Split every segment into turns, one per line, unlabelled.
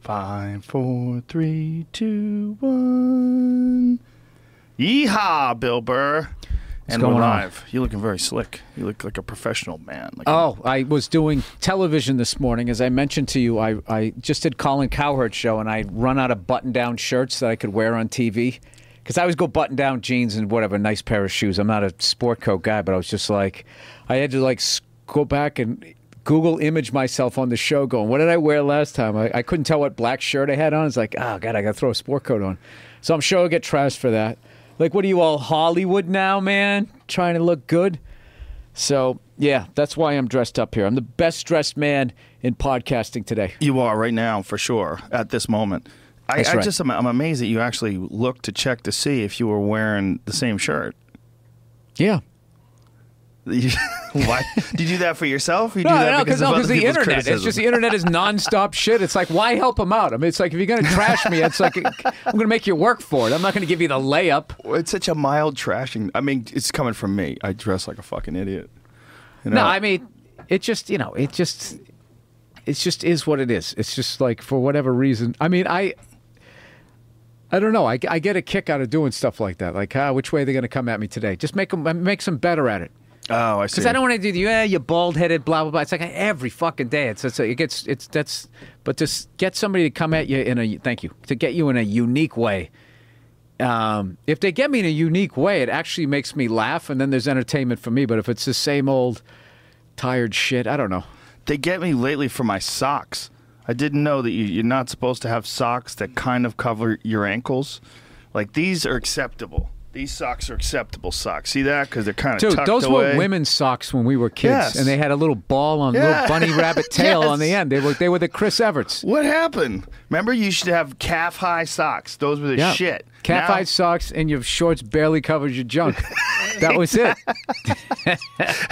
Five, four, three, two, one. Yeehaw, Bill Burr. and we're
going on?
live. You looking very slick. You look like a professional man. Like
Oh, I was doing television this morning. As I mentioned to you, I, I just did Colin Cowherd's show, and I run out of button-down shirts that I could wear on TV. Because I always go button-down jeans and whatever, nice pair of shoes. I'm not a sport coat guy, but I was just like, I had to like s- go back and Google image myself on the show, going, what did I wear last time? I, I couldn't tell what black shirt I had on. It's like, oh god, I got to throw a sport coat on. So I'm sure I'll get trashed for that. Like, what are you all Hollywood now, man? Trying to look good. So yeah, that's why I'm dressed up here. I'm the best dressed man in podcasting today.
You are right now, for sure, at this moment. I,
That's
I
right.
just am, I'm amazed that you actually looked to check to see if you were wearing the same shirt.
Yeah.
Why did you do that for yourself? You do
No,
that
no,
because
because no,
of other
'cause the
people's
internet. It's
criticism.
just the internet is nonstop shit. It's like, why help him out? I mean, it's like if you're gonna trash me, it's like I'm gonna make you work for it. I'm not gonna give you the layup.
It's such a mild trashing. I mean, it's coming from me. I dress like a fucking idiot. You
No,
know?
I mean, it just you know, it just, it just is what it is. It's just like for whatever reason. I mean, I, I don't know. I, I get a kick out of doing stuff like that. Like, ah, which way are they going to come at me today? Just make them make some better at it.
oh, I see.
Because I don't want to do the yeah, you bald headed, blah blah blah. It's like every fucking day. It's, it's it gets it's that's but just get somebody to come at you in a thank you to get you in a unique way. Um, if they get me in a unique way, it actually makes me laugh, and then there's entertainment for me. But if it's the same old tired shit, I don't know.
They get me lately for my socks. I didn't know that you, you're not supposed to have socks that kind of cover your ankles. Like these are acceptable. These socks are acceptable socks. See that? Because they're kind of
Dude,
tucked
those
away.
were women's socks when we were kids,
Yes.
and they had a little ball on
Yeah.
little bunny rabbit tail on the
Yes.
end. They were they were the Chris Everts.
What happened? Remember, you should have calf high socks. Those were the shit.
Cat
Now-
high socks and your shorts barely covers your junk. that was it.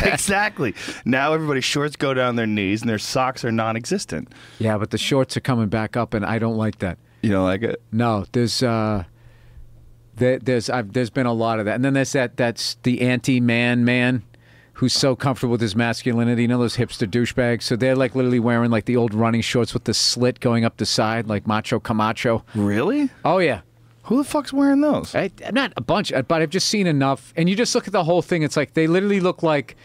exactly. Now everybody's shorts go down their knees and their socks are non-existent.
Yeah, but the shorts are coming back up, and I don't like that.
You know, like it.
No, there's uh, there, there's I've, there's been a lot of that, and then there's that that's the anti-man man who's so comfortable with his masculinity. You know those hipster douchebags. So they're like literally wearing like the old running shorts with the slit going up the side, like Macho Camacho.
Really?
Oh yeah,
Who the fuck's wearing those?
I, not a bunch, but I've just seen enough. And you just look at the whole thing. It's like they literally look like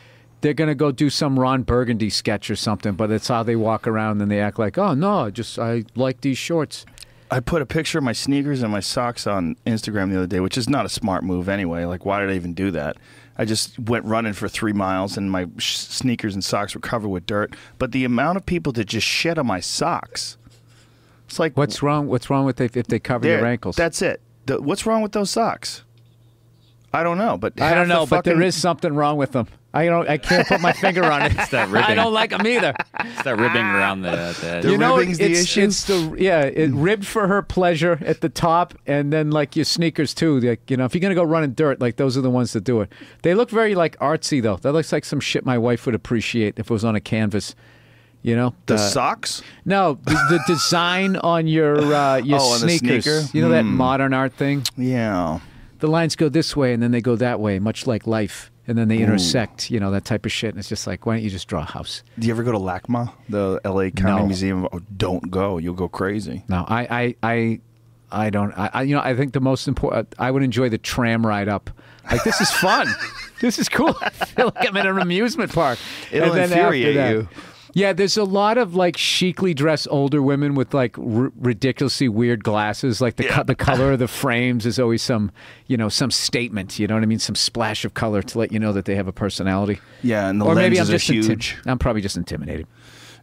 they're gonna go do some Ron Burgundy sketch or something. But it's how they walk around and they act like, oh no, I just I like these shorts.
I put a picture of my sneakers and my socks on Instagram the other day, which is not a smart move anyway. Like, why did I even do that? I just went running for three miles, and my sh- sneakers and socks were covered with dirt. But the amount of people that just shit on my socks, it's like
What's wrong? What's wrong with if, if they cover
there-
your ankles?
That's it. The, what's wrong with those socks? I don't know, but
I
half
don't
the
know, but there
fucking-
is something wrong with them. I don't. I can't put my finger on it.
that
I
ribbing.
don't like them either.
It's that ribbing
Ah.
around the, uh, the edge.
The
you know,
ribbing's
it's
the issue?
it's the yeah, it ribbed for her pleasure at the top, and then like your sneakers too. Like you know, if you're gonna go running dirt, like those are the ones that do it. They look very like artsy though. That looks like some shit my wife would appreciate if it was on a canvas. You know,
the
Uh,
socks.
no, the, the design on your uh, your
Oh, on the
sneakers.
sneaker? Hmm.
You know that modern art thing.
Yeah.
the lines go this way and then they go that way, much like life. And then they intersect, you know, that type of shit. And it's just like, why don't you just draw a house?
Do you ever go to LACMA, the LA County
No.
Museum? of- Oh, don't go. You'll go crazy.
No, I, I, I, I don't. I, I, you know, I think the most important. I would enjoy the tram ride up. Like this is fun. this is cool. I feel like I'm in an amusement park.
It'll infuriate you.
Yeah, there's a lot of like chicly dressed older women with like r- ridiculously weird glasses. Like the co- the color of the frames is always some, you know, some statement. You know what I mean? Some splash of color to let you know that they have a personality.
Yeah, and the
or maybe I'm
lenses are
just inti-
huge.
I'm probably just intimidated.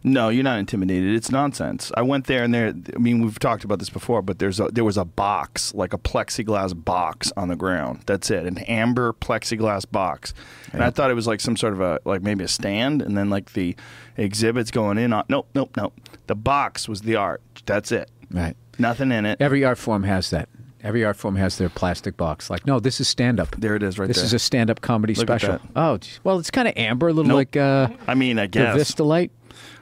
No, you're not intimidated. It's nonsense. I went there and there. I mean, we've talked about this before, but there's a there was a box, like a plexiglass box on the ground. That's it, an amber plexiglass box. And I thought it was like some sort of a like maybe a stand, and then like the exhibits going in on. Nope, nope, nope. The box was the art. That's it.
Right.
Nothing in it.
Every art form has that. Every art form has their plastic box. Like, no, this is stand up.
There it is, right
This
there.
is a stand up comedy
Look at
special.
that.
Oh, geez. well, it's kind of amber, a little
Nope.
like uh,
I mean, I
the
guess.
Vista Light.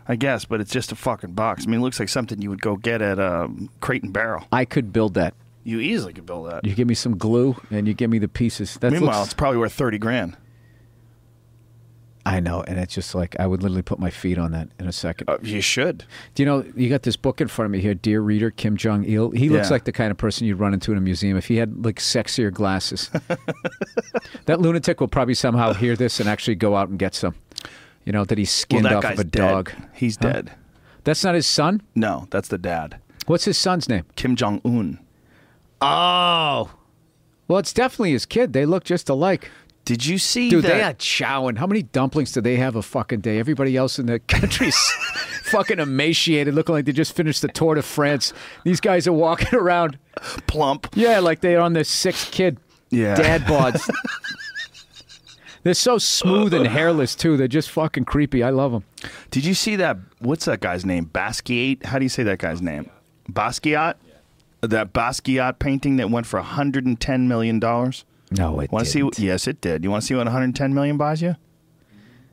I guess, but it's just a fucking box. I mean, it looks like something you would go get at um, Crate and Barrel.
I could build that.
You easily could build that.
You give me some glue and you give me the pieces. That
Meanwhile,
looks,
it's probably worth thirty grand.
I know, and it's just like I would literally put my feet on that in a second.
Uh, you should.
Do you know you got this book in front of me here, Dear Reader Kim Jong Il? He looks
Yeah.
like the kind of person you'd run into in a museum if he had like sexier glasses. that lunatic will probably somehow hear this and actually go out and get some. You know that he
Well,
skinned
that
off
guy's
of a
dead.
dog.
He's dead.
That's not his son.
No, that's the dad.
What's his son's name?
Kim Jong Un.
Oh, well, it's definitely his kid. They look just alike.
Did you see
Dude,
that?
they are chowing. How many dumplings do they have a fucking day? Everybody else in the country's fucking emaciated, looking like they just finished the Tour de France. These guys are walking around,
plump.
yeah, like they're on their sixth kid.
Yeah.
Dad bods. they're so smooth and hairless, too. They're just fucking creepy. I love them.
Did you see that? What's that guy's name? Basquiat. How do you say that guy's name? Basquiat. That Basquiat painting that went for 110 million dollars.
No, it
Want to see? what- Yes, it did. You want to see what 110 million buys you?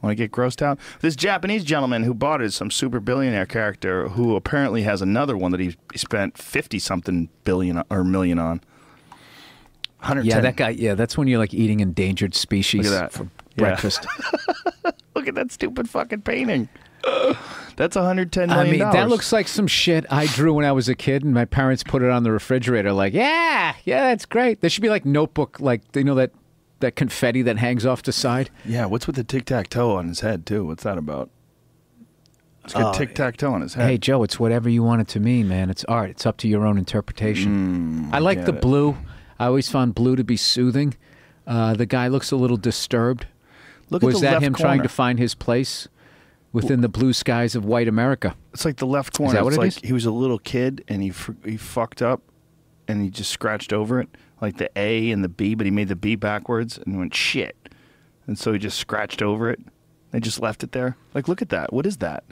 Want to get grossed out? This Japanese gentleman who bought it is some super billionaire character who apparently has another one that he he spent 50 something billion or million on. 110.
Yeah, that guy. Yeah, that's when you're like eating endangered species
Look at that.
for
Yeah.
breakfast.
Look at that stupid fucking painting. That's 110 million.
I mean, that
dollars.
looks like some shit I drew when I was a kid, and my parents put it on the refrigerator. Like, yeah, yeah, that's great. There should be like notebook, like you know that that confetti that hangs off the side.
Yeah, what's with the tic tac toe on his head too? What's that about? It's got tic tac toe on his head.
Oh, Hey, Joe, it's whatever you want it to mean, man. It's art. It's up to your own interpretation. I like
get
the
it.
blue. I always found blue to be soothing. Uh, the guy looks a little disturbed.
Look
Was
at the
that
left
him
corner.
trying to find his place within the blue skies of white America?
It's like the left corner.
that what
it's
it
like
is?
he was a little kid and he fr- he fucked up, and he just scratched over it, like the A and the B, but he made the B backwards and went shit, and so he just scratched over it. They just left it there. Like, look at that. What is that?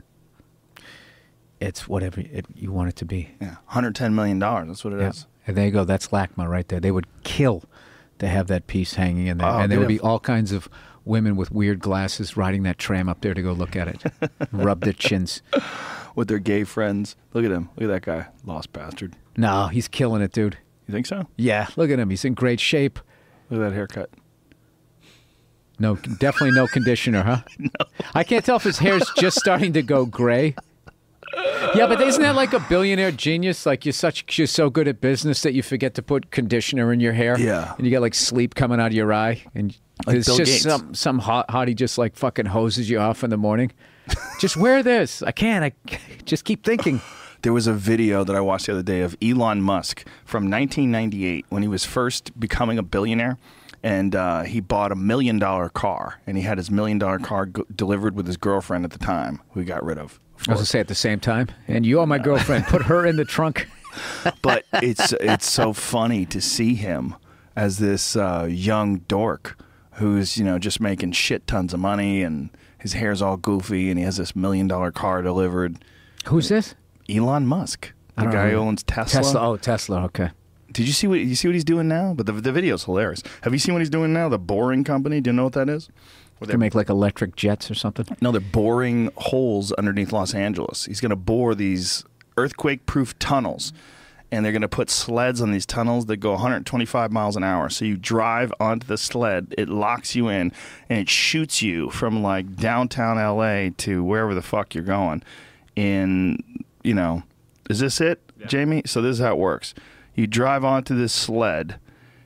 It's whatever it, you want it to be.
Yeah, 110 million dollars. That's what it is.
Yeah. And there you go. That's LACMA right there. They would kill to have that piece hanging in there.
Oh,
and there
they'd
would be
have-
all kinds of women with weird glasses riding that tram up there to go look at it, rub their chins.
With their gay friends. Look at him. Look at that guy. Lost bastard.
No, he's killing it, dude.
You think so?
Yeah, look at him. He's in great shape.
Look at that haircut.
No, definitely no conditioner, huh? I can't tell if his hair's just starting to go gray. Yeah, but isn't that like a billionaire genius? Like you're such you're so good at business that you forget to put conditioner in your hair.
Yeah.
and you got like sleep coming out of your eye, and
Like
it's
Bill
just
Gates.
some some hot hottie just like fucking hoses you off in the morning. just wear this. I can't. I just keep thinking.
There was a video that I watched the other day of Elon Musk from 1998 when he was first becoming a billionaire. And uh, he bought a million dollar car, and he had his million dollar car g- delivered with his girlfriend at the time, who he got rid of. of
I was gonna
course.
say at the same time, and you are my girlfriend. Put her in the trunk.
but it's it's so funny to see him as this uh, young dork who's you know just making shit tons of money, and his hair's all goofy, and he has this million dollar car delivered.
Who's this?
Elon Musk, the
don't
guy who
know.
owns
Tesla. Oh, Tesla. Okay.
Did you see what you see what he's doing now? But the the video's hilarious. Have you seen what he's doing now? The Boring Company. Do you know what that is? Where
To
they're,
make like electric jets or something.
no, they're boring holes underneath Los Angeles. He's going to bore these earthquake-proof tunnels, and they're going to put sleds on these tunnels that go 125 miles an hour. So you drive onto the sled, it locks you in, and it shoots you from like downtown LA to wherever the fuck you're going. In you know, is this it, Jamie? So this is how it works. You drive onto this sled.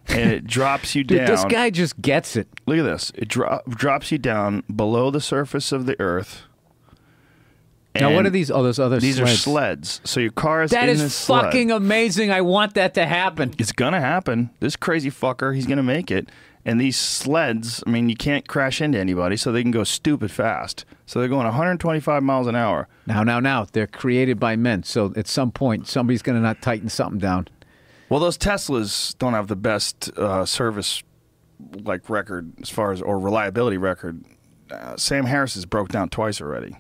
And it drops you
Dude,
down.
this guy just gets it.
Look at this. It dro- drops you down below the surface of the earth.
now, what
And
are these? Oh, those other
These
sleds.
are sleds. So your car is
That
in
is
this sled.
fucking amazing. I want that to happen.
It's gonna happen. This crazy fucker, he's gonna make it. And these sleds, I mean, you can't crash into anybody, so they can go stupid fast. So they're going 125 miles an hour.
Now, now, now. They're created by men. So at some point, somebody's going to not tighten something down.
Well, those Teslas don't have the best uh, service like record as far as or reliability record. Uh, Sam Harris has broke down twice already,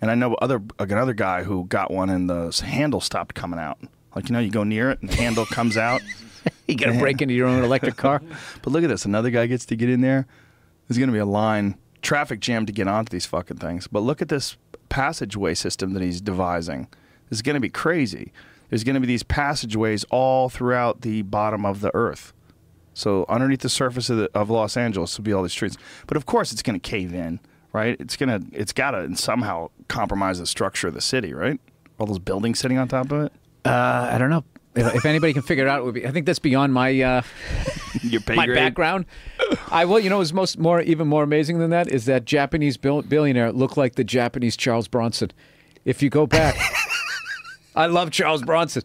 and I know other like another guy who got one and the s- handle stopped coming out. Like you know, you go near it and the handle comes out.
You're going to break into your own electric car.
But look at this, another guy gets to get in there. There's going to be a line, traffic jam to get onto these fucking things. But look at this passageway system that he's devising. This is going to be crazy. There's going to be these passageways all throughout the bottom of the earth. So underneath the surface of, the, of Los Angeles will be all these streets. But of course, it's going to cave in. right? It's gonna, it's gotta somehow compromise the structure of the city, right? All those buildings sitting on top of it.
Uh, I don't know. If if anybody can figure it out, it would be. I think that's beyond my uh,
Your pay
my
grade.
background. I will. You know, what's most more even more amazing than that is that Japanese bil- billionaire looked like the Japanese Charles Bronson. If you go back, I love Charles Bronson.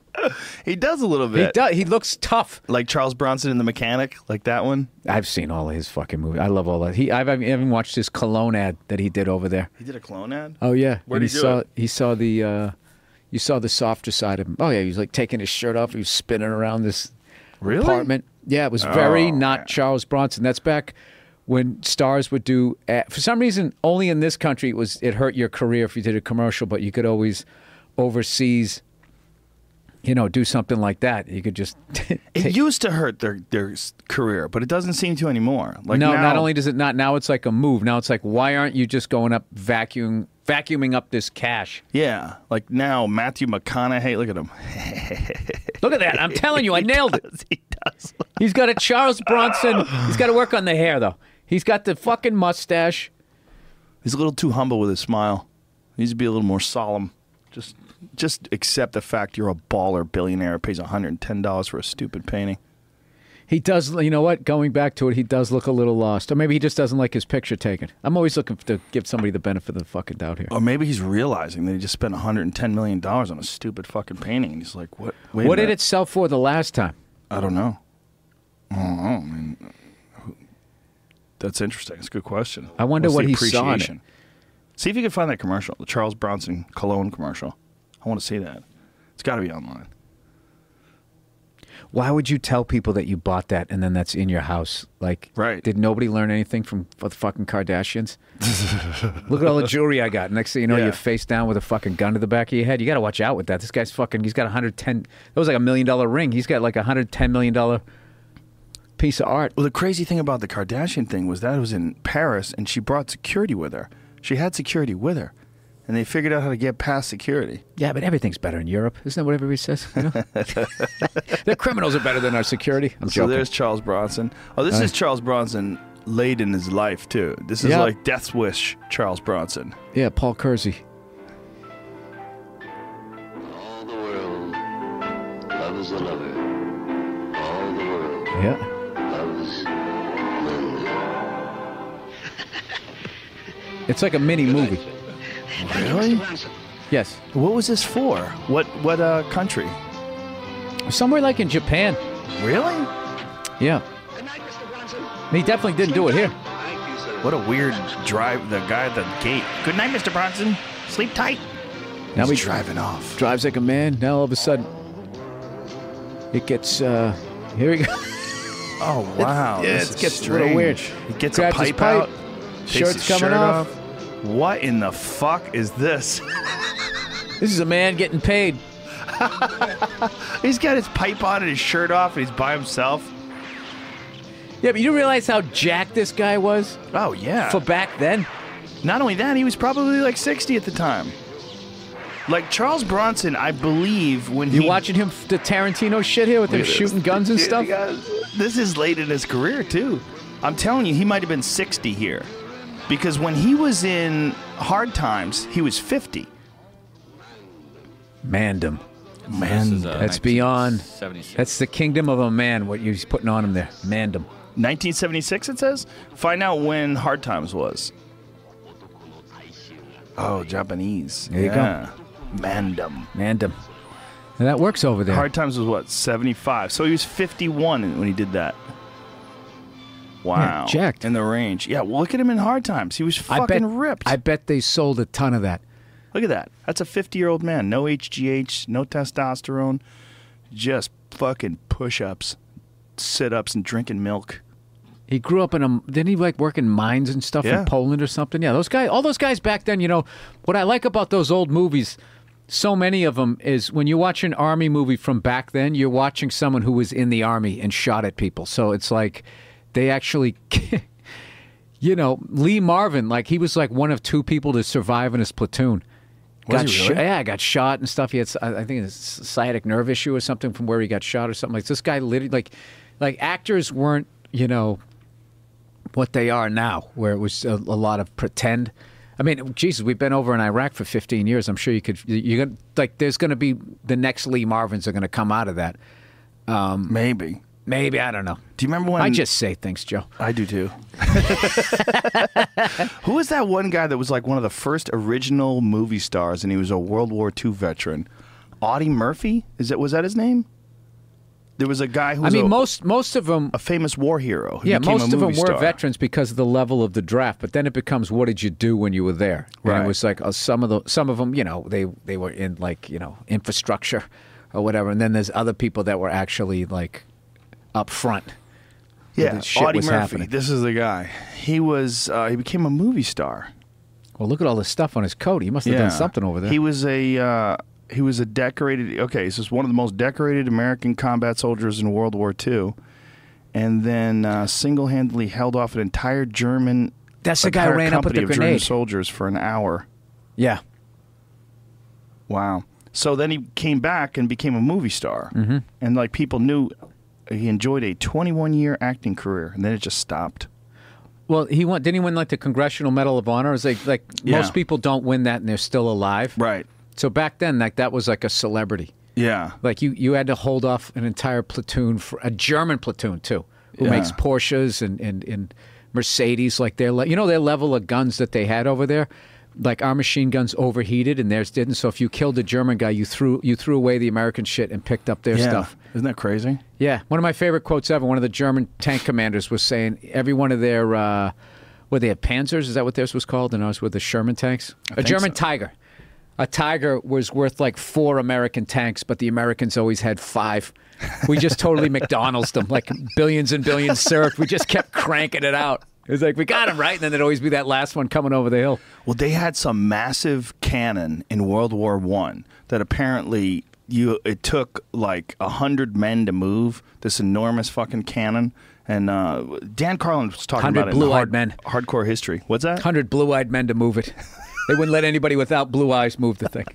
He does a little
He
bit.
does. He looks tough.
Like Charles Bronson in The Mechanic, like that one.
I've seen all of his fucking movies. I love all that. He. I've, I've even watched his cologne ad that he did over there.
He did a clone ad.
Oh yeah.
Where'd
And
he
he
do
saw
it?
he saw the uh you saw the softer side of him. Oh yeah, he was like taking his shirt off, he was spinning around this
Really?
apartment. Yeah, it was very
Oh,
not
man.
Charles Bronson. That's back when stars would do ad- for some reason only in this country it was it hurt your career if you did a commercial, but you could always overseas you know, do something like that. You could just
It used to hurt their their s- career, but it doesn't seem to anymore. Like
No,
now,
not only does it not now it's like a move. Now it's like why aren't you just going up vacuum vacuuming up this cash?
yeah, like now Matthew McConaughey. Look at him.
Look at that. I'm telling you, I nailed it.
he does.
He's got a Charles Bronson. He's got to work on the hair, though. He's got the fucking mustache.
He's a little too humble with his smile. He needs to be a little more solemn. Just just accept the fact you're a baller billionaire who pays $110 for a stupid painting.
He does, you know what? Going back to it, he does look a little lost. Or maybe he just doesn't like his picture taken. I'm always looking to give somebody the benefit of the fucking doubt here.
Or maybe he's realizing that he just spent $110 million on a stupid fucking painting. And he's like, what? Wait a
what did
minute.
it sell for the last time?
I don't know. I don't know. I mean, who- that's interesting. It's a good question.
I wonder
What's
what
the
he saw in it.
appreciation? See if you can find that commercial, the Charles Bronson cologne commercial. I want to see that. It's got to be online.
Why would you tell people that you bought that and then that's in your house? Like,
Right.
did nobody learn anything from the fucking Kardashians? Look at all the jewelry I got. Next thing you know,
Yeah.
you're face down with a fucking gun to the back of your head. You got to watch out with that. This guy's fucking, he's got a 110, that was like a million dollar ring. He's got like a $110 million piece of art.
Well, the crazy thing about the Kardashian thing was that it was in Paris, and she brought security with her. She had security with her, and they figured out how to get past security.
Yeah, but everything's better in Europe. Isn't that what everybody says? You know? the criminals are better than our security. I'm
So
joking.
there's Charles Bronson. Oh, this is Charles Bronson late in his life too. This is
Yeah.
like Death's Wish, Charles Bronson.
yeah, Paul Kersey.
All the world, love is a lover. All the world,
Yeah.
loves lonely.
It's like a mini movie.
Really?
Yes.
What was this for? What what uh, country?
Somewhere like in Japan.
Really?
Yeah. And he definitely didn't do it here.
What a weird drive. The guy at the gate. Good night, Mr. Bronson. Sleep tight.
Now
He's
he
driving off.
drives like a man. Now all of a sudden, it gets. Uh, here we go.
Oh wow!
yeah,
this
it
is
gets a little weird.
strange. He gets
Grabs
a
his
pipe, out.
pipe,
takes
shirt's
his
coming
shirt
off.
What in the fuck is this?
this is a man getting paid.
he's got his pipe on and his shirt off, and he's by himself.
Yeah, but you realize how jacked this guy was
Oh yeah.
for back then?
Not only that, he was probably like 60 at the time. Like Charles Bronson, I believe when
You
he
watching him, f- the Tarantino shit here with him
Look at
shooting
this.
guns and
Dude,
stuff?
he got- This is late in his career too. I'm telling you, he might have been 60 here, because when he was in Hard Times, he was 50.
Mandem.
Man,
uh,
That's beyond.
76.
That's the kingdom of a man, what he's putting on him there. Mandem.
1976 it says. Find out when Hard Times was. Oh, Japanese.
There you go.
go. Mandem.
Mandem. And that works over there.
Hard Times was what 75. So he was 51 when he did that. Wow.
Yeah, jacked.
In the range. Yeah, well, look at him in Hard Times. He was fucking
I bet,
ripped.
I bet they sold a ton of that.
Look at that. That's a 50 year old man. No HGH, no testosterone, just fucking push ups, sit ups, and drinking milk.
He grew up in a. Didn't he like work in mines and stuff
Yeah.
in Poland or something? Yeah, those guys. All those guys back then. You know what I like about those old movies. So many of them is when you watch an army movie from back then, you're watching someone who was in the army and shot at people. So it's like they actually, you know, Lee Marvin, like he was like one of two people to survive in his platoon.
Was
got
he
shot-
really?
yeah, got shot and stuff. He had, I I think, a sciatic nerve issue or something from where he got shot or something like. This guy literally, like, like actors weren't, you know, what they are now, where it was a, a lot of pretend. I mean, Jesus, we've been over in Iraq for 15 years. I'm sure you could. You're gonna like. There's going to be the next Lee Marvins are going to come out of that.
Maybe.
Maybe I don't know.
Do you remember when
I just say things, Joe.
I do too. Who was that one guy that was like one of the first original movie stars, and he was a World War II veteran? Audie Murphy is that was that his name? There was a guy who
I
was
mean,
a,
most most of them.
a famous war hero. who
Yeah,
became a
most of them were
movie star.
veterans because of the level of the draft. But then it becomes, what did you do when you were there? And
Right.
it was like uh, some of the some of them, you know, they they were in like you know infrastructure or whatever. And then there's other people that were actually like up front. where
Yeah,
the shit
Audie
was
Murphy.
happening.
This is the guy. He was uh, he became a movie star.
Well, look at all this stuff on his coat. He must have
yeah.
done something over there.
He was a uh, he was a decorated. Okay, so he's one of the most decorated American combat soldiers in World War II, and then uh, single-handedly held off an entire German.
That's the guy who
entire
ran up with
company
the
of German
grenade.
soldiers for an hour.
yeah,
Wow. So then he came back and became a movie star, mm-hmm. and like people knew he enjoyed a 21-year acting career, and then it just stopped.
Well, he won. Didn't he win like the Congressional Medal of Honor? It's like like
Yeah.
most people don't win that and they're still alive.
Right.
So back then, like that was like a celebrity.
Yeah.
Like you, you had to hold off an entire platoon for a German platoon too, who
Yeah.
makes Porsches and and and Mercedes. Like their le- you know their level of guns that they had over there. Like our machine guns overheated and theirs didn't. So if you killed a German guy, you threw you threw away the American shit and picked up their
yeah.
stuff.
Isn't that crazy?
Yeah, one of my favorite quotes ever. One of the German tank commanders was saying every one of their, uh, what they had Panzers. Is that what theirs was called? And I was with the Sherman tanks. A
think
German
so.
Tiger. A Tiger was worth like four American tanks, but the Americans always had five. We just totally McDonald's them, like billions and billions served. We just kept cranking it out. It was like we got them right, and then there'd always be that last one coming over the hill.
Well, they had some massive cannon in World War One that apparently you it took like a hundred men to move this enormous fucking cannon. And uh, Dan Carlin was talking
100
about it in
blue-eyed
hard,
men.
hardcore history. What's that?
Hundred blue-eyed men to move it. They wouldn't let anybody without blue eyes move the thing.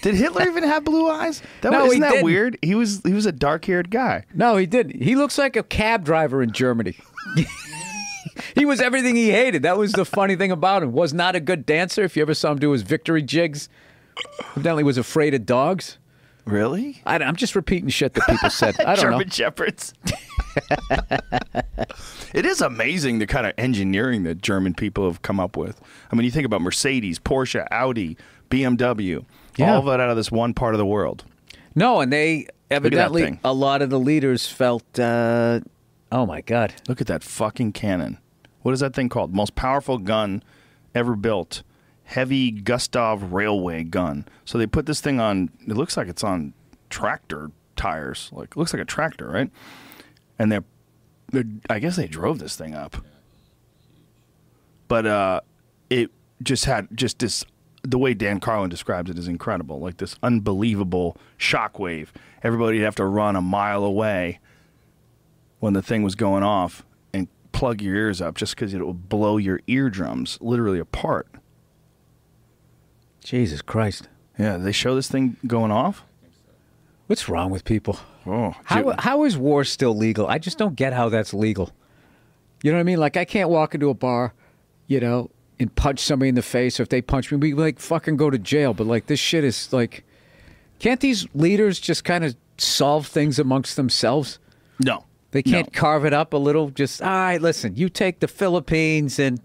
Did Hitler even have blue eyes? That
No,
was, isn't
he
that
didn't.
weird? He was he was a dark haired guy.
No, he did. He looks like a cab driver in Germany. he was everything he hated. That was the funny thing about him. Was not a good dancer. If you ever saw him do his victory jigs, evidently was afraid of dogs.
Really?
I, am just repeating shit that people said. I don't know.
German shepherds. it is amazing the kind of engineering that German people have come up with. I mean, you think about Mercedes, Porsche, Audi, BMW,
Yeah.
all of that out of this one part of the world.
No, and they
thing.
evidently a lot of the leaders felt. Uh, oh my god.
Look at that fucking cannon. What is that thing called? Most powerful gun ever built. Heavy Gustav railway gun. So they put this thing on, it looks like it's on tractor tires. Like, it looks like a tractor, right? And they're, they're I guess they drove this thing up. But uh, it just had just this, the way Dan Carlin describes it is incredible. Like this unbelievable shockwave. Everybody'd have to run a mile away when the thing was going off and plug your ears up just because it will blow your eardrums literally apart.
Jesus Christ.
Yeah, they show this thing going off.
What's wrong with people?
Oh,
How, how is war still legal? I just don't get how that's legal. You know what I mean? Like, I can't walk into a bar, you know, and punch somebody in the face. Or if they punch me, we like fucking go to jail. But like, this shit is like, can't these leaders just kind of solve things amongst themselves?
no,
They can't
No,
carve it up a little. Just all right. Listen, you take the Philippines and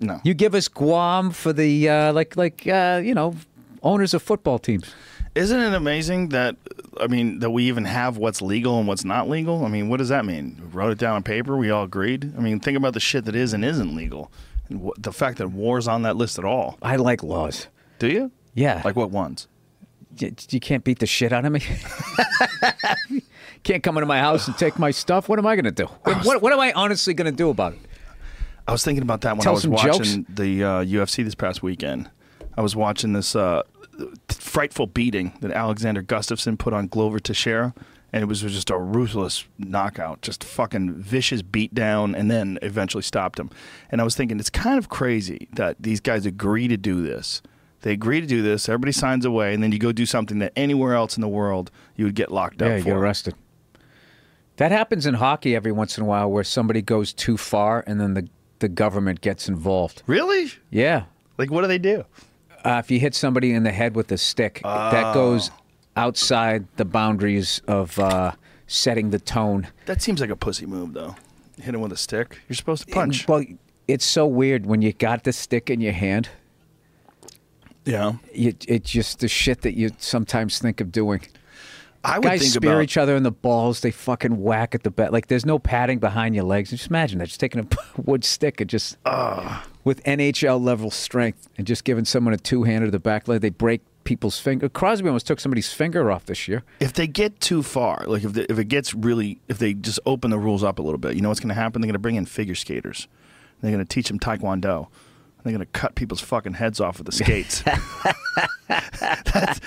no.
you give us Guam for the uh, like, like uh, you know, owners of football teams.
Isn't it amazing that I mean that we even have what's legal and what's not legal? I mean, what does that mean? We wrote it down on paper. We all agreed. I mean, think about the shit that is and isn't legal, and wh- the fact that war's on that list at all.
I like laws.
Do you?
Yeah.
Like what ones?
you, you can't beat the shit out of me. can't come into my house and take my stuff. What am I going to do? What, what, what am I honestly going to do about it?
I was thinking about that when
Tell
I was
some
watching the uh, UFC this past weekend. I was watching this uh, frightful beating that Alexander Gustafsson put on Glover Teixeira, and it was just a ruthless knockout, just fucking vicious beatdown, and then eventually stopped him. And I was thinking, it's kind of crazy that these guys agree to do this. They agree to do this. Everybody signs away, and then you go do something that anywhere else in the world you would get locked up for.
arrested. That happens in hockey every once in a while where somebody goes too far and then the, the government gets involved.
Really?
Yeah.
Like, what do they do?
Uh, if you hit somebody in the head with a stick, that goes outside the boundaries of uh, setting the tone.
That seems like a pussy move, though. Hit him with a stick. You're supposed to punch.
Well, it's so weird when you got the stick in your hand.
yeah.
You, it's just the shit that you sometimes think of doing.
I would
Guys
think
spear
about.
each other in the balls. They fucking whack at the bat. Like there's no padding behind your legs. Just imagine that. Just taking a wood stick and just with NHL level strength and just giving someone a two hander to the back leg. They break people's finger. Crosby almost took somebody's finger off this year.
if they get too far, like if, the, if it gets really, if they just open the rules up a little bit, you know what's going to happen? They're going to bring in figure skaters. They're going to teach them taekwondo. They're going to cut people's fucking heads off with the skates. that's,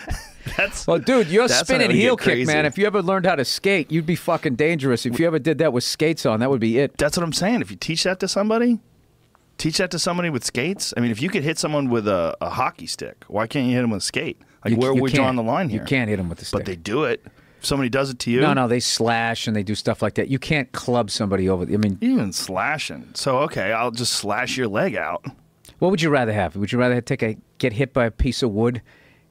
that's
Well, dude, your
That's when it
spinning
would get
heel kick,
crazy.
man. If you ever learned how to skate, you'd be fucking dangerous. If you ever did that with skates on, that would be it.
that's what I'm saying. If you teach that to somebody, teach that to somebody with skates. I mean, if you could hit someone with a, a hockey stick, why can't you hit them with a skate? Like,
You-
where
you
are we drawing
can't.
the line here?
You can't hit them with a stick.
But they do it. If somebody does it to you,
no, no, they slash and they do stuff like that. You can't club somebody over. I mean,
even slashing. So okay, I'll just slash your leg out.
What would you rather have? Would you rather take a get hit by a piece of wood,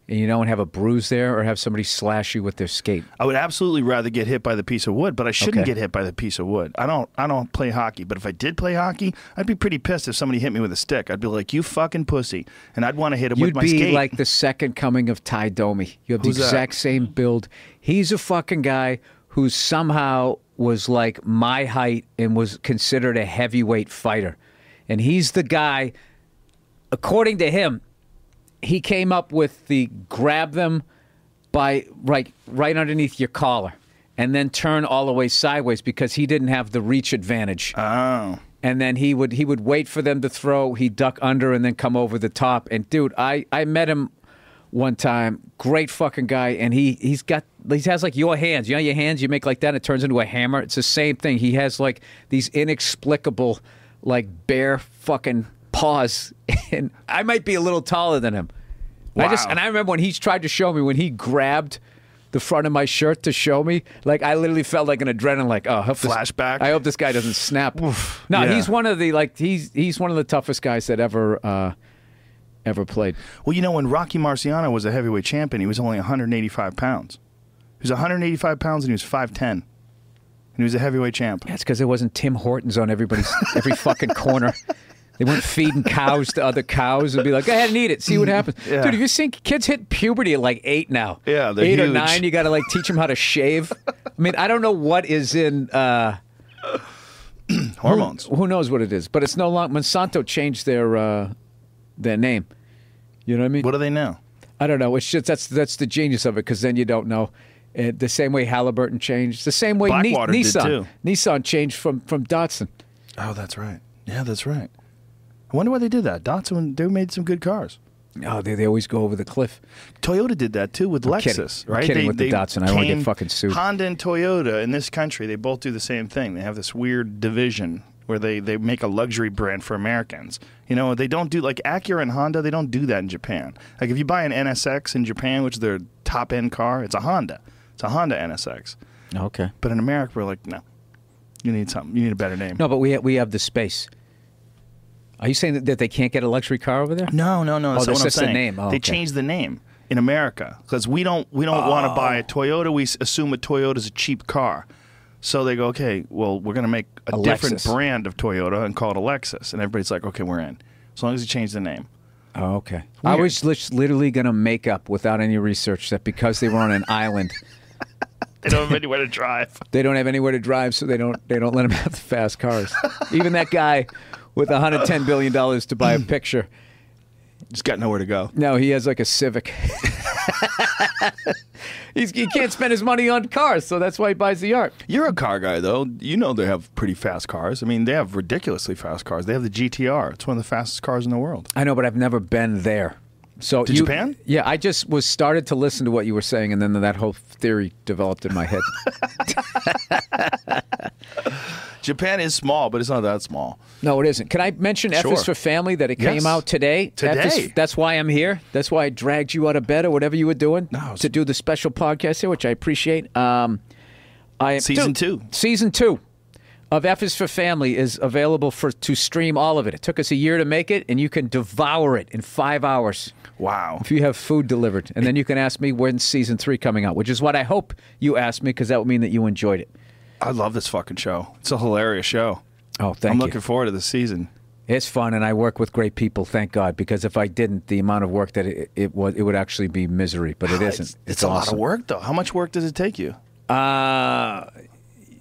and you know, and have a bruise there, or have somebody slash you with their skate?
I would absolutely rather get hit by the piece of wood, but I shouldn't
Okay.
get hit by the piece of wood. I don't I don't play hockey, but if I did play hockey, I'd be pretty pissed if somebody hit me with a stick. I'd be like, "You fucking pussy." And I'd want to hit him with
You'd
my
be
skate.
like the second coming of Ty Domi. You have the
Who's that?
exact same build. He's a fucking guy who somehow was like my height and was considered a heavyweight fighter, and he's the guy. According to him, he came up with the grab them by right right underneath your collar and then turn all the way sideways because he didn't have the reach advantage.
oh.
and then he would he would wait for them to throw, he'd duck under and then come over the top. And dude, I I met him one time, great fucking guy, and he he's got he has like your hands, you know your hands you make like that and it turns into a hammer. It's the same thing. He has like these inexplicable like bare fucking paws and I might be a little taller than him. I just
Wow.
and I remember when he tried to show me when he grabbed the front of my shirt to show me, like I literally felt like an adrenaline, like oh, I hope this-
Flashback.
I hope this guy doesn't snap. no,
yeah.
he's one of the like he's he's one of the toughest guys that ever uh, ever played.
Well, you know when Rocky Marciano was a heavyweight champion, he was only 185 pounds. He was 185 pounds and he was 5'10. And he was a heavyweight champ.
That's because there wasn't Tim Hortons on everybody's every fucking corner. They weren't feeding cows to other cows and be like, "Go ahead and eat it, see what happens."
Mm, Yeah.
Dude, have you seen kids hit puberty at like eight now?
Yeah, they're
eight or
huge.
nine. You got to like teach them how to shave. I mean, I don't know what is in. Uh,
Hormones.
Who knows what it is? But it's no longer Monsanto changed their uh, their name. You know what I mean?
What do they know?
I don't know. It's just that's that's the genius of it because then you don't know. Uh, the same way Halliburton changed. The same way Ni-
Blackwater did,
Nissan
too.
Nissan changed from from Datsun.
Oh, that's right. Yeah, that's right. I wonder why they did that. Datsun, they made some good cars.
Oh, they, they always go over the cliff.
Toyota did that too with
kidding.
Lexus,
I'm
right?
kidding with the Datsun. I don't wanna get
came-
fucking sued.
Honda and Toyota in this country, they both do the same thing. They have this weird division where they, they make a luxury brand for Americans. You know, they don't do like Acura and Honda. They don't do that in Japan. Like if you buy an NSX in Japan, which is their top end car, it's a Honda. It's a Honda NSX.
Okay.
But in America, we're like, no, you need something. You need a better name.
No, but we ha- we have the space. Are you saying that, that they can't get a luxury car over there?
No, no, no. That's
that's
not what I'm
just the
saying.
name. Oh,
they
okay.
changed the name in America because we don't we don't want to buy a Toyota. We s- assume a Toyota is a cheap car, so they go, okay, well, we're going to make a
A
different
Lexus.
brand of Toyota and call it a Lexus, and everybody's like, okay, we're in. As long as you change the name.
Oh, okay. I
Weird.
was lit- literally going to make up without any research that because they were on an island.
They don't have anywhere to drive.
they don't have anywhere to drive, so they don't they don't let them have the fast cars. Even that guy with 110 billion dollars to buy a picture,
Just got nowhere to go.
no, he has like a Civic. He's, he can't spend his money on cars, so that's why he buys the art.
You're a car guy, though. You know they have pretty fast cars. I mean, they have ridiculously fast cars. They have the GTR. It's one of the fastest cars in the world.
I know, but I've never been there. So
To
you-
Japan?
Yeah, I just was started to listen to what you were saying, and then that whole theory developed in my head.
Japan is small, but it's not that small.
No, it isn't. Can I mention F
Sure.
is for Family that it
Yes.
came out today? F is-
Today.
that's why I'm here. That's why I dragged you out of bed or whatever you were doing
No, it's-
to do the special podcast here, which I appreciate. Um, I
Season
Dude,
two.
Season two of F is for Family is available for to stream all of it. It took us a year to make it, and you can devour it in five hours
Wow.
if you have food delivered. And then you can ask me when's season three coming out, which is what I hope you asked me because that would mean that you enjoyed it.
I love this fucking show. It's a hilarious show.
Oh, thank
I'm
you.
looking forward to the season.
It's fun, and I work with great people, thank God. Because if I didn't, the amount of work that it, it was, it would actually be misery. But it isn't.
Ah, It's, it's a lot of work, though. How much work does it take you?
Uh,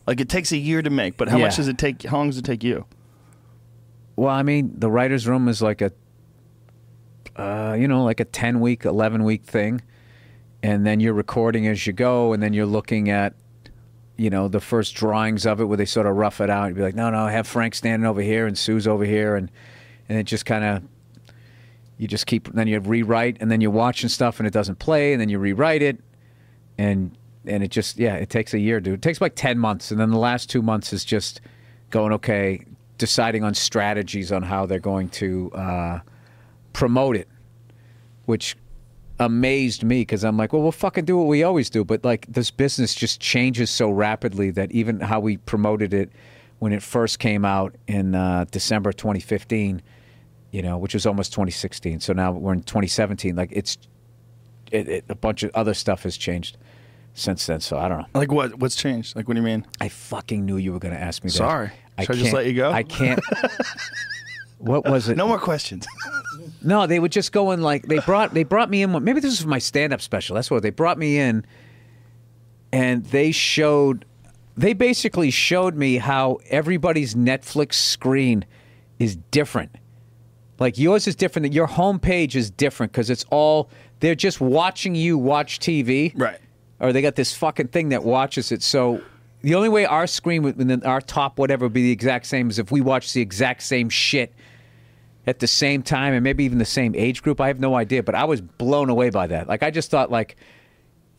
Like it takes a year to make, but how
Yeah.
much does it take? How long does it take you?
well, I mean, the writers' room is like a, uh, you know, like a ten week, eleven week thing, and then you're recording as you go, and then you're looking at, you know, the first drawings of it where they sort of rough it out. You'd be like, no, no, have Frank standing over here and Sue's over here, and and it just kind of you just keep then you rewrite and then you're watching stuff and it doesn't play and then you rewrite it and and it just yeah it takes a year dude it takes like 10 months and then the last two months is just going okay deciding on strategies on how they're going to uh, promote it which amazed me because i'm like well we'll fucking do what we always do but like this business just changes so rapidly that even how we promoted it when it first came out in uh, december 2015 you know, which was almost 2016. So now we're in 2017. Like it's, it, it, a bunch of other stuff has changed since then. So I don't know.
Like what? What's changed? Like what do you mean?
I fucking knew you were going to ask me that.
Sorry. Should I just
can't-
let you go?
I can't. what was it?
No more questions.
No, they would just go in like they brought they brought me in. one- Maybe this is for my stand up special. That's what they brought me in, and they showed. They basically showed me how everybody's Netflix screen is different. Like yours is different. Your homepage is different because it's all they're just watching you watch TV,
Right.
Or they got this fucking thing that watches it. So the only way our screen, would, and then our top whatever, would be the exact same is if we watch the exact same shit at the same time and maybe even the same age group. I have no idea, but I was blown away by that. Like I just thought like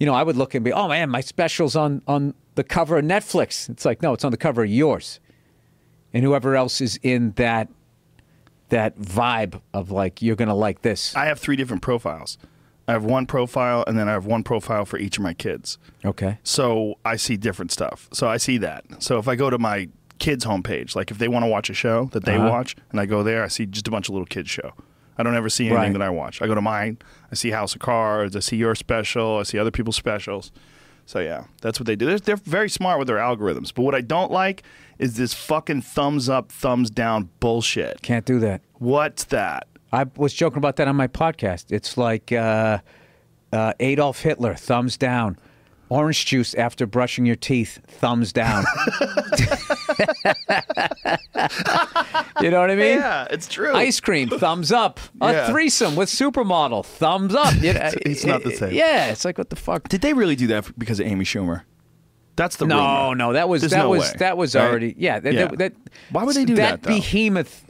you know, I would look and be, "Oh man, my special's on on the cover of Netflix." It's like, "No, it's on the cover of yours." And whoever else is in that that vibe of like you're going to like this.
I have three different profiles. I have one profile, and then I have one profile for each of my kids.
Okay.
So I see different stuff. So I see that. So if I go to my kids' homepage, like if they want to watch a show that they
Uh-huh.
watch, and I go there, I see just a bunch of little kids' show. I don't ever see anything
Right.
that I watch. I go to mine, I see House of Cards, I see your special, I see other people's specials. So yeah, that's what they do. They're, they're very smart with their algorithms. But what I don't like is this fucking thumbs up, thumbs down bullshit.
Can't do that.
What's that?
I was joking about that on my podcast. It's like uh, uh, Adolf Hitler, thumbs down. Orange juice after brushing your teeth, thumbs down. you know what I mean?
Yeah, it's true.
Ice cream, thumbs up.
Yeah.
A threesome with supermodel, thumbs up. You know,
It's not the same.
Yeah, it's like what the fuck.
Did they really do that f- because of Amy Schumer? That's the
No,
rumor.
no, that was
There's
that
no
was
way,
that was
right?
already yeah. That, that- that-
Why would they do that, though?
behemoth?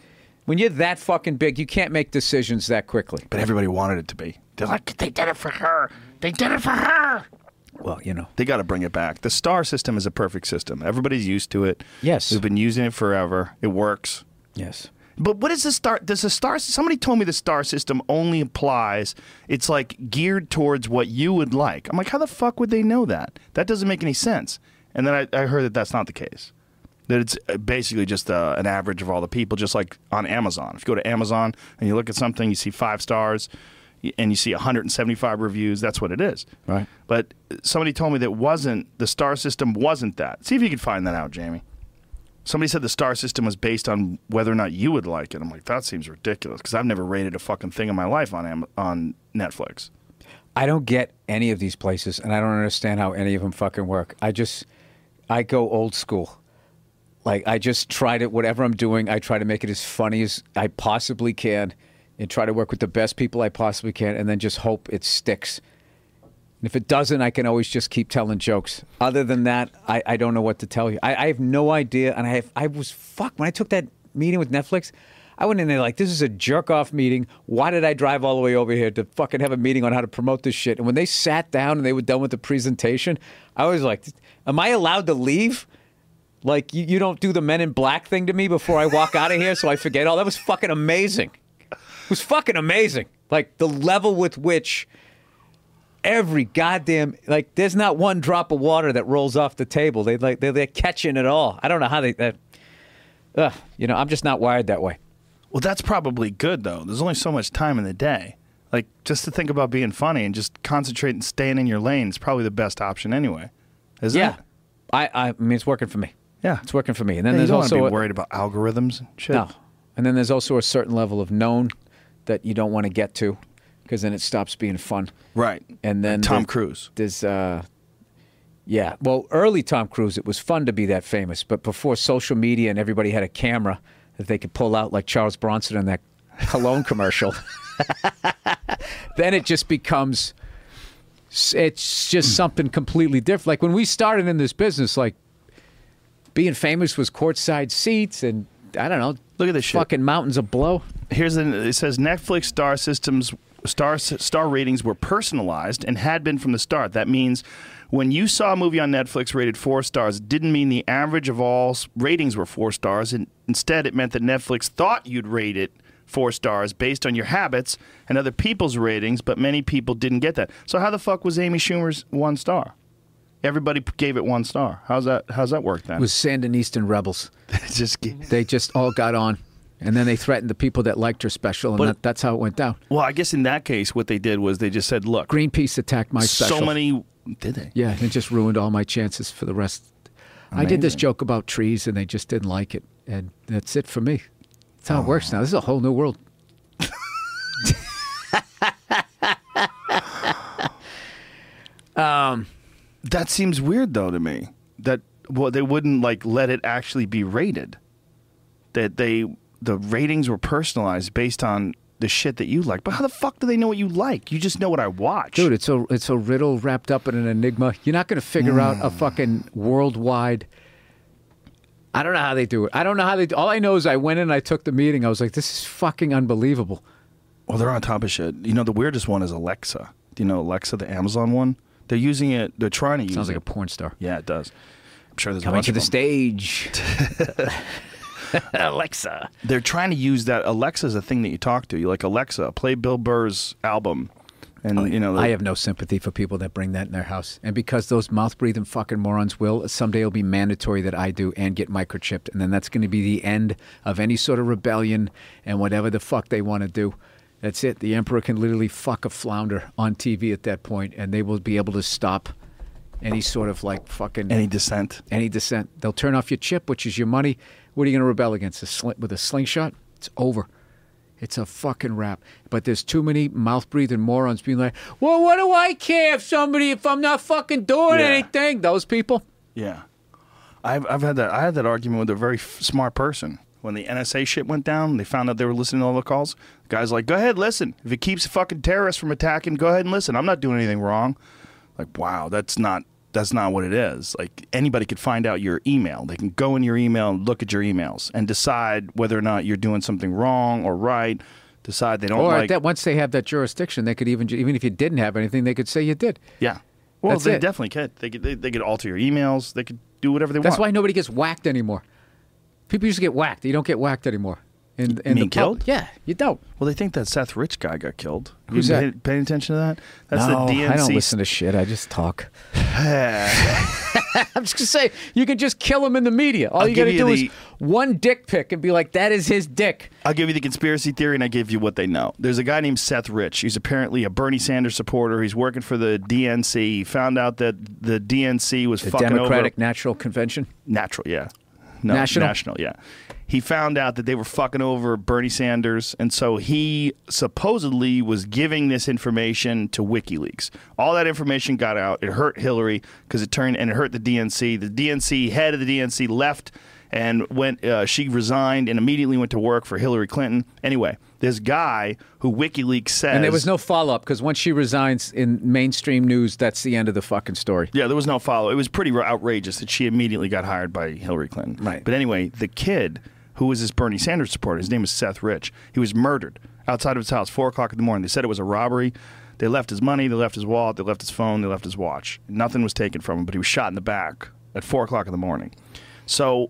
When you're that fucking big, you can't make decisions that quickly.
but everybody wanted it to be. They're like, they did it for her. They did it for her.
Well, you know.
They got to bring it back. The star system is a perfect system. Everybody's used to it.
Yes.
we've been using it forever. It works.
Yes.
But what is the star? Does the star? Somebody told me the star system only applies. It's like geared towards what you would like. I'm like, how the fuck would they know that? That doesn't make any sense. And then I, I heard that that's not the case. That it's uh, basically just uh, an average of all the people, just like on Amazon. If you go to Amazon and you look at something, you see five stars, y- and you see 175 reviews. That's what it is.
Right.
But somebody told me that wasn't the star system. Wasn't that? See if you could find that out, Jamie somebody said the star system was based on whether or not you would like it. I'm like, that seems ridiculous because I've never rated a fucking thing in my life on Am- on Netflix.
I don't get any of these places, and I don't understand how any of them fucking work. I just, I go old school. Like I just try to whatever I'm doing, I try to make it as funny as I possibly can, and try to work with the best people I possibly can, and then just hope it sticks. And if it doesn't, I can always just keep telling jokes. Other than that, I, I don't know what to tell you. I, I have no idea. And I have, I was fucked when I took that meeting with Netflix. I went in there like, this is a jerk off meeting. Why did I drive all the way over here to fucking have a meeting on how to promote this shit? And when they sat down and they were done with the presentation, I was like, am I allowed to leave? Like, you, you don't do the men in black thing to me before I walk out of here so I forget. Oh, that was fucking amazing. It was fucking amazing. Like, the level with which every goddamn like. There's not one drop of water that rolls off the table. They like they're, they're catching it all. I don't know how they that. Ugh, you know, I'm just not wired that way.
Well, that's probably good though. There's only so much time in the day. Like just to think about being funny and just concentrate and staying in your lane is probably the best option anyway. Isn't
Yeah,
it?
I, I I mean it's working for me.
Yeah.
it's working for me. And then
Yeah, you
there's
don't want to
also
be
a-
worried about algorithms and shit.
No. And then there's also a certain level of known that you don't want to get to because then it stops being fun.
Right.
And then
Tom
there-
Cruise.
There's, uh, yeah. Well, early Tom Cruise, it was fun to be that famous, but before social media and everybody had a camera that they could pull out like Charles Bronson in that cologne commercial, then it just becomes it's just something completely different. Like when we started in this business, like being famous was courtside seats and I don't know.
Look at this shit.
fucking mountains of blow.
Here's an, it says Netflix star systems star star ratings were personalized and had been from the start. That means when you saw a movie on Netflix rated four stars, it didn't mean the average of all s- ratings were four stars. And instead, it meant that Netflix thought you'd rate it four stars based on your habits and other people's ratings. But many people didn't get that. So how the fuck was Amy Schumer's one star? Everybody p- gave it one star. How's that? How's that work then?
It was Sandinistan rebels.
just g-
They just all got on, and then they threatened the people that liked her special, and
But-
that, that's how it went down.
well, I guess in that case, what they did was they just said, "Look,
Greenpeace attacked my special.
so many." Did they?
Yeah, and it just ruined all my chances for the rest. I did this joke about trees, and they just didn't like it, and that's it for me. That's how it works now. This is a whole new world.
That seems weird though to me. That well, they wouldn't like let it actually be rated. That they the ratings were personalized based on the shit that you like. But how the fuck do they know what you like? You just know what I watch.
Dude, it's a it's a riddle wrapped up in an enigma. You're not going to figure out a fucking worldwide. I don't know how they do it. I don't know how they. Do, all I know is I went in, and I took the meeting. I was like, this is fucking unbelievable.
Well, they're on top of shit. You know, the weirdest one is Alexa. Do you know Alexa, the Amazon one? They're using it. They're trying to use.
Sounds like
it.
a porn star.
Yeah, it does. I'm sure there's a
Coming
bunch
to
of
the
them.
stage, Alexa.
they're trying to use that Alexa's a thing that you talk to. You like Alexa, play Bill Burr's album, and you know.
Oh, I have no sympathy for people that bring that in their house. And because those mouth breathing fucking morons will, someday it'll be mandatory that I do and get microchipped. And then that's going to be the end of any sort of rebellion and whatever the fuck they want to do. That's it. The emperor can literally fuck a flounder on TV at that point, and they will be able to stop any sort of like fucking
any dissent.
any dissent. They'll turn off your chip, which is your money. What are you going to rebel against? A sli- with a slingshot? It's over. It's a fucking wrap. But there's too many mouth breathing morons being like, well, what do I care if somebody, if I'm not fucking doing
Yeah.
anything? Those people.
Yeah, I've I've had that. I had that argument with a very f- smart person when the NSA shit went down. They found out they were listening to all the calls. The guy's like, "Go ahead, listen. If it keeps the fucking terrorists from attacking, go ahead and listen. I'm not doing anything wrong." Like, wow, that's not that's not what it is. Like anybody could find out your email. They can go in your email and look at your emails and decide whether or not you're doing something wrong or right. Decide they don't
Or
like
that once they have that jurisdiction, they could even, even if you didn't have anything, they could say you did.
Yeah. Well,
That's
they
it.
definitely could. They could they, they could alter your emails. They could do whatever they
That's
want.
why nobody gets whacked anymore. People used to get whacked. You don't get whacked anymore. And,
mean
the pub-
killed?
Yeah, you don't.
Well, they think that Seth Rich guy got killed.
Who's
you
that?
Pay, paying attention to that? That's
no,
the DNC.
I don't listen to shit. I just talk. I'm just gonna say you can just kill him in the media. All
I'll
you
give
gotta
you
do
the-
is one dick pic and be like, "That is his dick."
I'll give you the conspiracy theory, and I give you what they know. There's a guy named Seth Rich. He's apparently a Bernie Sanders supporter. He's working for the DNC. He found out that the DNC was
The
fucking
Democratic
over
Natural Convention.
natural, yeah, no,
National?
national, yeah. He found out that they were fucking over Bernie Sanders, and so he supposedly was giving this information to WikiLeaks. All that information got out. It hurt Hillary because it turned and it hurt the DNC. The DNC head of the DNC left and went. Uh, she resigned and immediately went to work for Hillary Clinton. Anyway, this guy who WikiLeaks says
And there was no follow up because once she resigns in mainstream news, that's the end of the fucking story.
Yeah, there was no follow. It was pretty outrageous that she immediately got hired by Hillary Clinton.
Right.
But anyway, the kid who was this Bernie Sanders supporter, his name is Seth Rich. He was murdered outside of his house, four o'clock in the morning. They said it was a robbery. They left his money, they left his wallet, they left his phone, they left his watch. Nothing was taken from him, but he was shot in the back at four o'clock in the morning. So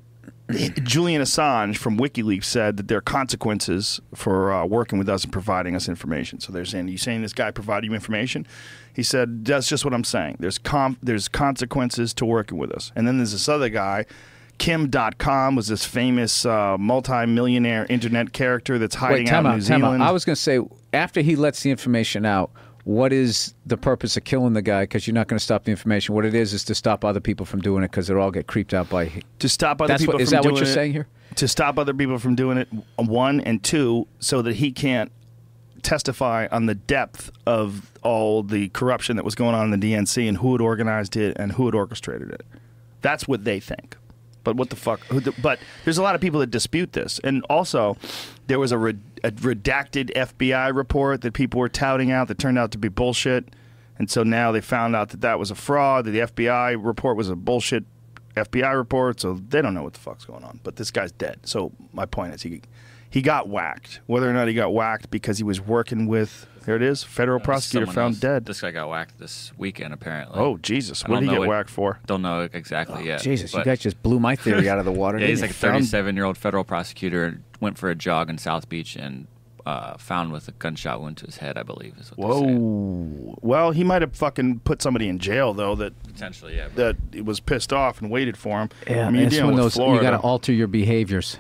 Julian Assange from WikiLeaks said that there are consequences for uh, working with us and providing us information. So they're saying, "You saying this guy provided you information?" He said, "That's just what I'm saying. There's com- there's consequences to working with us." And then there's this other guy. Kim.com was this famous uh, multi-millionaire internet character that's hiding
Wait,
out
time
in
out,
New
time out.
Zealand.
I was going to say after he lets the information out, what is the purpose of killing the guy? Because you're not going to stop the information. What it is is to stop other people from doing it because they'll all get creeped out by.
to stop other
That's
people
what- is
from
that what
doing
you're
it-
saying here?
to stop other people from doing it one and two so that he can't testify on the depth of all the corruption that was going on in the DNC and who had organized it and who had orchestrated it that's what they think but what the fuck who the, but there's a lot of people that dispute this and also there was a, re, a redacted FBI report that people were touting out that turned out to be bullshit and so now they found out that that was a fraud that the FBI report was a bullshit FBI report, so they don't know what the fuck's going on. But this guy's dead. So my point is, he he got whacked. Whether or not he got whacked because he was working with there it is, federal prosecutor
Someone
found
else-
dead.
This guy got whacked this weekend, apparently.
oh Jesus,
I
what
don't
did he
know
get
what-
whacked for? Oh,
Don't know exactly yet.
Jesus, you
but-
guys just blew my theory out of the water.
Yeah,
didn't
he's
you?
like a 37 year old federal prosecutor. Went for a jog in South Beach and uh, found with a gunshot wound to his head, I believe. Is what they're saying.
Whoa. Well, he might have fucking put somebody in jail though that
Potentially, yeah. but-
that was pissed off and waited for him.
Yeah,
I mean, you're
it's
dealing
one of
with
those- you
Florida.
got to alter your behaviors.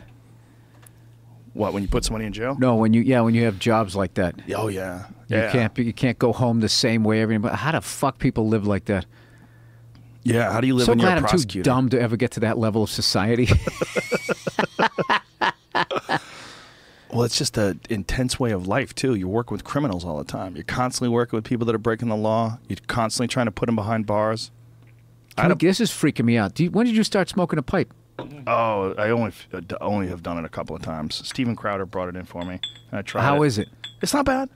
what when you put somebody in jail?
No, when you yeah, when you have jobs like that,
Oh yeah,
you
yeah,
can't be, you can't go home the same way every. But how the fuck people live like that?
yeah. How do you live
so
when
glad
you're a
I'm too
prosecutor?
dumb to ever get to that level of society.
Well, it's just an intense way of life too. You work with criminals all the time. You're constantly working with people that are breaking the law. You're constantly trying to put them behind bars.
Dude, this is freaking me out. Do you, when did you start smoking a pipe?
Oh, I only uh, d- only have done it a couple of times. Steven Crowder brought it in for me. And I tried.
How
it.
is it?
It's not bad.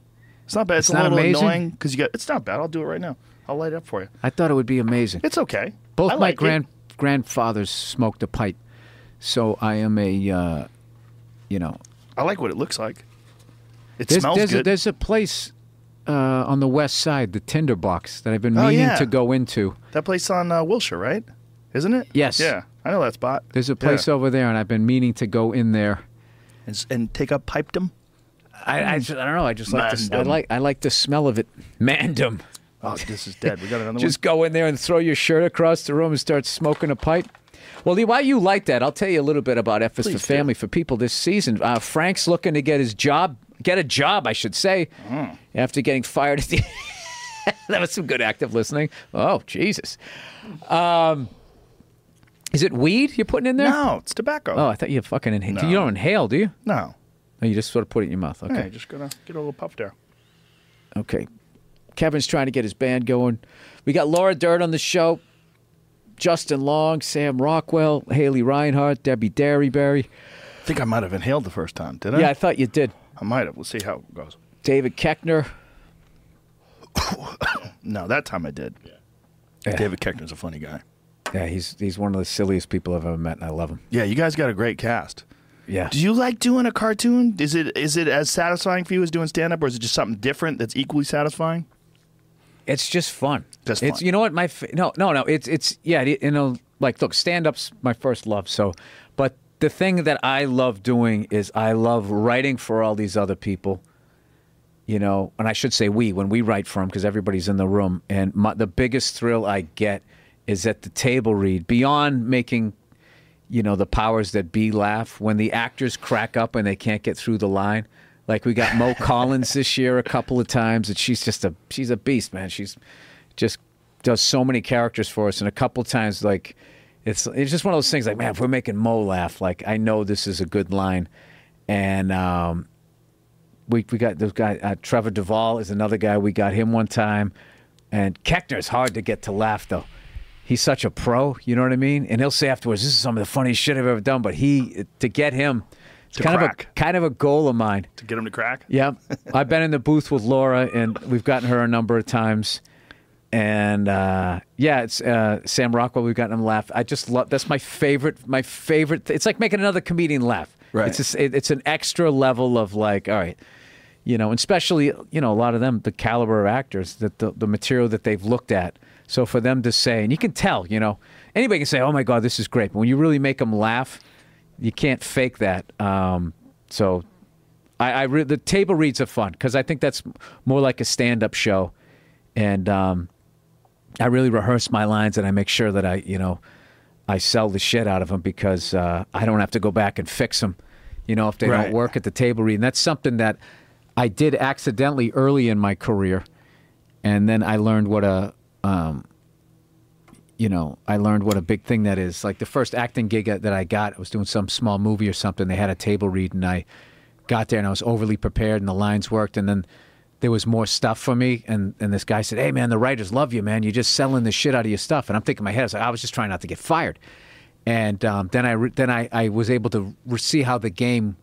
It's not bad. It's, a
not
little
amazing?
annoying because you got. It's not bad. I'll do it right now. I'll light it up for you.
I thought it would be amazing.
It's okay.
Both
I
my
like it.
grand grandfathers smoked a pipe, so I am a, uh, you know,
I like what it looks like. It
there's
smells
there's, A,
good.
there's a place uh, on the west side, the Tinderbox, that I've been
Oh,
meaning
yeah.
to go into.
that place on uh, Wilshire, right? Isn't it?
Yes.
Yeah, I know that spot.
There's a place
yeah.
over there, and I've been meaning to go in there.
and, s- and take up pipedom.
I, I, just, I don't know. I just like the, I
Mandem.
like I like the smell of it. Mandem.
Oh, this is dead. We got another one.
Just go in there and throw your shirt across the room and start smoking a pipe. Well, Lee, while you like that, I'll tell you a little bit about F is for
Please do.
Family for people this season. Uh, Frank's looking to get his job, get a job, I should say,
Mm.
after getting fired. At the that was some good active listening. Oh, Jesus. Um, is it weed you're putting in there?
No, it's tobacco.
Oh, I thought you fucking inhaled.
No.
You don't inhale, do you?
No.
No, you just sort of put it in your mouth. Okay.
Hey, just gonna get a little puff there.
Okay. Kevin's trying to get his band going. We got Laura Dirt on the show, Justin Long, Sam Rockwell, Haley Reinhardt, Debbie Derryberry.
I think I might have inhaled the first time, did I?
Yeah, I thought you did.
I might have. We'll see how it goes.
David Keckner.
No, that time I did.
Yeah.
David Keckner's a funny guy.
Yeah, he's he's one of the silliest people I've ever met, and I love him.
Yeah, you guys got a great cast.
Yeah.
Do you like doing a cartoon? Is it is it as satisfying for you as doing stand up, or is it just something different that's equally satisfying?
It's just fun.
Just
it's
fun.
you know what my fa- no no no it's it's yeah it- you know like look stand up's my first love so but the thing that I love doing is I love writing for all these other people. You know, and I should say we when we write for them because everybody's in the room and my, the biggest thrill I get is at the table read beyond making you know the powers that be laugh when the actors crack up and they can't get through the line like we got mo collins this year a couple of times and she's just a she's a beast man she's just does so many characters for us and a couple times like it's it's just one of those things like man if we're making mo laugh like i know this is a good line and um we we got those guy uh, Trevor Duvall is another guy we got him one time, and Keckner's hard to get to laugh though. He's such a pro, you know what I mean? And he'll say afterwards, "This is some of the funniest shit I've ever done." But he to get him, it's
To
kind of
crack.
a kind of a goal of mine.
To get him to crack?
Yeah, I've been in the booth with Laura, and we've gotten her a number of times. And uh, yeah, it's uh, Sam Rockwell. We've gotten him laugh. I just love. That's my favorite. My favorite. Th- it's like making another comedian laugh.
Right.
It's just, it, it's an extra level of like, all right, you know, and especially you know a lot of them, the caliber of actors, that the, the material that they've looked at. So for them to say, and you can tell, you know, anybody can say, oh my god, this is great. But when you really make them laugh, You can't fake that. Um, so, I, I re- the table reads are fun because I think that's more like a stand-up show, and um, I really rehearse my lines and I make sure that I, you know, I sell the shit out of them because uh, I don't have to go back and fix them, you know, if they
Right.
don't work at the table read. And that's something that I did accidentally early in my career, and then I learned what a, um, you know, I learned what a big thing that is. Like the first acting gig that I got, I was doing some small movie or something. They had a table read, and I got there and I was overly prepared, and the lines worked, and then there was more stuff for me. And and this guy said, "Hey, man, the writers love you, man. You're just selling the shit out of your stuff." And I'm thinking in my head, I was like, "I was just trying not to get fired." And um, then I re- then I, I was able to re- see how the game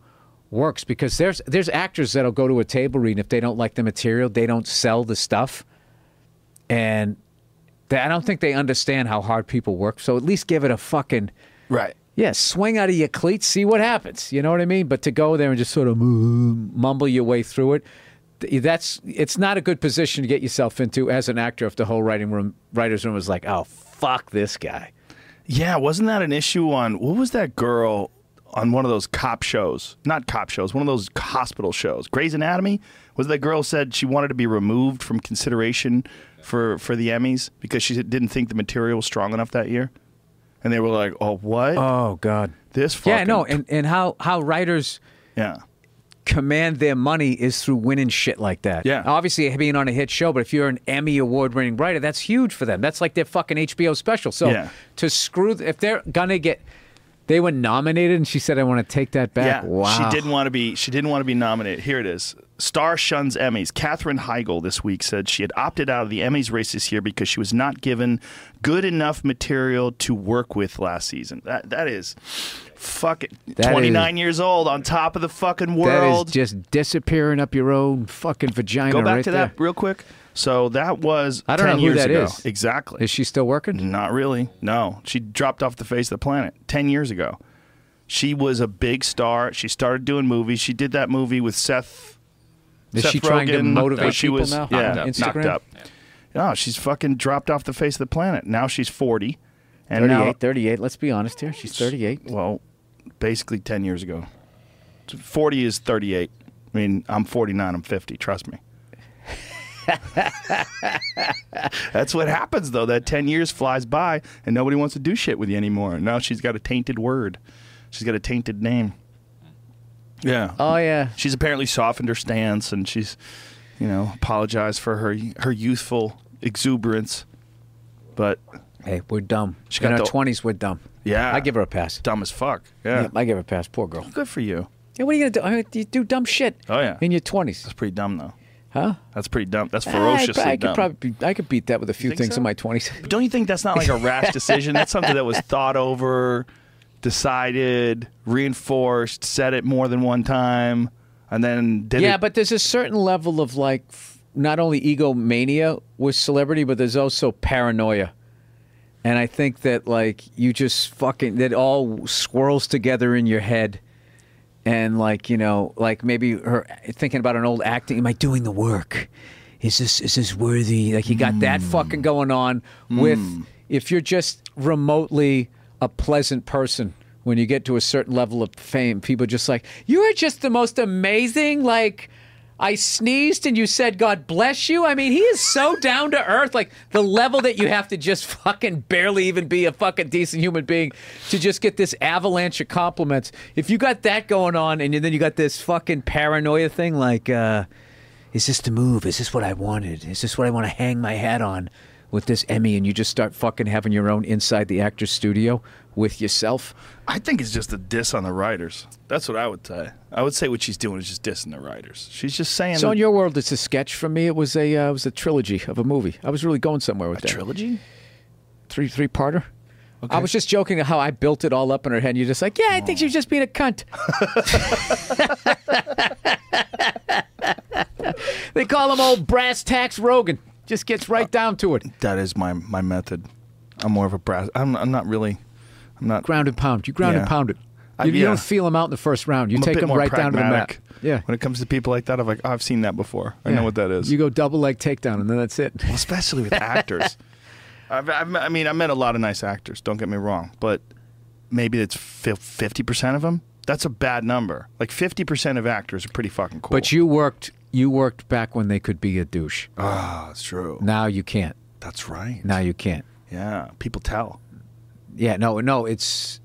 works because there's there's actors that'll go to a table read and if they don't like the material, they don't sell the stuff and they, I don't think they understand how hard people work. So at least give it a fucking
Right.
yeah, swing out of your cleats, see what happens. You know what I mean? But to go there and just sort of mumble your way through it, th- that's it's not a good position to get yourself into as an actor if the whole writing room writers room was like, oh fuck this guy.
Yeah, wasn't that an issue on what was that girl on one of those cop shows? Not cop shows, one of those hospital shows. Grey's Anatomy? Was that girl said she wanted to be removed from consideration for for the Emmys because she didn't think the material was strong enough that year? And they were like, "Oh, what?
Oh god.
this fucking
Yeah, no, and, and how how writers
yeah."
command their money is through winning shit like that.
Yeah.
Obviously, being on a hit show, but if you're an Emmy award winning writer, that's huge for them. That's like their fucking HBO special. So
Yeah.
to screw, if they're going to get, they were nominated and she said, I want to take that back.
Yeah,
wow.
she didn't want to be. She didn't want to be nominated. Here it is. Star shuns Emmys. Katherine Heigl this week said she had opted out of the Emmys race this year because she was not given good enough material to work with last season. That that is, fuck it.
That
Twenty nine years old on top of the fucking
That
world.
is just disappearing up your own fucking vagina.
Go back
right
to
there.
that real quick. So that was
I don't
10
know who
years
that
ago.
is.
Exactly.
Is she still working?
Not really. No. She dropped off the face of the planet 10 years ago. She was a big star. She started doing movies. She did that movie with Seth.
Is
Mm-hmm. Seth
she trying to
Rogen,
motivate
where she
people
was,
now on
Yeah,
Instagram?
knocked up. No, she's fucking dropped off the face of the planet. Now she's 40. And
38,
now,
38. Let's be honest here. She's 38.
well, basically 10 years ago. 40 is 38. I mean, I'm 49, I'm 50, trust me. That's what happens though. That 10 years flies by and nobody wants to do shit with you anymore. Now she's got a tainted word. She's got a tainted name. Yeah.
Oh, yeah.
She's apparently softened her stance and she's, you know, apologized for her her youthful exuberance. But
Hey, we're dumb.
She
In
got
our
the-
20s, we're dumb.
Yeah.
I give her a pass.
dumb as fuck. Yeah.
I give her a pass. Poor girl.
Good for you.
Yeah, what are you gonna do? I mean, you do dumb shit.
Oh, yeah.
In your twenties,
That's pretty dumb though.
huh?
That's pretty dumb. That's ferociously
I, I
dumb.
could probably be, I could beat that with a few
think
things
so?
in my twenties.
But don't you think that's not like a rash decision? That's something that was thought over, decided, reinforced, said it more than one time, and then did
yeah,
it.
but there's a certain level of like f- not only egomania with celebrity, but there's also paranoia. And I think that like you just fucking that all swirls together in your head. And like you know, like maybe her thinking about an old acting. Am I doing the work? Is this is this worthy? Like you got that fucking going on with if you're just remotely a pleasant person. When you get to a certain level of fame, people are just like you are just the most amazing. Like I sneezed and you said God bless you. I mean, he is so down to earth. Like the level that you have to just fucking barely even be a fucking decent human being to just get this avalanche of compliments. If you got that going on and then you got this fucking paranoia thing like uh is this the move? Is this what I wanted? Is this what I want to hang my hat on with this Emmy and you just start fucking having your own inside the actor's studio with yourself?
I think it's just a diss on the writers. That's what I would say. I would say what she's doing is just dissing the writers. She's just saying
So in your world, it's a sketch for me. It was a uh, it was a trilogy of a movie. I was really going somewhere with that.
trilogy.
three three parter. I was just joking how I built it all up in her head. And you're just like, yeah, I think she was just being a cunt. they call him old brass tacks Rogan. Just gets right down to it.
That is my my method. I'm more of a brass. I'm I'm not really. I'm not.
Ground and pound. You ground and
Yeah.
pound it.
I-
You, you
yeah.
don't feel him out in the first round. You
I'm a
take
bit
him
more
right down to the mat.
pragmatic.
Yeah.
When it comes to people like that, I'm like, oh, I've seen that before. I
Yeah.
know what that is.
You go double leg takedown, and then that's it.
Well, especially with actors. I've, I've, I mean, I met a lot of nice actors. Don't get me wrong, but maybe it's fifty percent of them. That's a bad number. Like fifty percent of actors are pretty fucking cool.
But you worked you worked back when they could be a douche.
ah, that's true.
Now you can't.
That's right.
Now you can't.
Yeah, people tell.
Yeah, no, no, it's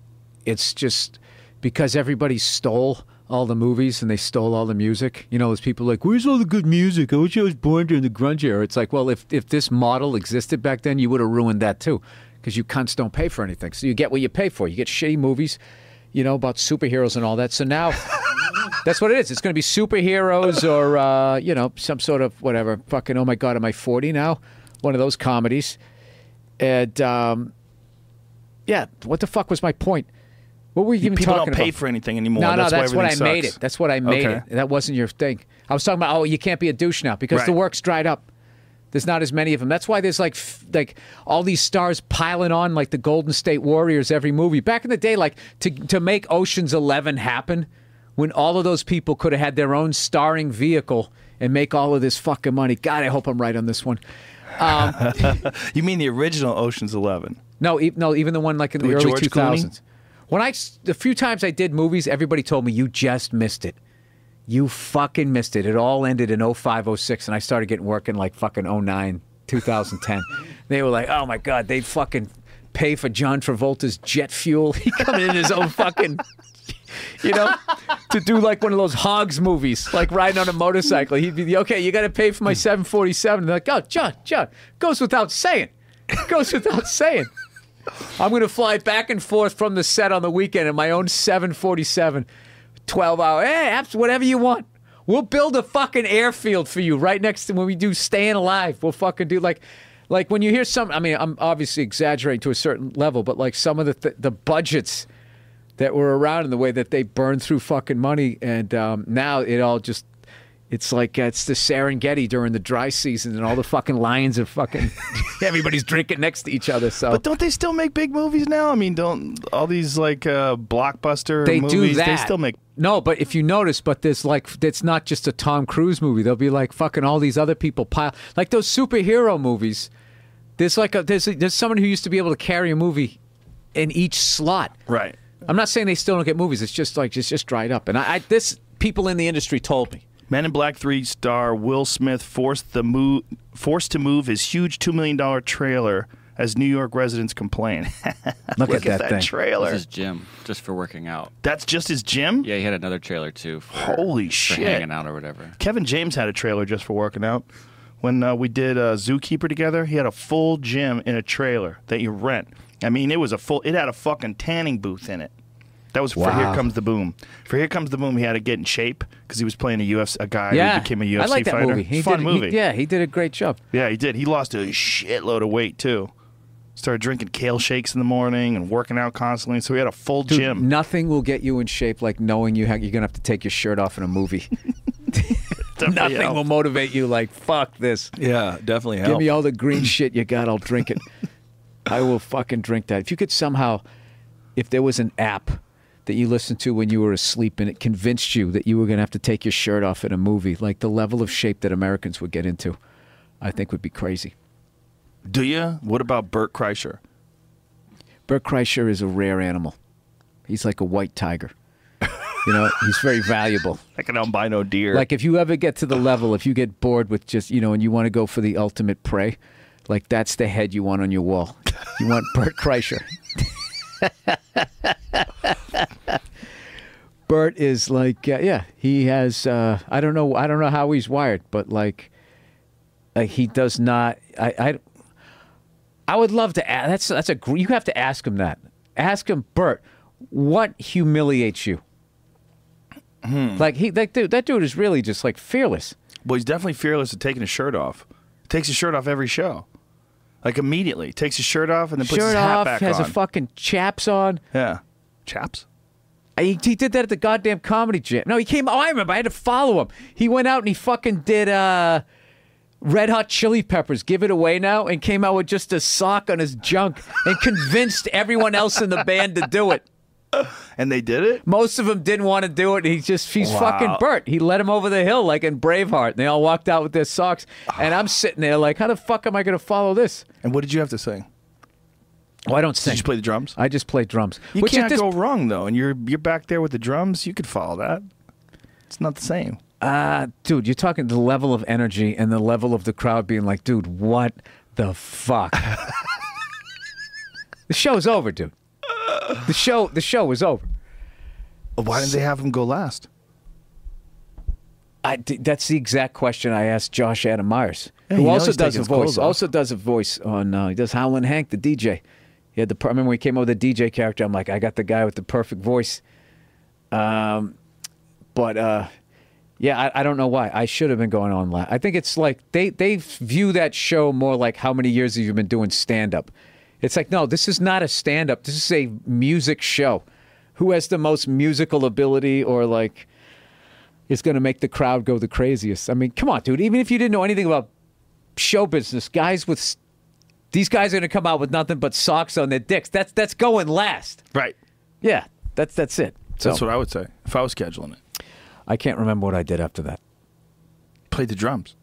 it's just because everybody stole all the movies and they stole all the music. You know, those people like, where's all the good music? I wish I was born during the grunge era. It's like, well, if if this model existed back then, you would have ruined that too, because you cunts don't pay for anything. So you get what you pay for. You get shitty movies, you know, about superheroes and all that. So now. That's what it is. It's going to be superheroes or, uh, you know, some sort of whatever. Fucking, oh my God, am I 40 now? One of those comedies. And um, yeah, what the fuck was my point? What were you even
People
talking
don't pay
about?
for anything anymore.
no, no,
why
that's what I
everything
made
sucks.
it. That's what I made
Okay.
it. That wasn't your thing. I was talking about oh, you can't be a douche now because the
Right.
work's dried up. There's not as many of them. That's why there's like f- like all these stars piling on like the Golden State Warriors every movie. Back in the day, like to to make Ocean's Eleven happen, when all of those people could have had their own starring vehicle and make all of this fucking money. God, I hope I'm right on this one. Um,
You mean the original Ocean's Eleven?
No, e- no, even the one like in the
With
early
George
two
Clooney?
thousands. When I s- the few times I did movies, everybody told me you just missed it. You fucking missed it. It all ended in 05, 06, and I started getting work in like fucking 09, 2010. they were like, oh my God, they fucking pay for John Travolta's jet fuel. He coming in his own fucking, you know, to do like one of those hogs movies, like riding on a motorcycle. He'd be, okay, you got to pay for my 747. They're like, oh, John, John, goes without saying. Goes without saying. I'm going to fly back and forth from the set on the weekend in my own 747, 12 hour, eh, abs- whatever you want. We'll build a fucking airfield for you right next to when we do Staying Alive. We'll fucking do like, like when you hear some, I mean, I'm obviously exaggerating to a certain level, but like some of the, th- the budgets that were around and the way that they burned through fucking money. And um, now it all just, it's like uh, it's the Serengeti during the dry season, and all the fucking lions are fucking. Everybody's drinking next to each other. So,
But don't they still make big movies now? I mean, don't all these like uh, blockbuster
they
movies?
do that.
They still make.
No, but if you notice, but there's like it's not just a Tom Cruise movie. There'll be like fucking all these other people pile like those superhero movies. There's like a there's a, there's someone who used to be able to carry a movie in each slot.
Right.
I'm not saying they still don't get movies. It's just like it's just dried up. And I, I this people in the industry told me.
Men in Black Three star Will Smith forced the mo- forced to move his huge two million dollar trailer as New York residents complain.
Look,
Look at that,
thing.
trailer.
This is Jim, just for working out.
That's just his gym.
Yeah, he had another trailer too. For,
Holy
for
shit.
Hanging out or whatever.
Kevin James had a trailer just for working out. When uh, we did uh, Zookeeper together, he had a full gym in a trailer that you rent. I mean, it was a full. It had a fucking tanning booth in it. That was for Here
Wow.
Comes the Boom. For Here Comes the Boom, he had to get in shape because he was playing a UFC a guy
Yeah,
who became a UFC
I like that
fighter.
movie. He
Fun
did, he-
movie.
yeah, he did a great job.
Yeah, he did. He lost a shitload of weight too. Started drinking kale shakes in the morning and working out constantly. So he had a full
Dude,
gym.
Nothing will get you in shape like knowing you ha- you're gonna have to take your shirt off in a movie.
Definitely
Nothing
helped.
will motivate you like fuck this.
Yeah, definitely
Give me all the green shit you got. I'll drink it. I will fucking drink that. If you could somehow, if there was an app that you listened to when you were asleep and it convinced you that you were going to have to take your shirt off in a movie, like the level of shape that Americans would get into, I think would be crazy.
Do you? What about Bert Kreischer?
Bert Kreischer is a rare animal. He's like a white tiger. You know, he's very valuable.
Like an albino deer.
Like if you ever get to the level, if you get bored with just you know, and you want to go for the ultimate prey, like that's the head you want on your wall. You want Bert Kreischer. Bert is like uh, yeah, he has. Uh, I don't know. I don't know how he's wired, but like, like he does not. I I, I would love to. Ask, that's that's a. gr- You have to ask him that. Ask him, Bert, what humiliates you? Like he, that dude, that dude is really just like fearless.
Well, he's definitely fearless of taking his shirt off. Takes his shirt off every show, like immediately. Takes his shirt off and then puts his
Shirt
hat
off,
back
has
on.
a fucking chaps on. Uh,
yeah, chaps.
He, he did that at the goddamn comedy jam. No, he came. Oh, I remember. I had to follow him. He went out and he fucking did uh, Red Hot Chili Peppers, give it away now, and came out with just a sock on his junk and convinced everyone else in the band to do it.
And they did it.
Most of them didn't want to do it. He just, he's
Wow.
fucking Bert. He led him over the hill like in Braveheart. And they all walked out with their socks. And I'm sitting there like, how the fuck am I going to follow this?
And what did you have to sing?
Oh, I don't
Did
sing.
you just play the drums?
I just play drums.
You
which at
can't
this-
go wrong though, and you're you're back there with the drums. You could follow that. It's not the same.
Uh, dude, you're talking the level of energy and the level of the crowd being like, dude, what the fuck? the show's over, dude. The show, the show was over.
Why didn't they have him go last?
I, d- that's the exact question I asked Josh Adam Myers,
Yeah, you
who
know
also
he's
does
taking
a
his clothes
voice.
off.
Also does a voice on. Uh, he does Howlin' Hank, the DJ. He had the. per- I remember when he came over the DJ character. I'm like, I got the guy with the perfect voice. Um, but uh, yeah, I, I don't know why. I should have been going on. La- I think it's like they they view that show more like how many years have you been doing stand up. It's like no, this is not a stand up. This is a music show. Who has the most musical ability or like? is going to make the crowd go the craziest. I mean, come on, dude. Even if you didn't know anything about show business, guys with s- these guys are going to come out with nothing but socks on their dicks. That's that's going last.
Right.
Yeah, that's that's it. So
That's what I would say if I was scheduling it.
I can't remember what I did after that.
Play the drums.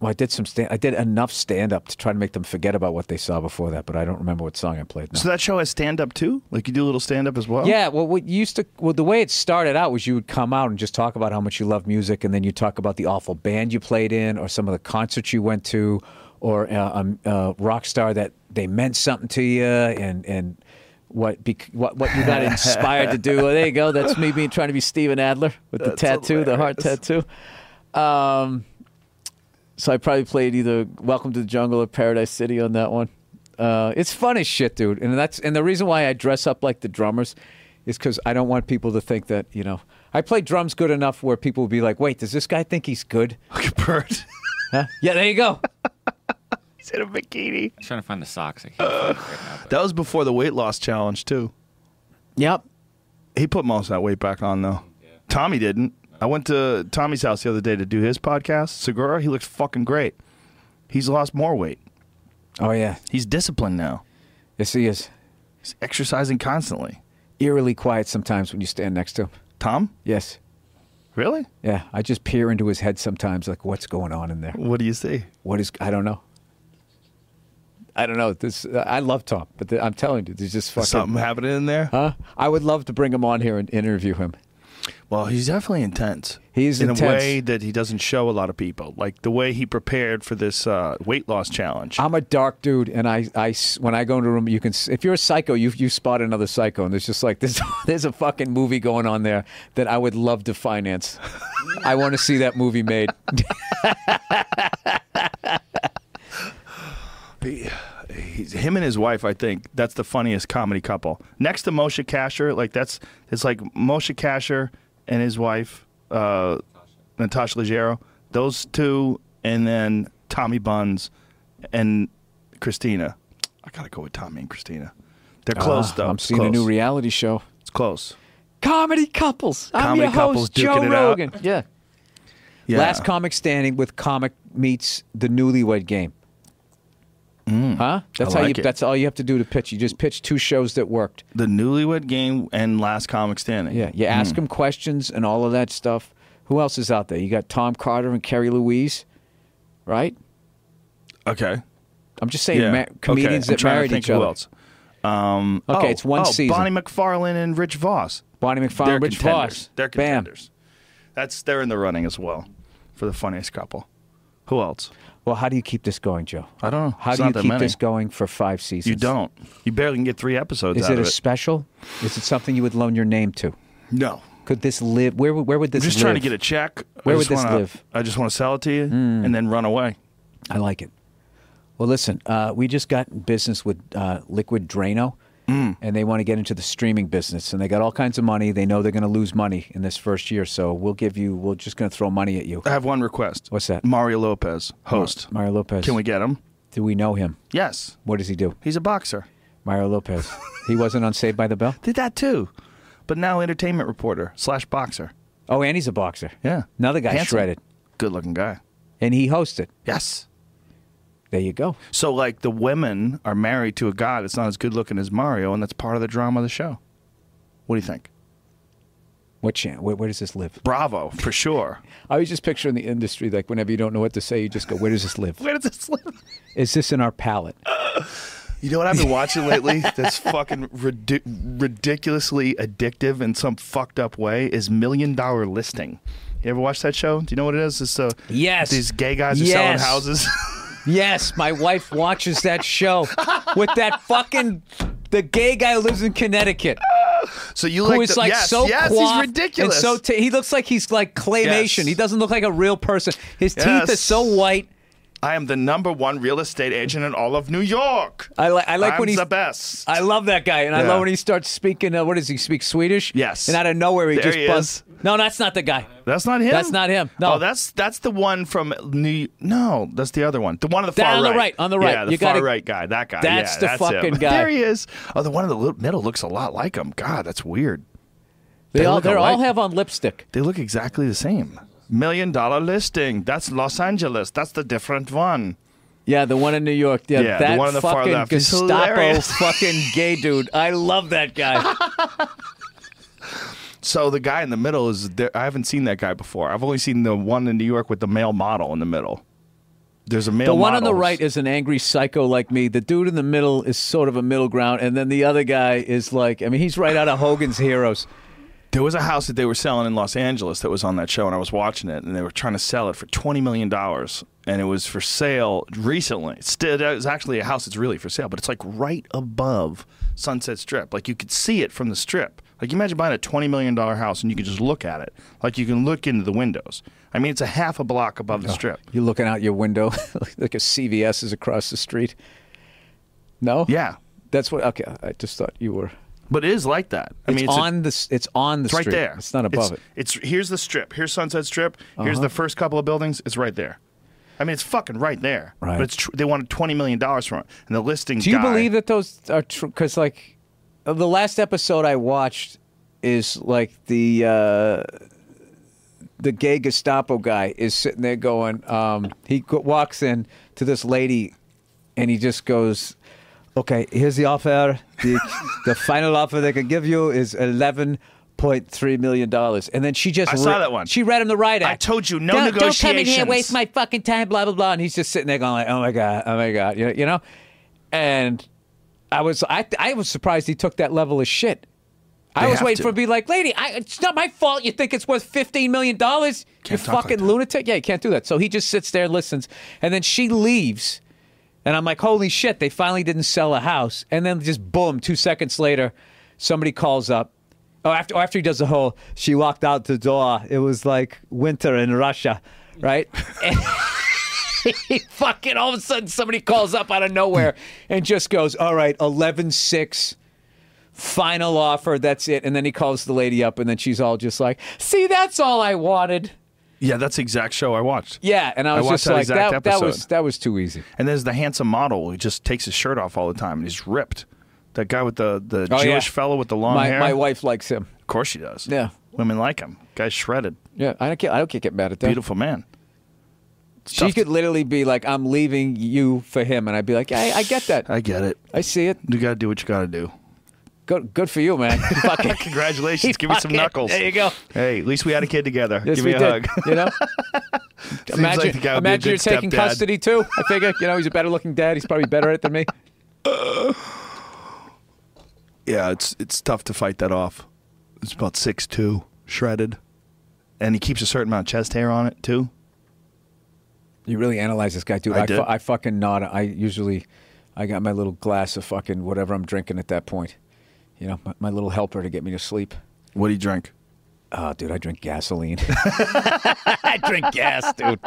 Well, I did some stand. I did enough stand up to try to make them forget about what they saw before that, but I don't remember what song I played. now.
So that show has stand up too. Like you do a little stand up as well.
Yeah, well, what you used to, well, the way it started out was you would come out and just talk about how much you love music, and then you talk about the awful band you played in, or some of the concerts you went to, or uh, um, uh, rock star that they meant something to you, and and what bec- what what you got inspired to do. Well, there you go. That's me being trying to be Steven Adler with the tattoo, the heart tattoo. Um, so I probably played either Welcome to the Jungle or Paradise City on that one. Uh, it's fun as shit, dude. And that's and the reason why I dress up like the drummers is because I don't want people to think that you know I play drums good enough where people will be like, "Wait, does this guy think he's good?"
Look at Bert.
Huh? yeah, there you go.
He's in a bikini.
I'm trying to find the socks. I can't find it right now. but-
That was before the weight loss challenge too.
yep.
He put most of that weight back on though. Tommy didn't. I went to Tommy's house the other day to do his podcast. Segura, he looks fucking great. He's lost more weight.
Oh yeah.
He's disciplined now.
Yes, he is
He's exercising constantly.
eerily quiet sometimes when you stand next to him.
Tom?
Yes.
Really?
Yeah, I just peer into his head sometimes, like what's going on in there.
What do you see?
What is? I don't know. I don't know. This I love Tom, but the, I'm telling you, there's just fucking
Something happening in there?
Huh? I would love to bring him on here and interview him.
Well, he's definitely intense.
He's
in a
intense.
way that he doesn't show a lot of people. Like the way he prepared for this uh, weight loss challenge.
I'm a dark dude, and I, I s- when I go into a room, you can. s- If you're a psycho, you you spot another psycho, and there's just like this. There's a fucking movie going on there that I would love to finance. I want to see that movie made.
He- he's, him and his wife, I think, that's the funniest comedy couple. Next to Moshe Kasher, like that's it's like Moshe Kasher and his wife, uh, Natasha Leggero, those two, and then Tommy Buns and Christina. I gotta go with Tommy and Christina. They're close
Ah,
though.
I'm
It's
seeing a new
close.
reality show.
It's close.
Comedy couples. I'm
Comedy
your
couples
host, Joe
duking it out.
Rogan. Yeah.
Yeah.
Last comic standing with comic meets the newlywed game. huh? That's how
Mm. like
you.
it.
That's all you have to do to pitch. You just pitch two shows that worked.
the newlywed game and last comic standing.
Yeah, you ask them questions and all of that stuff. Who else is out there? You got Tom Carter and Kerry Louise, right?
Okay.
I'm just saying,
yeah.
ma- comedians
okay. I'm trying
that
to
married
think
each
who
other.
Else. Um,
Okay,
oh,
it's one
oh,
season.
Bonnie McFarlane and Rich Voss.
Bonnie
They're
McFarlane, Rich
contenders.
Voss.
They're
Bam.
contenders. That's they're in the running as well for the funniest couple. Who else?
Well, how do you keep this going, Joe?
I don't know.
How
It's
do
not
you
that
keep
many.
this going for five seasons?
You don't. You barely can get three episodes
Is
out
it a
of it.
special? Is it something you would loan your name to?
no.
Could this live? Where would- where would
I'm
this?
just trying to
live?
get a check.
Where
I just
would this
wanna,
live? Hmm.
I just want to sell it to you and then run away.
I like it. Well, listen, uh, we just got in business with uh, Liquid Drano,
Mm.
and they want to get into the streaming business, and they got all kinds of money. They know they're going to lose money in this first year, so we'll give you. We're just going to throw money at you.
I have one request.
What's that?
Mario Lopez, host.
Mario Lopez.
Can we get him?
Do we know him?
Yes.
What does he do?
He's a boxer.
Mario Lopez. he wasn't on Saved by the Bell.
Did that too, but now entertainment reporter slash boxer.
Oh, and he's a boxer.
Yeah.
Another guy
Handsome.
shredded,
Good looking guy.
and he hosted.
Yes.
There you go.
So like the women are married to a guy that's not as good looking as Mario, and that's part of the drama of the show. What do you think?
What chan- where, where does this live?
Bravo for sure.
I was just picturing the industry like whenever you don't know what to say, you just go, "Where does this live?
Where does this live?
Is this in our palette?"
You know what I've been watching lately? That's fucking ridic- ridiculously addictive in some fucked up way. Is Million Dollar Listing? You ever watch that show? Do you know what it is? It's uh,
Yes.
these gay guys are selling
Yes.
houses.
Yes, my wife watches that show with that fucking the gay guy who lives in Connecticut
so you
who
like
is
the-
like
yes,
so
yes,
coiffed
he's ridiculous.
and so t- he looks like he's like claymation.
Yes.
He doesn't look like a real person. His
Yes.
teeth are so white.
I am the number one real estate agent in all of New York.
I like I like
I'm
when he's
the best.
I love that guy, and I
Yeah.
love when he starts speaking. Uh, what does he speak? Swedish?
Yes.
And out of nowhere, he
There
just
he
busts. No, that's not the guy.
that's not him.
That's not him. No.
Oh, that's that's the one from New. No, that's the other one. The one on the
Down
far
on the
right.
right, on the right.
Yeah, the
You
far
gotta-
right guy. That guy.
That's
yeah,
the
that's him.
fucking guy.
There he is. Oh, the one in the li- middle looks a lot like him. God, that's weird.
They,
They
all
look
they all
alike.
have on lipstick.
They look exactly the same. Million dollar listing. That's Los Angeles. That's the different one.
Yeah, the one in New York. Yeah,
Yeah, the
that
one on the far
fucking
left. He's
Gestapo
hilarious.
fucking gay dude. I love that guy.
So the guy in the middle is there. I haven't seen that guy before. I've only seen the one in New York with the male model in the middle. There's a male.
The one on the
model.
right is an angry psycho like me. The dude in the middle is sort of a middle ground, and then the other guy is like, I mean, he's right out of Hogan's Heroes.
There was a house that they were selling in Los Angeles that was on that show, and I was watching it, and they were trying to sell it for twenty million dollars, and it was for sale recently. It's still, it was actually a house that's really for sale, but it's like right above Sunset Strip. Like you could see it from the strip. Like imagine buying a twenty million dollar house, and you could just look at it. Like you can look into the windows. I mean, it's a half a block above the strip.
You're looking out your window like a CVS is across the street. No?
Yeah,
That's what. Okay, I just thought you were.
but it is like that. I mean,
it's,
it's a-
on the. s- It's on the
It's right
street.
there.
It's not above it. Uh-huh.
It's here's the strip. Here's Sunset Strip. Here's the first couple of buildings. It's right there. I mean, it's fucking right there.
Right.
But it's tr- they wanted twenty million dollars from it, and the listing.
Do you
guy-
believe that those are true? Because like, uh, the last episode I watched is like the uh, the gay Gestapo guy is sitting there going. Um, he go- walks in to this lady, and he just goes. Okay, here's the offer. The, the final offer they can give you is eleven point three million dollars, and then she just
I saw that one.
She read him the right
I
act.
told you, no
don't, Don't come in here,
negotiations."
waste my fucking time, blah blah blah. And he's just sitting there going like, oh my god, oh my god, you know, you know. And I was, I, I was surprised he took that level of shit. I
They
was
have
waiting
to.
for him to be like, lady, I, it's not my fault. You think it's worth fifteen million dollars? You
Can't talk like
fucking
that.
lunatic. Yeah, you can't do that. So he just sits there and listens, and then she leaves. And I'm like, holy shit, they finally didn't sell a house. And then just boom, two seconds later, somebody calls up. Oh, after, oh, after he does the whole, she walked out the door. It was like winter in Russia, right? And he fucking all of a sudden somebody calls up out of nowhere and just goes, all right, 11 6, final offer, that's it. And then he calls the lady up, and then she's all just like, see, that's all I wanted.
Yeah, that's the exact show I watched.
Yeah, and I was
watched
just
that
like,
exact
that, that
episode.
was that was too easy.
And there's the handsome model who just takes his shirt off all the time and he's ripped. That guy with the the
Oh, yeah.
Jewish fellow with the long
my,
hair.
my wife likes him.
Of course she does.
Yeah.
Women like him. Guy's shredded.
Yeah, I don't get, I don't get mad at that.
Beautiful man. It's
She
tough
could
to-
literally be like, "I'm leaving you for him," and I'd be like, "I, I get that. I,
I get it.
see it.
You got to do what you got to do.
Good, good for you, man. You fucking,
Congratulations. Give me some
fucking-
knuckles.
There you go.
Hey, at least we had a kid together.
Yes,
Give me
we
a
did.
hug.
You know,
Seems
imagine,
like the guy would be a
imagine you're
good
taking
stepdad.
custody too. I figure, you know, he's a better-looking dad. He's probably better at it than me.
Yeah, it's it's tough to fight that off. It's about six two, shredded, and he keeps a certain amount of chest hair on it too.
You really analyze this guy, dude.
I
I,
did.
fu- I fucking nod. I usually, I got my little glass of fucking whatever I'm drinking at that point. You know, my, my little helper to get me to sleep.
What do you drink?
Oh, dude, I drink gasoline. I drink gas, dude.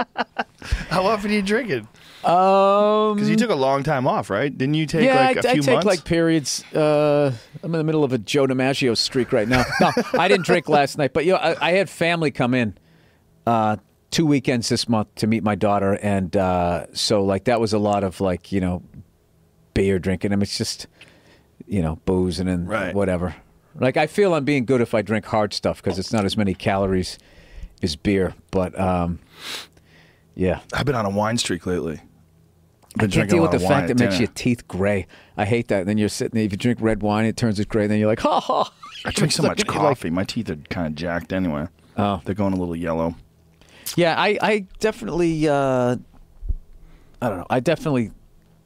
How often do you drink it? Um, because you took a long time off, right? Didn't you take
Mm. yeah,
like a
I, I
few
take
months?
like periods. Uh, I'm in the middle of a Joe DiMaggio streak right now. No, I didn't drink last night, but you know, I, I had family come in uh, two weekends this month to meet my daughter, and uh, so like that was a lot of like you know beer drinking. I mean, it's just you know booze and then
Right.
whatever. Like I feel I'm being good if I drink hard stuff because it's not as many calories as beer, but um, yeah.
I've been on a wine streak lately.
I
Been
can't
drinking
deal
a
with
lot
the
of
fact
wine
that
at
makes
dinner.
your teeth gray. I hate that. And then you're sitting there, if you drink red wine, it turns it gray. And then you're like, ha ha.
I drink so much coffee. My teeth are kind of jacked anyway.
Oh.
they're going a little yellow.
Yeah, I, I definitely, uh, I don't know. I definitely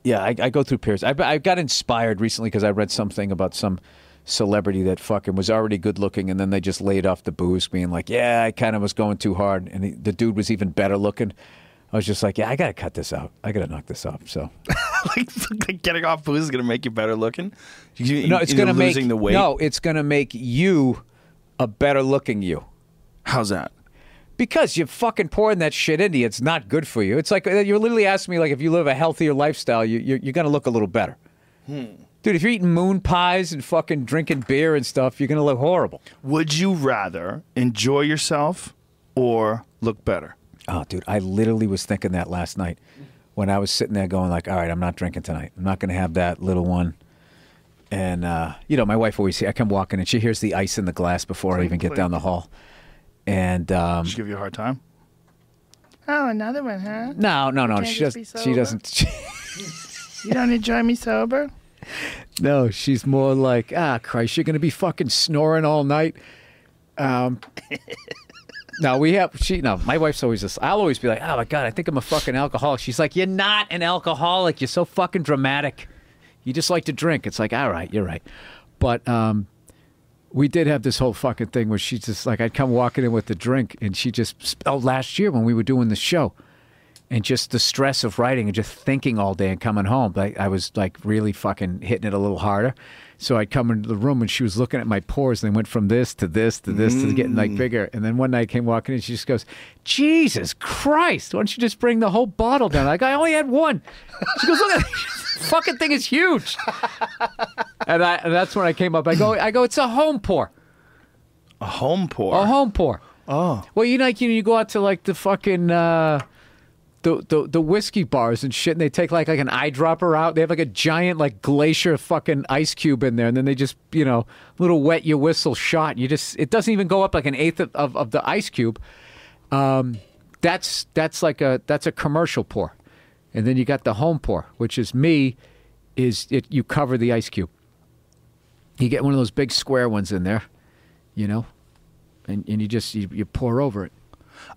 yeah, I, I go through periods. I, I got inspired recently because I read something about some celebrity that fucking was already good looking, and then they just laid off the booze, being like, "Yeah, I kind of was going too hard," and he, the dude was even better looking. I was just like, "Yeah, I gotta cut this out. I gotta knock this up." So
like, like getting off booze is going to make you better looking. You,
no, it's
you're
gonna make
losing the weight.
no, it's gonna make you a better looking you.
how's that?
Because you're fucking pouring that shit into you. It's not good for you. It's like uh, you're literally asking me like if you live a healthier lifestyle, you, you're, you're gonna look a little better.
Hmm.
Dude, if you're eating moon pies and fucking drinking beer and stuff, you're gonna look horrible.
Would you rather enjoy yourself or look better?
Oh, dude, I literally was thinking that last night when I was sitting there going like, all right, I'm not drinking tonight. I'm not going to have that little one. And, uh, you know, my wife always, I come walking and she hears the ice in the glass before I even get down the hall. And, um,
Just give you a hard time.
Oh, another one, huh?
no, no, no,
Can't
she
just be
doesn't, she
sober?
doesn't,
You don't enjoy me sober?
No, she's more like, ah, Christ, you're going to be fucking snoring all night. Um, no, we have, she, no, my wife's always this. I'll always be like, oh my God, I think I'm a fucking alcoholic. She's like, you're not an alcoholic. You're so fucking dramatic. You just like to drink. It's like, all right, you're right. But, um, we did have this whole fucking thing where she just like I'd come walking in with the drink and she just oh last year when we were doing the show and just the stress of writing and just thinking all day and coming home like I was like really fucking hitting it a little harder so I'd come into the room and she was looking at my pores and they went from this to this to this to getting like bigger and then one night I came walking in she just goes Jesus Christ why don't you just bring the whole bottle down like I only had one she goes look at this fucking thing is huge and, I, and that's when I came up I go I go it's a home pour
A home pour.
a home pour. Oh. Well, you know, like you, you go out to like the fucking uh, the, the the whiskey bars and shit, and they take like like an eyedropper out. They have like a giant like glacier fucking ice cube in there, and then they just you know little wet your whistle shot. and You just it doesn't even go up like an eighth of, of, of the ice cube. Um, that's that's like a that's a commercial pour, and then you got the home pour, which is me, is it you cover the ice cube. You get one of those big square ones in there, you know, and, and you just you, you pour over it.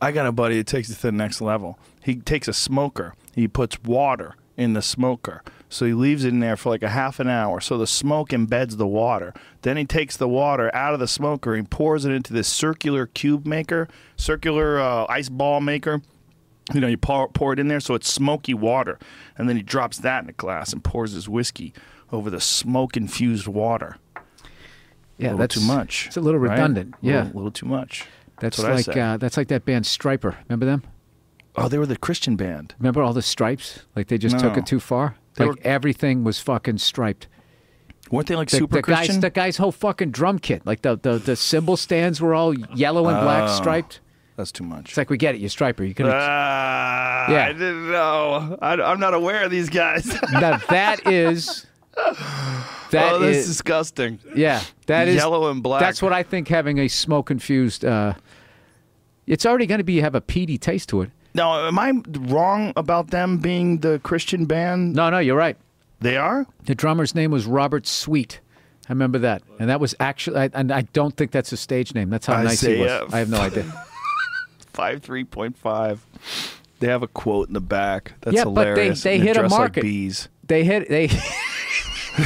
I got a buddy that takes it to the next level. He takes a smoker, he puts water in the smoker. So he leaves it in there for like a half an hour. So the smoke embeds the water. Then he takes the water out of the smoker and pours it into this circular cube maker, circular uh, ice ball maker. You know, you pour, pour it in there so it's smoky water. And then he drops that in a glass and pours his whiskey over the smoke infused water.
Yeah,
a little
that's
too much.
It's a little
right?
redundant.
A little-
Yeah,
a little too much.
that's,
what I
like
say.
uh, that's like that band Striper. Remember them?
Oh, they were the Christian band.
Remember all the stripes? Like they just took
No.
it too far.
They
like
were-
everything was fucking striped.
Weren't they like
The,
super
the
Christian?
guys, the guy's whole fucking drum kit, like the the, the cymbal stands were all yellow and
Oh.
black striped.
That's too much.
It's like we get it, you're striper. You can.
Ah,
Yeah.
I didn't know. I, I'm not aware of these guys.
now that is. that is.
oh, that's disgusting.
Yeah, that is
Yellow and black.
That's what I think. Having a smoke infused, uh, it's already going to be have a peaty taste to it.
Now, am I wrong about them being the Christian band?
No, no, you're right.
They are?
The drummer's name was Robert Sweet. I remember that, and that was actually, I, and I don't think that's a stage name. That's how
I
nice
say,
he was.
uh,
I have no idea.
53.5. They have a quote in the back. That's
Yeah, but they-
hilarious.
they
And
hit a
dress
market.
Like bees.
They hit they.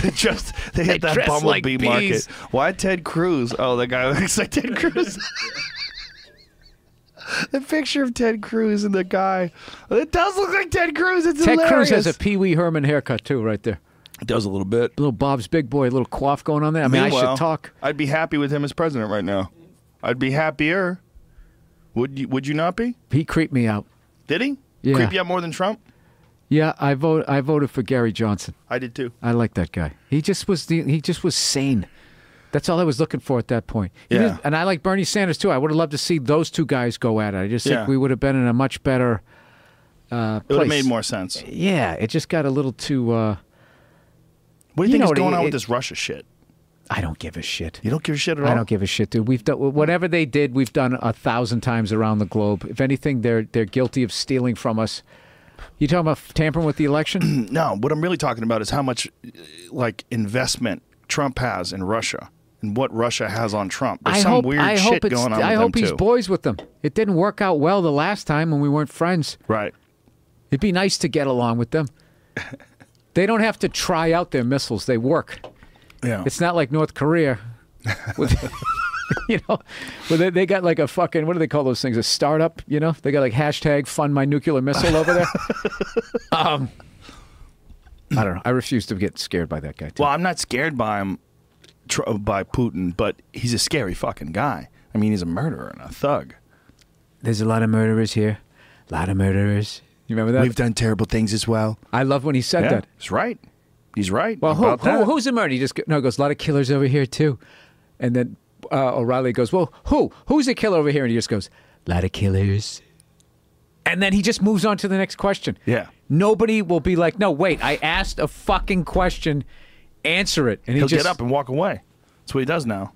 They just they hit that
dress like
bumblebee market.
bees.
Why Ted Cruz? Oh, the guy looks like Ted Cruz. the picture of Ted Cruz and the guy. It does look like Ted Cruz. It's
Ted
hilarious.
Cruz has a Pee Wee Herman haircut too, right there.
It does a little bit.
Little Bob's Big Boy, little quaff going on there. I mean, I
Meanwhile,
should talk.
I'd be happy with him as president right now. I'd be happier. Would you? Would you not be?
He creeped me out.
Did he
Yeah.
creep you out more than Trump?
Yeah, I vote. I voted for Gary Johnson.
I did too.
I like that guy. He just was the, he just was sane. That's all I was looking for at that point. He
Yeah.
didn't- and I like Bernie Sanders too. I would have loved to see those two guys go at it. I just
Yeah.
think we would have been in a much better uh,
It would have
place.
made more sense.
Yeah, it just got a little too. Uh,
What do you,
You
think
know
is
what,
going on
it-
with this Russia shit?
I don't give a shit.
You don't give a shit at all.
I don't give a shit, dude. We've done whatever they did. We've done a thousand times around the globe. If anything, they're they're guilty of stealing from us. You talking about tampering with the election?
No, what I'm really talking about is how much uh, like investment Trump has in Russia and what Russia has on Trump. There's
I
some
hope.
weird
I
shit
hope it's.
going on.
I
with
hope
them
he's
too.
boys with them. It didn't work out well the last time when we weren't friends.
Right.
It'd be nice to get along with them. They don't have to try out their missiles; they work.
Yeah.
It's not like North Korea, with, you know, where they, they got like a fucking what do they call those things? A startup, you know? They got like hashtag fund my nuclear missile over there. um, I don't know. I refuse to get scared by that guy. Too.
Well, I'm not scared by him, tr- uh, by Putin, but he's a scary fucking guy. I mean, he's a murderer and a thug.
There's a lot of murderers here. A lot of murderers. You remember that?
We've done terrible things as well.
I love when he said
Yeah,
that.
he's right. He's right.
Well, who,
about
who
that.
who's the murderer? He just go- no he goes. A lot of killers over here too, and then uh, O'Reilly goes, "Well, who who's the killer over here?" And he just goes, "A lot of killers," and then he just moves on to the next question.
Yeah.
nobody will be like, "No, wait, I asked a fucking question, answer it." And he
He'll
just
get up and walk away. That's what he does now.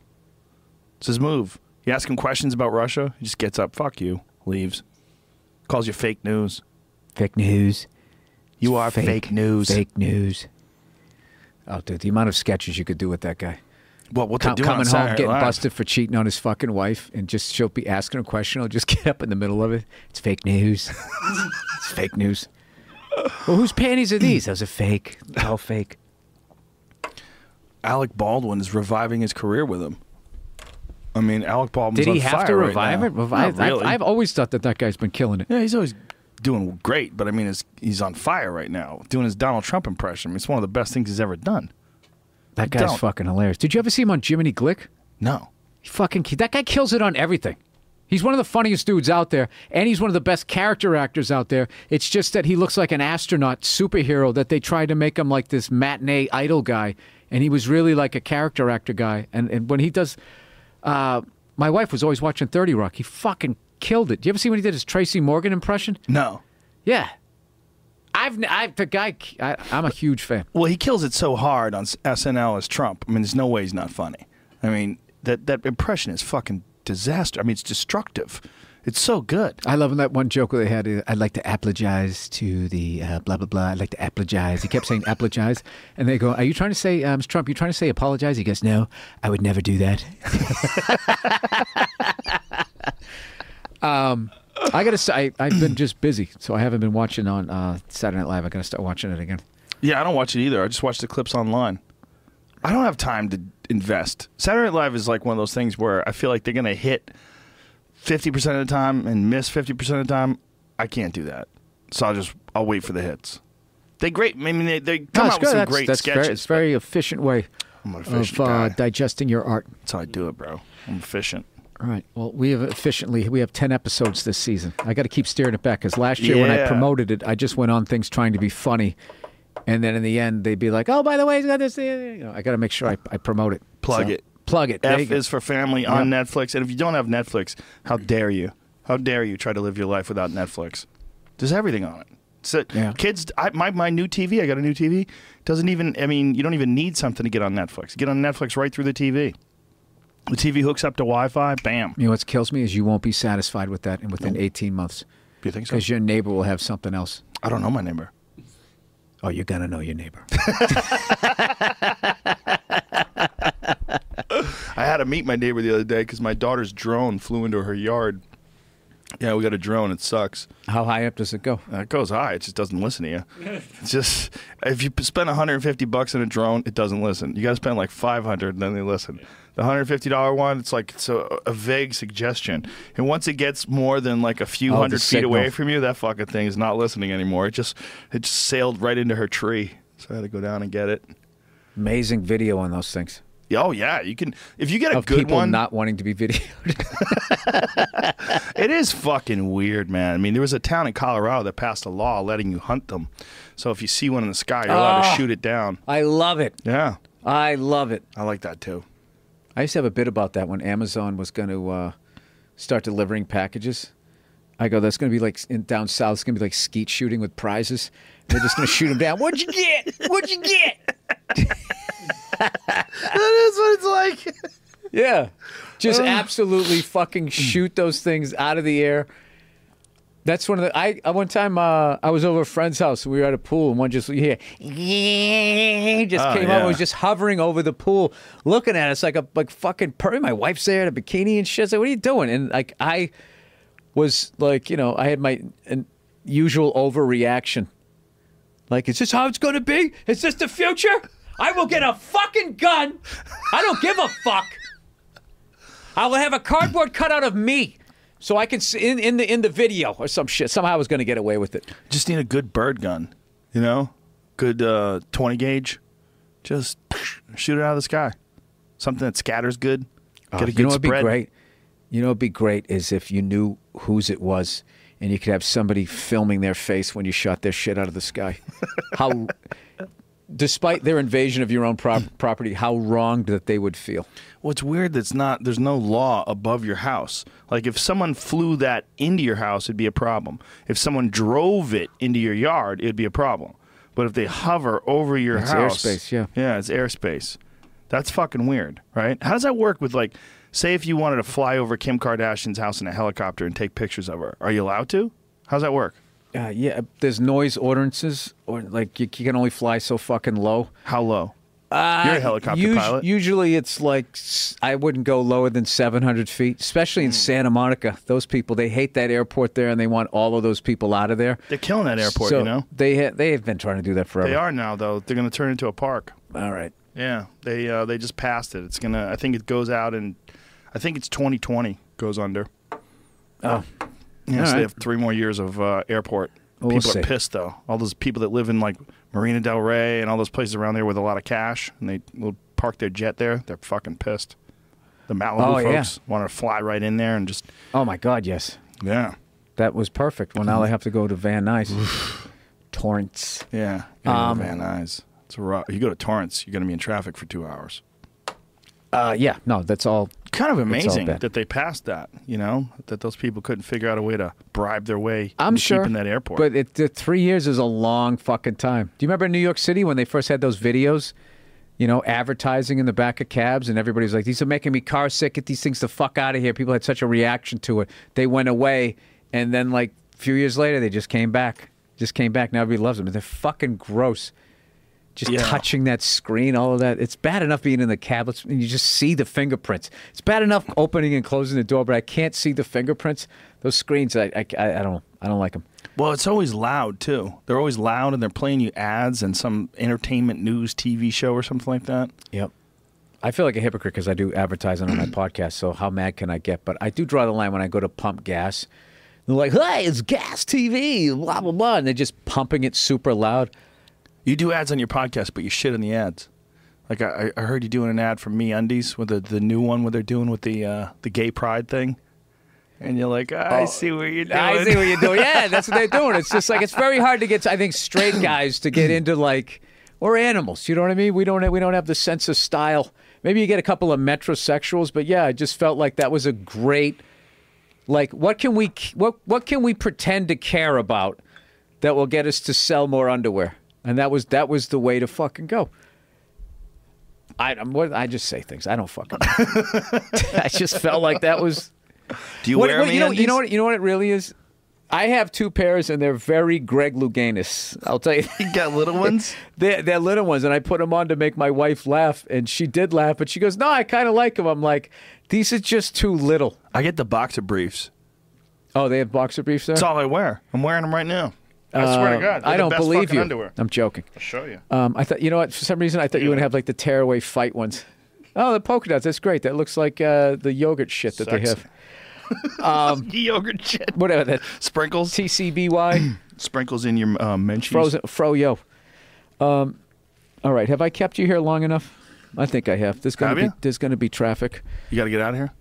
It's his move. You ask him questions about Russia, he just gets up, fuck you, leaves. Calls you fake news.
fake news,
You are fake, news.
fake news. Oh, dude, the amount of sketches you could do with that guy.
Well, what
Com-
they do on
coming home,
Saturday Night
getting
Live.
busted for cheating on his fucking wife, and just she'll be asking a question. I'll just get up in the middle of it. It's fake news. it's fake news. Well, whose panties are these? Those are fake. All fake.
Alec Baldwin is reviving his career with him. I mean, Alec Baldwin's
Did he
on
have to
fire right
revive
now.
it? Revive?
Not really.
I've, I've always thought that that guy's been killing it.
yeah, he's always doing great, but I mean, it's, he's on fire right now, doing his Donald Trump impression. I mean, it's one of the best things he's ever done.
That guy's
Don't.
fucking hilarious. Did you ever see him on Jiminy Glick?
No.
He fucking ki- that guy kills it on everything. He's one of the funniest dudes out there, and he's one of the best character actors out there. It's just that he looks like an astronaut superhero that they tried to make him like this matinee idol guy, and he was really like a character actor guy. And and when he does, uh, my wife was always watching Thirty Rock. He fucking killed it. Do you ever see when he did his Tracy Morgan impression?
No.
Yeah, I've n- I the guy I, I'm a huge fan.
Well, he kills it so hard on S- SNL as Trump. I mean, there's no way he's not funny. I mean, that that impression is fucking disaster. I mean, it's destructive. It's so good.
I love that one joke where they had. uh, I'd like to apologize to the uh, blah blah blah. I'd like to apologize. He kept saying apologize, and they go, "Are you trying to say, um, Mr. Trump? You trying to say apologize?" He goes, "No, I would never do that." um, I gotta say, I, I've been just busy, so I haven't been watching on uh, Saturday Night Live. I gotta start watching it again.
Yeah, I don't watch it either. I just watch the clips online. I don't have time to invest. Saturday Night Live is like one of those things where I feel like they're gonna hit fifty percent of the time and miss fifty percent of the time. I can't do that, so I'll just I'll wait for the hits. They great. I mean, they, they come
No, it's
out with some
That's,
great
that's
sketches.
Very, it's very efficient way
I'm an efficient
of uh,
guy.
digesting your art.
That's how I do it, bro. I'm efficient.
All right. Well, we have efficiently we have ten episodes this season. I got to keep steering it back because last year when I
Yeah.
promoted it, I just went on things trying to be funny, and then in the end they'd be like, "Oh, by the way, he's got this." uh, You know, I got to make sure I, I promote it.
Plug it.
Plug it. There you
F
go.
is for family on Netflix. And if you don't have Netflix, how dare you? How dare you try to live your life without Netflix? There's everything on it. So
Yeah.
kids, I, my my new TV. I got a new TV. Doesn't even. I mean, you don't even need something to get on Netflix. Get on Netflix right through the TV. The TV hooks up to Wi-Fi. Bam.
you know what kills me is you won't be satisfied with that in within eighteen months
You think so?
because your neighbor will have something else.
I don't know my neighbor.
Oh, you're gonna know your neighbor.
I had to meet my neighbor the other day because my daughter's drone flew into her yard. Yeah, we got a drone. It sucks.
How high up does it go?
Uh, It goes high. It just doesn't listen to you. It's just if you p- spend 150 bucks on a drone, it doesn't listen. You got to spend like 500, and then they listen. The 150 dollar one, it's like it's a, a vague suggestion. And once it gets more than like a few
Oh, the
hundred feet
signal.
away from you, that fucking thing is not listening anymore. It just it just sailed right into her tree. So I had to go down and get it.
Amazing video on those things
Yeah, Oh yeah, you can if you get a
of
good
people
one.
not wanting to be videoed.
It is fucking weird, man. I mean, there was a town in Colorado that passed a law letting you hunt them. So if you see one in the sky, you're allowed
Ah.
to shoot it down.
I love it.
Yeah.
I love it.
I like that too.
I used to have a bit about that when Amazon was going to uh, start delivering packages. I go, that's going to be like in down south. It's going to be like skeet shooting with prizes. They're just going to shoot them down. What'd you get? What'd you get?
That is what it's like. Uh.
Yeah, just absolutely fucking shoot those things out of the air. That's one of the. I, I one time uh, I was over a friend's house. We were at a pool, and one just yeah, yeah just
Oh,
came
yeah.
over. Was just hovering over the pool, looking at us like a like fucking pervy. My wife's there in a bikini and shit. I was like, what are you doing? And like I was like, you know, I had my an usual overreaction Like, is this how it's going to be? Is this the future? I will get a fucking gun. I don't give a fuck. I will have a cardboard cutout of me, so I can s in, in the in the video or some shit. Somehow I was going to get away with it.
Just need a good bird gun, you know, good uh, twenty gauge. Just shoot it out of the sky. Something that scatters good. Get a
Oh, you
good
know what'd
spread.
be great? You know what'd be great is if you knew whose it was, and you could have somebody filming their face when you shot their shit out of the sky. How, despite their invasion of your own prop property, how wronged that they would feel.
Well, it's weird that's not there's no law above your house. Like if someone flew that into your house, it'd be a problem. If someone drove it into your yard, it'd be a problem. But if they hover over your
It's
house,
airspace, yeah.
yeah, it's airspace. That's fucking weird, right? How does that work with like, say, if you wanted to fly over Kim Kardashian's house in a helicopter and take pictures of her, are you allowed to? How's that work?
Uh, yeah, there's noise ordinances, or like you, you can only fly so fucking low.
How low? You're a helicopter
Usu-
pilot.
Uh, Usually it's like s- I wouldn't go lower than 700 feet, especially in
Hmm.
Santa Monica. Those people they hate that airport there, and they want all of those people out of there.
They're killing that airport,
So
you know.
They ha- they have been trying to do that forever.
They are now though. They're going to turn it into a park.
All right.
Yeah, they uh, they just passed it. It's gonna. I think it goes out and I think it's 2020 goes under. Oh, yeah.
All
So
right.
they have three more years of uh, airport.
Well, we'll
people
see.
are pissed though. All those people that live in like Marina Del Rey and all those places around there with a lot of cash and they will park their jet there. They're fucking pissed. The Malibu
Oh, yeah.
folks want to fly right in there and just
Oh my God, yes,
yeah
that was perfect. Well,
Hmm.
now they have to go to Van Nuys, Torrance.
yeah. You know,
Um,
Van Nuys. It's rough. You go to Torrance, you're gonna be in traffic for two hours.
Uh, yeah, no, that's all.
kind of
all
amazing
bad.
that they passed that. You know that those people couldn't figure out a way to bribe their way.
I'm
into
sure
keeping that airport.
But it, the three years is a long fucking time. Do you remember in New York City when they first had those videos? You know, advertising in the back of cabs, and everybody's like, "These are making me car sick. Get these things the fuck out of here." People had such a reaction to it. They went away, and then like a few years later, they just came back. Just came back. Now everybody loves them. They're fucking gross. Just
Yeah.
touching that screen, all of that. It's bad enough being in the cab, it's- and you just see the fingerprints. It's bad enough opening and closing the door, but I can't see the fingerprints. Those screens, I, I, I don't, I don't like them.
well, it's always loud too. They're always loud, and they're playing you ads and some entertainment news TV show or something like that.
Yep. I feel like a hypocrite because I do advertising on my podcast. So how mad can I get? But I do draw the line when I go to pump gas. They're like, "Hey, it's gas TV, blah blah blah," and they're just pumping it super loud.
You do ads on your podcast, but you shit on the ads. Like I, I heard you doing an ad for Me Undies with the, the new one, what they're doing with the uh, the gay pride thing, and you're like, I see what you're doing.
Oh, I see what you're doing. Yeah, that's what they're doing. It's just like it's very hard to get. I think straight guys to get into like or animals. You know what I mean? We don't we don't have the sense of style. Maybe you get a couple of metrosexuals, but yeah, I just felt like that was a great. Like, what can we what what can we pretend to care about that will get us to sell more underwear? And that was that was the way to fucking go. I I'm, what, I just say things. I don't fucking. know. I just felt like that was
do you
what-
wear
what-
Me
you know, you
Undies?
know what you know what it really is. I have two pairs, and they're very Greg Louganis. I'll tell you,
You got little ones.
they're, they're little ones, and I put them on to make my wife laugh, and she did laugh, but she goes, "No, I kind of like them." I'm like, "These are just too little."
I get the boxer briefs.
Oh, they have boxer briefs there.
That's all I wear. I'm wearing them right now. I swear to God,
Um,
they're
I
the
don't
best
believe
fucking
you.
Underwear.
I'm joking.
show you.
Um, I thought you know what? For some reason, I thought you would have like the tearaway fight ones. Oh, the polka dots. That's great. That looks like uh, the yogurt shit that they
Sexy.
have.
Yogurt shit.
Whatever that
Sprinkles.
TCBY.
Sprinkles in your um, mentions.
Frozen Froyo. Um, all right, have I kept you here long enough? I think I have. There's gonna
Have
be
you?
there's gonna be traffic.
You got to get out of here.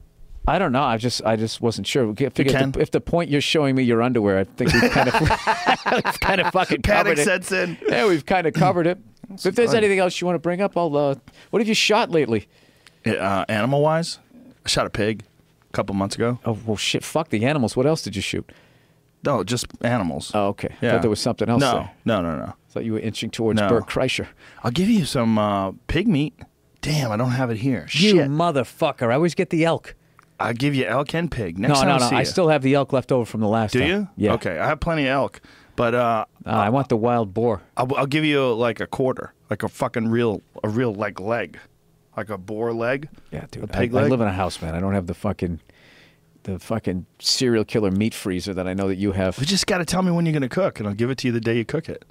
I don't know. I just I just wasn't sure. If, if,
can.
the, if the point you're showing me your underwear, I think we've kind of we've kind of
Panic
fucking covered it.
sets in.
Yeah, we've kind of covered it. if there's
fun.
anything else you want to bring up, I'll. Uh, what have you shot lately?
Uh, animal wise, I shot a pig a couple months ago.
Oh well, shit. Fuck the animals. What else did you shoot?
No, just animals.
Oh, okay. I
Yeah.
thought there was something else.
No,
there.
no, no, no.
thought you were inching towards
No.
Bert Kreischer.
I'll give you some uh, pig meat. Damn, I don't have it here.
You
Shit.
motherfucker! I always get the elk.
I'll give you elk and pig. Next
No,
time
no,
I
no.
see
I
you.
still have the elk left over from the last
Do
time.
you?
Yeah.
Okay, I have plenty of elk, but uh,
Uh, I want the wild boar.
I'll, I'll give you like a quarter, like a fucking real, a real like leg, like a boar leg.
Yeah, dude.
A pig
I, I
leg?
live in a house, man. I don't have the fucking the fucking serial killer meat freezer that I know that you have.
You just got to tell me when you're going to cook, and I'll give it to you the day you cook it.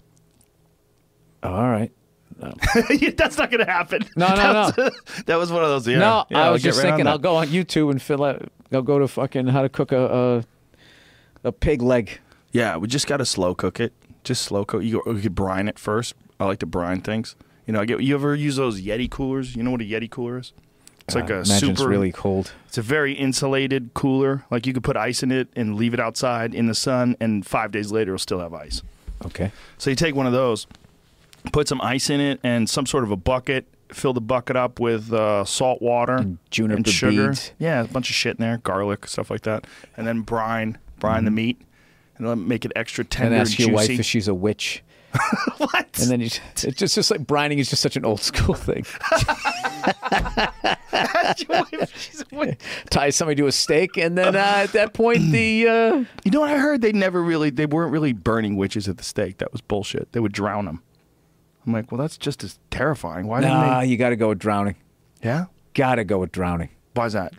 Oh, all right.
That's not going to happen.
No, no,
that
no.
Was, that was one of those. Yeah,
no,
yeah,
I
I'll
was
get
just
right on
thinking
that.
I'll go on YouTube and fill out. I'll go to fucking how to cook a a, a pig leg.
Yeah, we just got to slow cook it. Just slow cook. You, go, you could brine it first. I like to brine things. You know, I get. You ever use those Yeti coolers? You know what a Yeti cooler is? It's like
I
a
Uh, imagine
super.
it's really cold.
It's a very insulated cooler. Like you could put ice in it and leave it outside in the sun, and five days later it'll still have ice.
Okay.
So you take one of those, put some ice in it, and some sort of a bucket. Fill the bucket up with uh, salt water
And juniper
and sugar.
beads.
Yeah, a bunch of shit in there, garlic, stuff like that, and then brine, brine the meat, and let make it extra
Mm-hmm. And
tender
ask your wife
juicy.
if she's a witch.
what?
And then you, it's just, just like brining is just such an old school thing. Tie somebody to a stake, and then uh, at that point, the uh,
You know what I heard? They never really, they weren't really burning witches at the stake. That was bullshit. They would drown them. I'm like, well, that's just as terrifying. Why
nah,
didn't
you got to go with drowning.
they? Yeah.
Got to go with drowning.
Why's that?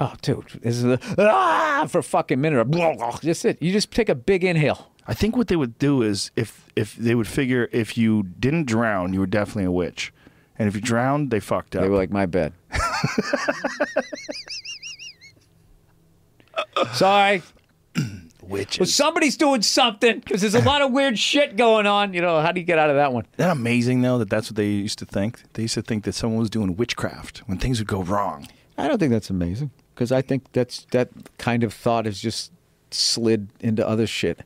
Oh, dude, this is the ah for a fucking minute. Blah, blah. That's it. You just take a big inhale.
I think what they would do is if if they would figure if you didn't drown, you were definitely a witch, and if you drowned, they fucked up.
They were like, my bed. Sorry.
witches.
Well, somebody's doing something because there's a lot of weird shit going on. You know, how do you get out of that one?
Isn't that amazing though that that's what they used to think. They used to think that someone was doing witchcraft when things would go wrong.
I don't think that's amazing because I think that's that kind of thought has just slid into other shit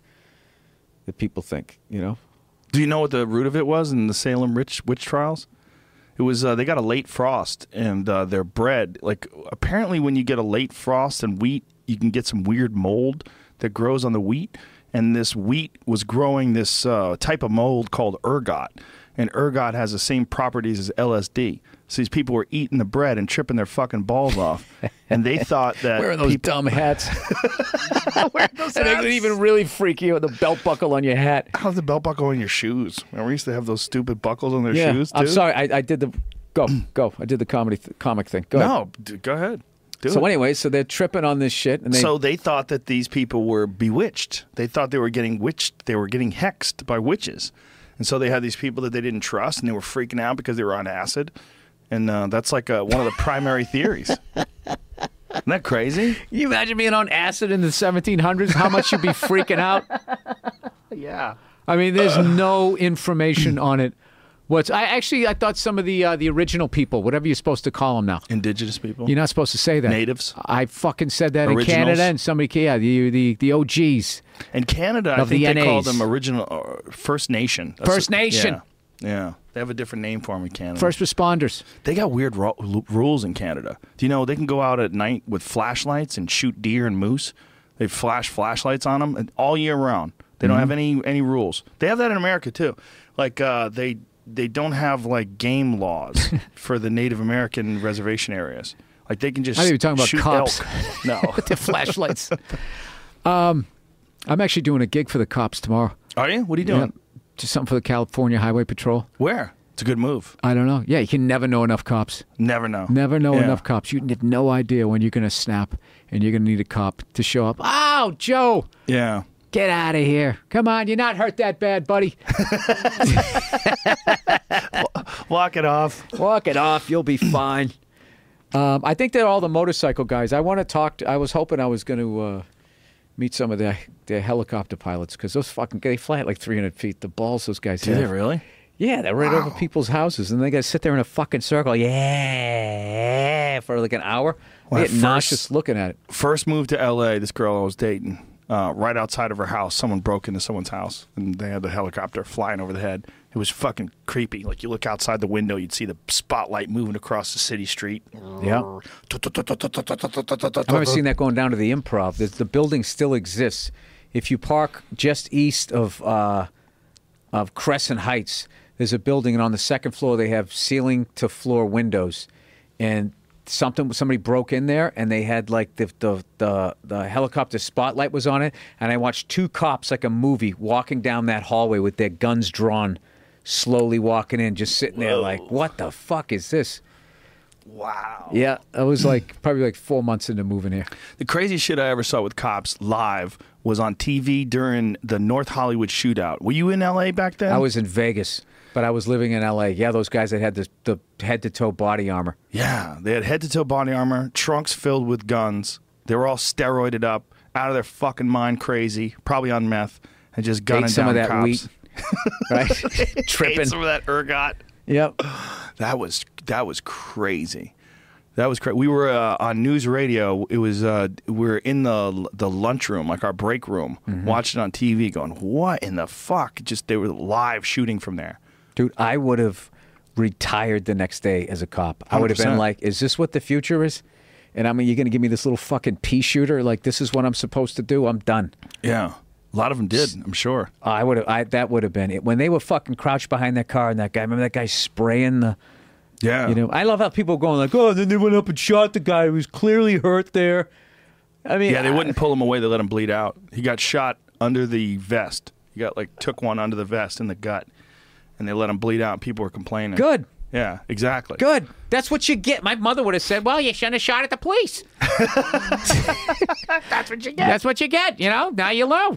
that people think. You know,
Do you know what the root of it was in the Salem witch witch trials? It was uh, they got a late frost and uh, their bread. Like apparently, when you get a late frost and wheat, you can get some weird mold that grows on the wheat. And this wheat was growing this uh, type of mold called ergot, and ergot has the same properties as LSD. So these people were eating the bread and tripping their fucking balls off, and they thought that
wearing those
peop-
dumb hats. and it could even really freak you with the belt buckle on your hat.
How's the belt buckle on your shoes? Remember, we used to have those stupid buckles on their
yeah,
shoes.
I'm
dude?
sorry. I, I did the go go. I did the comedy th- comic thing. Go ahead.
No, dude, go ahead. Do
So
it.
anyway, so they're tripping on this shit, and they
so they thought that these people were bewitched. They thought they were getting witched. They were getting hexed by witches, and so they had these people that they didn't trust, and they were freaking out because they were on acid. And uh, that's like uh, one of the primary theories. Isn't that crazy?
Can you imagine being on acid in the 1700s? How much you'd be freaking out?
Yeah.
I mean, there's no information on it. What's I actually I thought some of the uh, the original people, whatever you're supposed to call them now.
Indigenous people.
You're not supposed to say that.
Natives?
I fucking said that
Originals?
in Canada, and somebody, yeah, the the the OGs.
In Canada, I
Of the
think they call
NAs.
them original uh, First Nation. That's
First
a-
Nation.
Yeah. Yeah. They have a different name for them in Canada.
First responders.
They got weird ru- lu- rules in Canada. Do you know they can go out at night with flashlights and shoot deer and moose? They flash flashlights on them and all year round. They
Mm-hmm.
don't have any any rules. They have that in America too. Like uh, they they don't have like game laws for the Native American reservation areas. Like they can just
I thought you were talking about
shoot
cops.
elk. No,
The flashlights. um, I'm actually doing a gig for the cops tomorrow.
are you? What are you doing?
Yeah, just something for the California Highway Patrol.
Where? It's a good move.
I don't know. Yeah, you can never know enough cops.
Never know.
Never know
Yeah.
enough cops. You have no idea when you're going to snap and you're going to need a cop to show up. Oh, Joe,
Yeah.
get out of here. Come on, you're not hurt that bad, buddy.
Walk it off.
Walk it off. You'll be fine. Um, I think they're all the motorcycle guys. I want to talk. To, I was hoping I was going to uh, meet some of the, the helicopter pilots because those fucking, they fly at like 300 feet. The balls those guys
Do
have.
they really?
Yeah, they're right over people's houses, and they got to sit there in a fucking circle, yeah, for like an hour.
Well,
I
at
get
first-
nauseous looking at it.
first moved to LA, this girl I was dating, uh, right outside of her house, someone broke into someone's house and they had the helicopter flying over the head. It was fucking creepy. Like you look outside the window, you'd see the spotlight moving across the city street.
Yeah, I've never seen that going down to the improv. The, the building still exists. If you park just east of uh, of Crescent Heights, there's a building, and on the second floor they have ceiling to floor windows, and something somebody broke in there, and they had like the the the, the helicopter spotlight was on it, and I watched two cops like a movie walking down that hallway with their guns drawn, slowly walking in, just sitting there like, what the fuck is this?
Wow.
Yeah, I was like probably like four months into moving here.
The craziest shit I ever saw with cops live was on TV during the North Hollywood shootout. Were you in LA back then?
I was in Vegas. But I was living in L.A. Yeah, those guys that had this, the head to toe body armor.
Yeah, they had head to toe body armor, trunks filled with guns. They were all steroided up, out of their fucking mind, crazy, probably on meth, and just gunning
Ate some
down
of that
cops.
wheat, right?
Ate
Tripping.
some of that ergot.
Yep.
That was that was crazy. That was crazy. We were uh, on news radio. It was uh, we were in the the lunchroom, like our break room, watching on TV, going, "What in the fuck?" Just they were live shooting from there.
Dude, I would have retired the next day as a cop. I would have
100%.
been like, is this what the future is? And I mean, you're going to give me this little fucking pea shooter? Like, this is what I'm supposed to do? I'm done.
Yeah, a lot of them did. I'm sure.
I would have, I, that would have been it. When they were fucking crouched behind that car and that guy, remember that guy spraying the,
Yeah,
you know, I love how people going like, oh, then they went up and shot the guy who was clearly hurt there. I mean,
yeah. They
I-
wouldn't pull him away. They let him bleed out. He got shot under the vest. He got like took one under the vest in the gut, and they let him bleed out. People were complaining.
Good.
Yeah, exactly.
Good. That's what you get. My mother would have said, well, you shouldn't have shot at the police.
That's what you get.
That's what you get, you know? Now you know.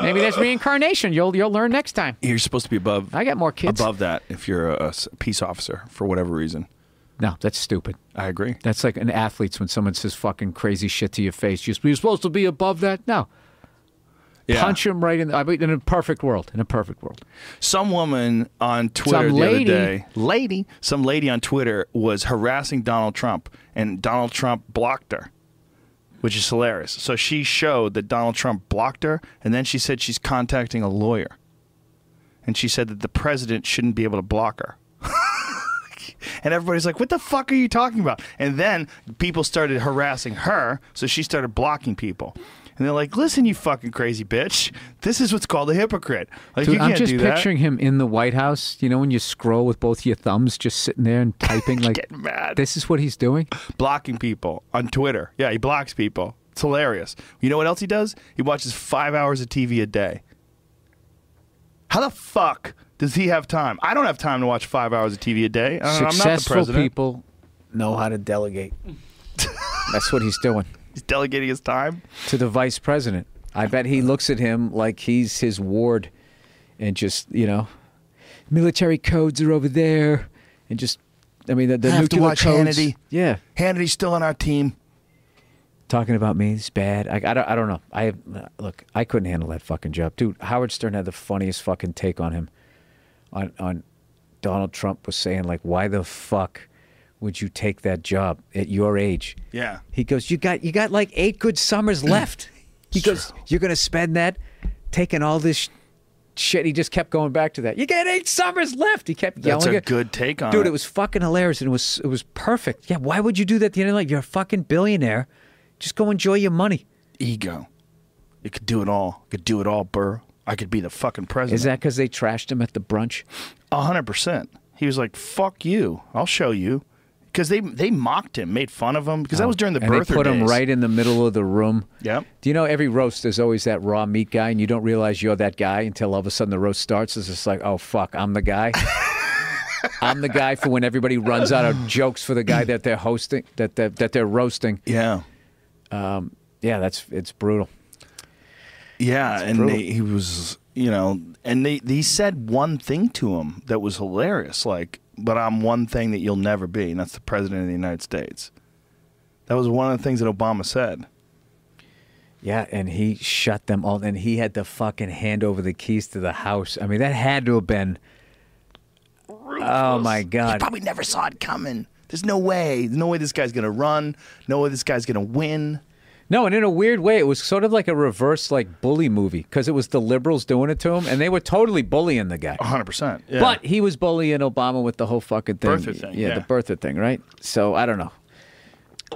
Maybe there's reincarnation. You'll, you'll learn next time.
You're supposed to be above.
I got more kids.
above that if you're a, a s- peace officer for whatever reason.
No, that's stupid.
I agree.
That's like an athlete's when someone says fucking crazy shit to your face. You're, you're supposed to be above that. No,
Yeah.
punch him right in. The, I mean, in a perfect world, in a perfect world,
Some woman on Twitter
Some
the
lady.
other day, lady, some lady on Twitter was harassing Donald Trump, and Donald Trump blocked her, which is hilarious. So she showed that Donald Trump blocked her, and then she said she's contacting a lawyer, and she said that the president shouldn't be able to block her. And everybody's like, "What the fuck are you talking about?" And then people started harassing her, so she started blocking people. And they're like, "Listen, you fucking crazy bitch! This is what's called a hypocrite. Like,
dude.
you can't
I'm just
do that."
picturing him in the White House. You know, when you scroll with both your thumbs, just sitting there and typing like,
Getting mad. Uh,
"This is what he's doing."
blocking people on Twitter. Yeah, he blocks people. It's hilarious. You know what else he does? He watches five hours of TV a day. How the fuck does he have time? I don't have time to watch five hours of TV a day. I don't- I'm not the
Successful
president.
people know how to delegate. That's what he's doing
He's delegating his time.
to the vice president. I bet he looks at him like he's his ward, and just you know, military codes are over there, and just. I mean, the, the
I have to
nuclear
watch
codes-
Hannity.
Yeah,
Hannity's still on our team.
talking about me is bad. I, I, don't, I don't know. I look, I couldn't handle that fucking job, dude. Howard Stern had the funniest fucking take on him. On on Donald Trump was saying like, why the fuck would you take that job at your age?
Yeah.
He goes, you got you got like eight good summers left. He goes, you're gonna spend that taking all this. Sh- Shit, he just kept going back to that. You got eight summers left. He kept yelling.
That's a
at-
good take on
dude.
it.
It was fucking hilarious, and it was it was perfect. Yeah, why would you do that? At the end of the night, you're a fucking billionaire. Just go enjoy your money.
Ego. It could do it all. It could do it all, Burr. I could be the fucking president.
Is that because they trashed him at the brunch?
A hundred percent. He was like, "Fuck you! I'll show you," because they they mocked him, made fun of him, because that was during the
Oh. and
birther
they put him
days.
right in the middle of the room.
Yep.
Do you know every roast there's always that raw meat guy, and you don't realize you're that guy until all of a sudden the roast starts. It's just like, oh fuck, I'm the guy. I'm the guy for when everybody runs out of jokes for the guy that they're hosting, that they're, that they're roasting.
Yeah,
Yeah, that's it's brutal.
yeah, and
brutal.
they, he was, you know, and they they said one thing to him that was hilarious, like, "But I'm one thing that you'll never be, and that's the president of the United States." That was one of the things that Obama said.
Yeah, and he shut them all, and he had to fucking hand over the keys to the house. I mean, that had to have been. Oh my
He
god!
probably never saw it coming. There's no way. There's no way this guy's gonna run. No way this guy's gonna win.
No, and in a weird way, it was sort of like a reverse like bully movie because it was the liberals doing it to him, and they were totally bullying the guy.
A hundred percent. Oh, Yeah.
But he was bullying Obama with the whole fucking thing.
Birther thing,
yeah,
yeah.
the birther thing, right? So I don't know.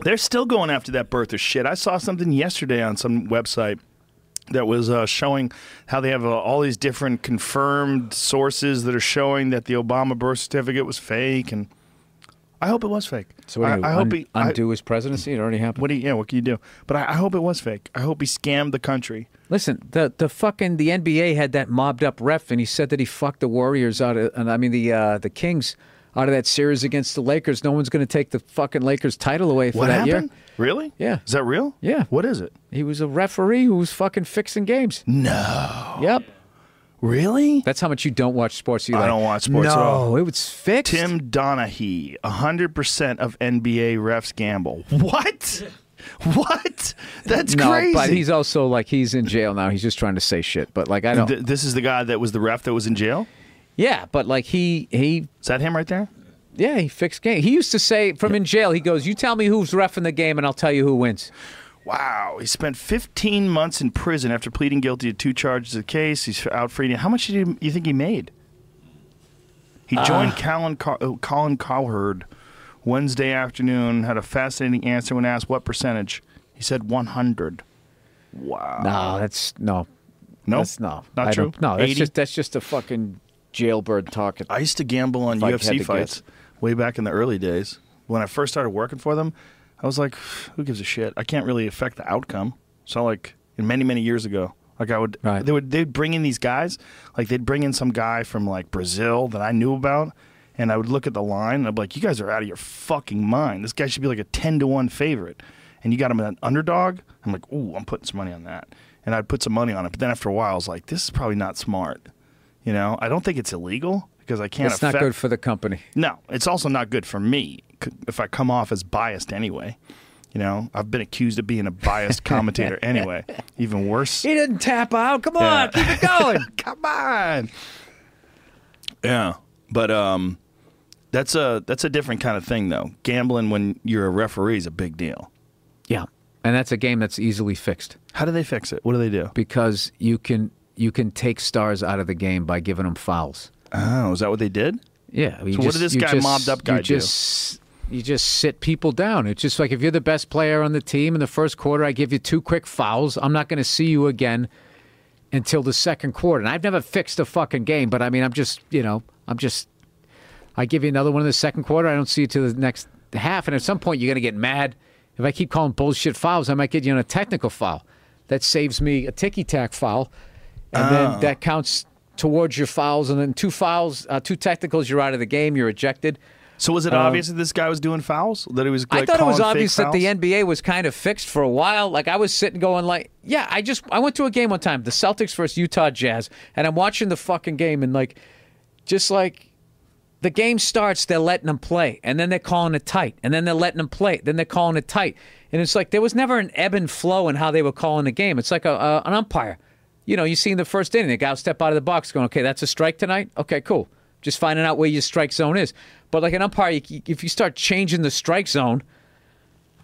They're still going after that birther shit. I saw something yesterday on some website that was uh, showing how they have uh, all these different confirmed sources that are showing that the Obama birth certificate was fake, and I hope it was fake.
So what
I,
do you
I
un-
hope he. I-
undo his presidency? It already happened.
what do you, yeah, what can you do? But I, I hope it was fake. I hope he scammed the country.
Listen, the the fucking the NBA had that mobbed up ref, and he said that he fucked the Warriors out of, and I mean the uh, the Kings out of that series against the Lakers. No one's going to take the fucking Lakers title away for
What
that
happened?
year.
Really?
Yeah.
Is that real?
Yeah.
What is it?
He was a referee who was fucking fixing games.
No.
Yep.
Really?
That's how much you don't watch sports. You
I
like,
don't watch sports
No,
at all."
it was fixed.
Tim Donahue, 100% of NBA refs gamble. What? What? That's
no,
crazy.
but he's also like he's in jail now. He's just trying to say shit. But like I don't.
Th- this is the guy that was the ref that was in jail?
yeah, but like he he
Is that him right there?
yeah he fixed game. He used to say from in jail. He goes, "You tell me who's refing the game, and I'll tell you who wins."
Wow. He spent 15 months in prison after pleading guilty to two charges of the case. He's out for eating. How much do you think he made? He joined Colin, Cow- oh, Colin Cowherd Wednesday afternoon, had a fascinating answer when asked what percentage. He said 100. Wow.
No, that's no.
no,
That's no.
Not
I
true.
don't- No, that's
80?
just that's just a fucking jailbird talking.
I used to gamble on
If I had
UFC
to
fights way back in the early days. When I first started working for them, I was like, who gives a shit? I can't really affect the outcome. So like in many, many years ago, like I would
Right.
they would they'd bring in these guys, like they'd bring in some guy from like Brazil that I knew about, and I would look at the line and I'd be like, You guys are out of your fucking mind. This guy should be like a ten to one favorite. And you got him an underdog, I'm like, ooh, I'm putting some money on that. And I'd put some money on it. But then after a while I was like, this is probably not smart. You know, I don't think it's illegal because I can't
It's not
affect-
good for the company.
no, it's also not good for me c- if I come off as biased anyway. You know, I've been accused of being a biased commentator anyway. Even worse.
He didn't tap out. Come
Yeah.
on, keep it going.
Come on. Yeah, but um, that's a that's a different kind of thing though. Gambling when you're a referee is a big deal.
yeah, and that's a game that's easily fixed
How do they fix it? What do they do?
because you can you can take stars out of the game by giving them fouls.
Oh, is that what they did?
Yeah. you
So what did this
you
guy mobbed up guy
you
do?
just, You just sit people down. It's just like if you're the best player on the team in the first quarter, I give you two quick fouls. I'm not going to see you again until the second quarter. And I've never fixed a fucking game, but I mean, I'm just, you know, I'm just, I give you another one in the second quarter. I don't see you to the next half. And at some point, you're going to get mad. If I keep calling bullshit fouls, I might get you on a technical foul. That saves me a ticky tack foul. And
Ah.
then that counts towards your fouls. And then two fouls, uh, two technicals, you're out of the game. You're ejected.
So was it obvious that this guy was doing fouls? That he was like,
I thought it
calling
was
fake
obvious that the
fouls?
NBA was kind of fixed for a while. Like I was sitting going like, yeah, I just I went to a game one time, the Celtics versus Utah Jazz, and I'm watching the fucking game and like just like the game starts, they're letting them play, and then they're calling it tight, and then they're letting them play, then they're calling it tight, and it's like there was never an ebb and flow in how they were calling the game. It's like a, a an umpire, you know, you see in the first inning, the guy will step out of the box, going, okay, that's a strike tonight. Okay, cool. Just finding out where your strike zone is. But like an umpire, you- if you start changing the strike zone,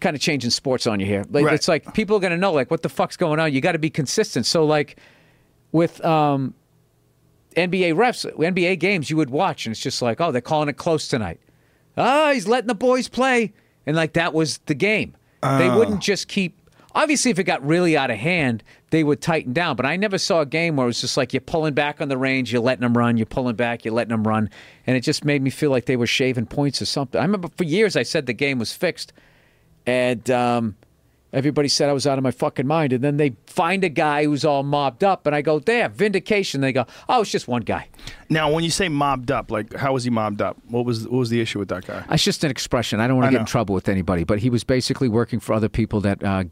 kind of changing sports on you here. Like,
Right.
It's like people are going to know like what the fuck's going on. You got to be consistent. So like with um, NBA refs, NBA games, you would watch and it's just like, oh, they're calling it close tonight. Ah, he's letting the boys play, and like that was the game. They wouldn't just keep. Obviously, if it got really out of hand, they would tighten down. But I never saw a game where it was just like you're pulling back on the range, you're letting them run, you're pulling back, you're letting them run, and it just made me feel like they were shaving points or something. I remember for years I said the game was fixed, and um, everybody said I was out of my fucking mind. And then they find a guy who's all mobbed up, and I go, "There, vindication." They go, "Oh, it's just one guy.
Now, when you say mobbed up, like how was he mobbed up? What was what was the issue with that guy?
It's just an expression. I don't want
I
to get in
know.
trouble with anybody." But he was basically working for other people that uh,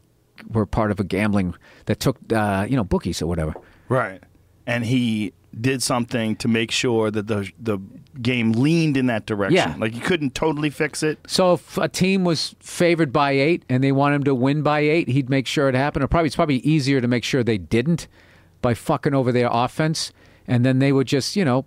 were part of a gambling that took, uh, you know, bookies or whatever.
Right. And he did something to make sure that the the game leaned in that direction.
Yeah.
Like you couldn't totally fix it.
So if a team was favored by eight and they want him to win by eight, he'd make sure it happened. Or probably it's probably easier to make sure they didn't by fucking over their offense, and then they would just you know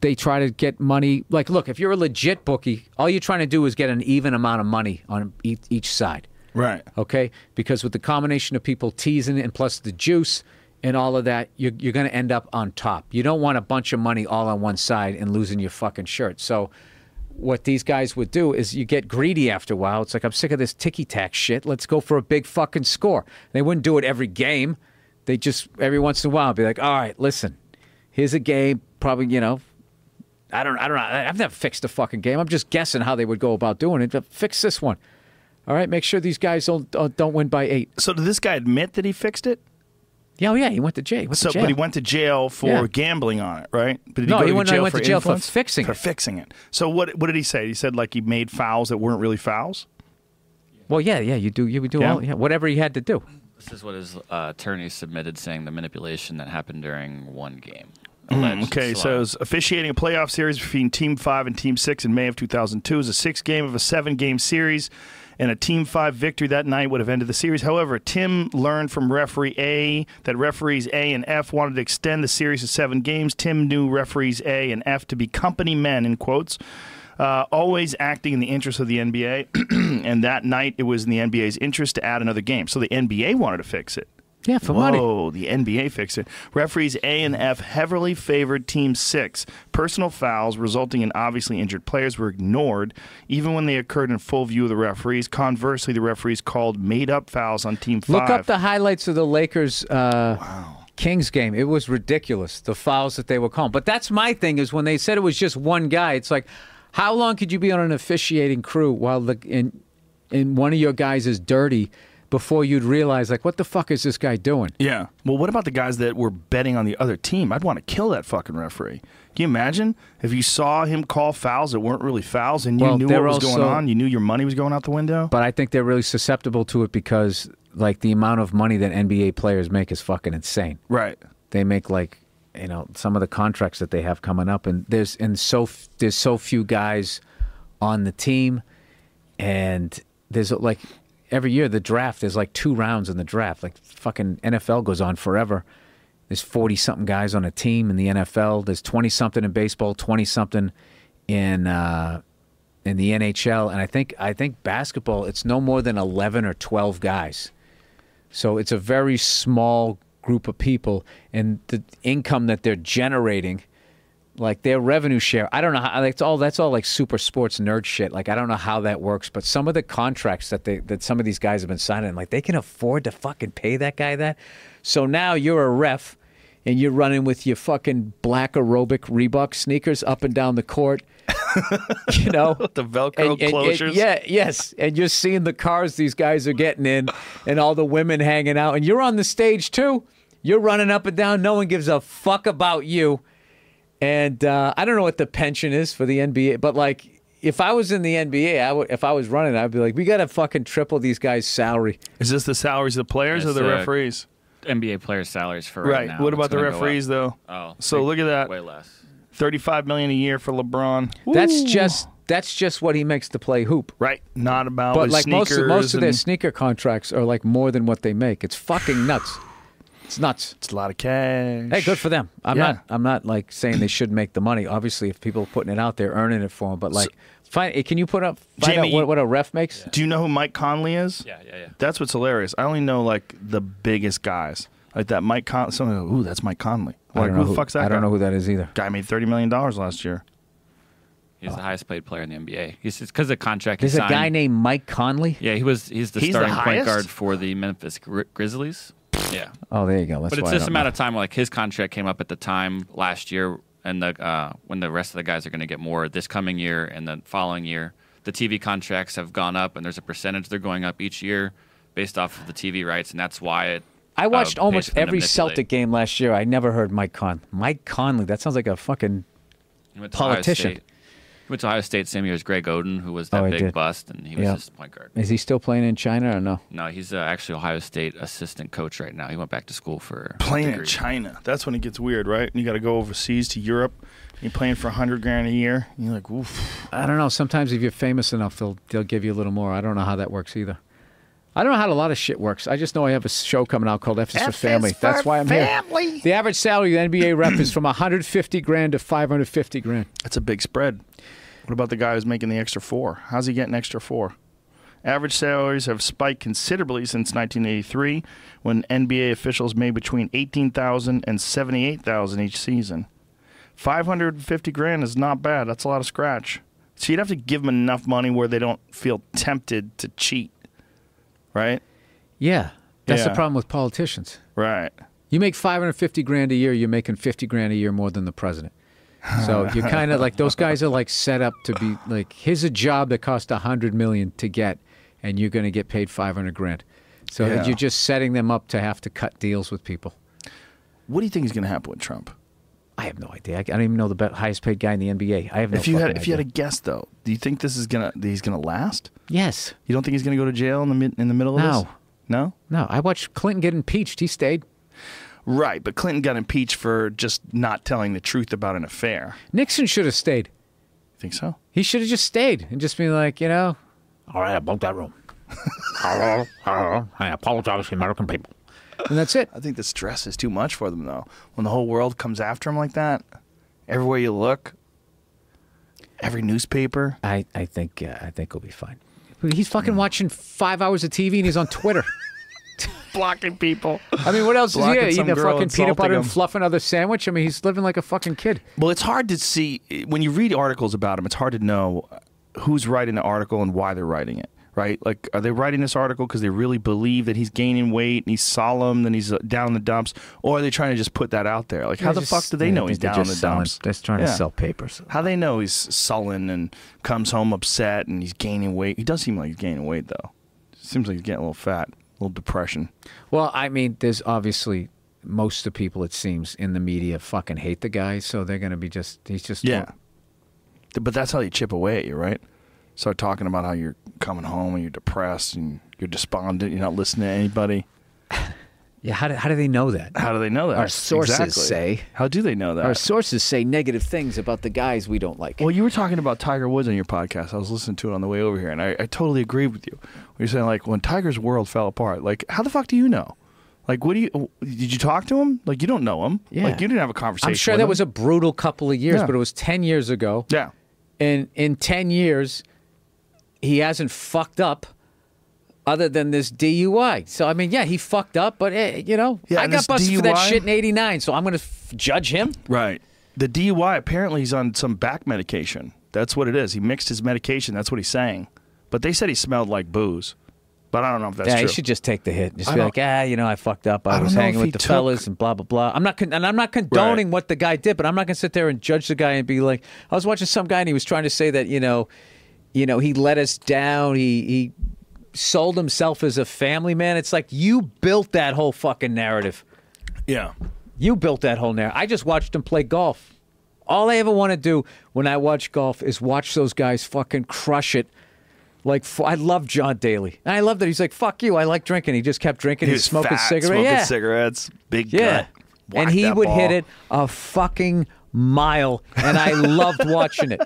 they try to get money. Like, look, if you're a legit bookie, all you're trying to do is get an even amount of money on each, each side.
Right.
Okay, because with the combination of people teasing and plus the juice and all of that, you're, you're going to end up on top. You don't want a bunch of money all on one side and losing your fucking shirt. So, what these guys would do is you get greedy after a while. It's like I'm sick of this ticky tack shit. Let's go for a big fucking score. They wouldn't do it every game. They just every once in a while be like, all right, listen, here's a game. Probably you know I don't, I don't know. I- I've never fixed a fucking game. I'm just guessing how they would go about doing it. Fix this one. All right, make sure these guys don't uh, don't win by eight.
So did this guy admit that he fixed it?
Yeah, oh yeah, he went to jail. He went to
So
jail.
but he went to jail for
Yeah.
gambling on it, right? But did
No,
go
he
to
went- no, he went to jail for
influence?
fixing
for
it.
fixing it. So what what did he say? He said like he made fouls that weren't really fouls?
Well, yeah, yeah, you do, you would do
Yeah.
all, yeah, whatever he had to do.
This is what his uh, attorney submitted, saying the manipulation that happened during one game. Alleged
Okay, so it
slaughter.
was officiating a playoff series between Team 5 and Team 6 in May of 2002 is a six game of a seven game series, and a Team 5 victory that night would have ended the series. However, Tim learned from referee A that referees A and F wanted to extend the series to seven games. Tim knew referees A and F to be company men, in quotes. Uh, always acting in the interest of the NBA, and that night it was in the NBA's interest to add another game. So the NBA wanted to fix it.
Yeah, for
Whoa,
money.
the NBA fixed it. Referees A and F heavily favored Team 6. Personal fouls resulting in obviously injured players were ignored, even when they occurred in full view of the referees. Conversely, the referees called made up fouls on Team 5.
Look up the highlights of the Lakers. Uh, Kings game. It was ridiculous. The fouls that they were calling. But that's my thing is when they said it was just one guy. It's like, how long could you be on an officiating crew while the and and one of your guys is dirty before you'd realize like what the fuck is this guy doing?
Yeah. Well, what about the guys that were betting on the other team? I'd want to kill that fucking referee. Can you imagine if you saw him call fouls that weren't really fouls and you
Well,
knew
they're
what was going
also-
on? You knew your money was going out the window?
But I think they're really susceptible to it because like the amount of money that NBA players make is fucking insane.
Right.
they make like you know some of the contracts that they have coming up and there's and so f- there's so few guys on the team and there's like every year the draft there's like two rounds in the draft like fucking NFL goes on forever there's 40 something guys on a team in the NFL there's 20 something in baseball 20 something in uh in the NHL and I think I think basketball it's no more than 11 or 12 guys so it's a very small group of people, and the income that they're generating, like their revenue share, I don't know how. That's all. That's all like super sports nerd shit. Like I don't know how that works, but some of the contracts that they that some of these guys have been signing, like they can afford to fucking pay that guy that. So now you're a ref, and you're running with your fucking black aerobic Reebok sneakers up and down the court. you know
The Velcro
and- and- and-
closures.
yeah, yes. And you're seeing the cars these guys are getting in and all the women hanging out. And you're on the stage too. You're running up and down. No one gives a fuck about you. And uh, I don't know what the pension is for the NBA, but like if I was in the NBA, I would, if I was running, I'd be like, we got to fucking triple these guys' salary.
Is this the salaries of the players or
Yes,
the
uh,
referees?
NBA players' salaries for right,
Right.
now.
what
It's
about the
gonna go up.
referees though?
Oh,
So
they-
look at that.
Way less.
35 million a year for LeBron.
That's
Ooh.
just that's just what he makes to play hoop.
right. Not about
But
his
like most of,
sneakers
most of their
and-
sneaker contracts are like more than what they make. It's fucking nuts. It's nuts.
It's a lot of cash.
Hey, good for them. I'm
Yeah.
not. I'm not like saying they should make the money. Obviously, if people are putting it out there, earning it for them. But like, find, can you put up find
Jamie,
out what, what a ref makes?
Do you know who Mike Conley is?
Yeah, yeah, yeah.
That's what's hilarious. I only know like the biggest guys, like that Mike Con. Someone, ooh, that's Mike Conley.
I
Like
don't know
who the fuck's that?
I don't
guy?
know who that is either.
Guy made thirty million dollars last year.
He's the highest paid player in the NBA. He's because of contract. he
There's a
signed.
guy named Mike Conley.
Yeah, he was. He's the
He's the
starting point
highest?
guard for the Memphis Gri- Grizzlies. Yeah,
Oh, there you go. That's
but it's
why I
just a
don't
matter
know.
of time. Like his contract came up at the time last year, and the uh, when the rest of the guys are going to get more this coming year and the following year. The TV contracts have gone up, and there's a percentage they're going up each year based off of the TV rights, and that's why it.
I watched
uh, pays
almost
for them to
every
manipulate.
Celtic game last year. I never heard Mike Con. Mike Conley. That sounds like a fucking.
He went to Ohio
politician.
State. He went to Ohio State same year as Greg Oden, who was that
Oh, I
big
did.
bust, and he was
Yeah.
just point guard.
Is he still playing in China or no?
No, he's uh, actually Ohio State assistant coach right now. He went back to school for
Playing in
degree.
China. That's when it gets weird, right? And you got to go overseas to Europe. and You're playing for hundred grand a year. And you're like, oof.
I don't know. Sometimes if you're famous enough, they'll they'll give you a little more. I don't know how that works either. I don't know how a lot of shit works. I just know I have a show coming out called F is for
F is
Family.
for
That's why I'm
family.
here. The average salary of the NBA rep is from 150 grand to 550 grand.
That's a big spread. What about the guy who's making the extra four? How's he getting extra four? Average salaries have spiked considerably since 1983, when NBA officials made between 18,000 and 78,000 each season. 550 grand is not bad. That's a lot of scratch. So you'd have to give them enough money where they don't feel tempted to cheat, right?
Yeah, that's
Yeah.
the problem with politicians.
Right.
You make 550 grand a year, you're making 50 grand a year more than the president. So you're kind of like those guys are like set up to be like here's a job that cost 100 million to get and you're going to get paid 500 grand. So
Yeah.
you're just setting them up to have to cut deals with people.
What do you think is going to happen with Trump?
I have no idea. I, I don't even know the be- highest paid guy in the NBA. I have no
If you had
fucking
if you had a
idea.
guess though, do you think this is going to he's going to last?
yes,
You don't think he's going to go to jail in the mid, in the middle of this?
no,
No?
No, I watched Clinton get impeached. He stayed.
Right, but Clinton got impeached for just not telling the truth about an affair.
Nixon should have stayed.
You think so?
He should have just stayed and just been like, you know,
All right, I booked that room. hello, hello. I apologize to the American people.
and that's it.
I think the stress is too much for them, though. When the whole world comes after them like that, everywhere you look, every newspaper.
I, I think uh, I think we'll be fine. He's fucking watching five hours of TV and he's on Twitter.
Blocking people.
I mean, what else is
Blocking
he
some
eating a
girl
fucking peanut
insulting
butter and
him.
fluff another sandwich? I mean, he's living like a fucking kid.
Well, it's hard to see when you read articles about them. It's hard to know who's writing the article and why they're writing it. Right? Like, are they writing this article because they really believe that he's gaining weight and he's solemn and he's uh, down in the dumps, or are they trying to just put that out there? Like, how the fuck do they know he's down in the dumps?
They're trying to
Yeah.
sell papers.
How they know he's sullen and comes home upset and he's gaining weight. He does seem like he's gaining weight though. Seems like he's getting a little fat, a little depression.
Well, I mean, there's obviously most of the people it seems in the media fucking hate the guy, so they're gonna be just he's just
Th- But that's how you chip away at you, right? Start talking about how you're coming home and you're depressed and you're despondent, you're not listening to anybody.
yeah. How do, how do they know that?
How do they know that?
Our sources say-
How do they know that?
Our sources say negative things about the guys we don't like.
Well, you were talking about Tiger Woods on your podcast. I was listening to it on the way over here, and I, I totally agreed with you. You're saying like when Tiger's world fell apart, like how the fuck do you know? Like, what do you? Did you talk to him? Like, you don't know him.
Yeah.
Like, you didn't have a conversation.
I'm sure
with
that
him.
was a brutal couple of years,
Yeah.
but it was ten years ago.
yeah.
And in ten years, he hasn't fucked up. Other than this DUI, so I mean, yeah, he fucked up, but eh, you know,
Yeah,
I
and
got
this
busted for that
DUI?
shit in '89, so I'm gonna f- judge him.
Right. The DUI apparently he's on some back medication. That's what it is. He mixed his medication. That's what he's saying. But they said he smelled like booze. But I don't know if that's
yeah,
true.
he should just take the hit. Just
I
be
don't-
like, ah, you know, I fucked up. I,
I
was
don't know
hanging
if
with
he
the
took-
fellas and blah blah blah. I'm not, con- and I'm not condoning what the guy did, but I'm not gonna sit there and judge the guy and be like, I was watching some guy and he was trying to say that you know, you know, he let us down. He he sold himself as a family man. It's like you built that whole fucking narrative.
yeah.
You built that whole narrative. I just watched him play golf. All I ever want to do when I watch golf is watch those guys fucking crush it. Like f- I love John Daly, and I love that he's like fuck you. I like drinking. He just kept drinking.
He
He's
was
smoking
fat,
cigarettes.
smoking
yeah.
cigarettes. Big
Yeah.
gut.
And
Whacked
he
that
would
ball.
hit it a fucking mile, and I loved watching it.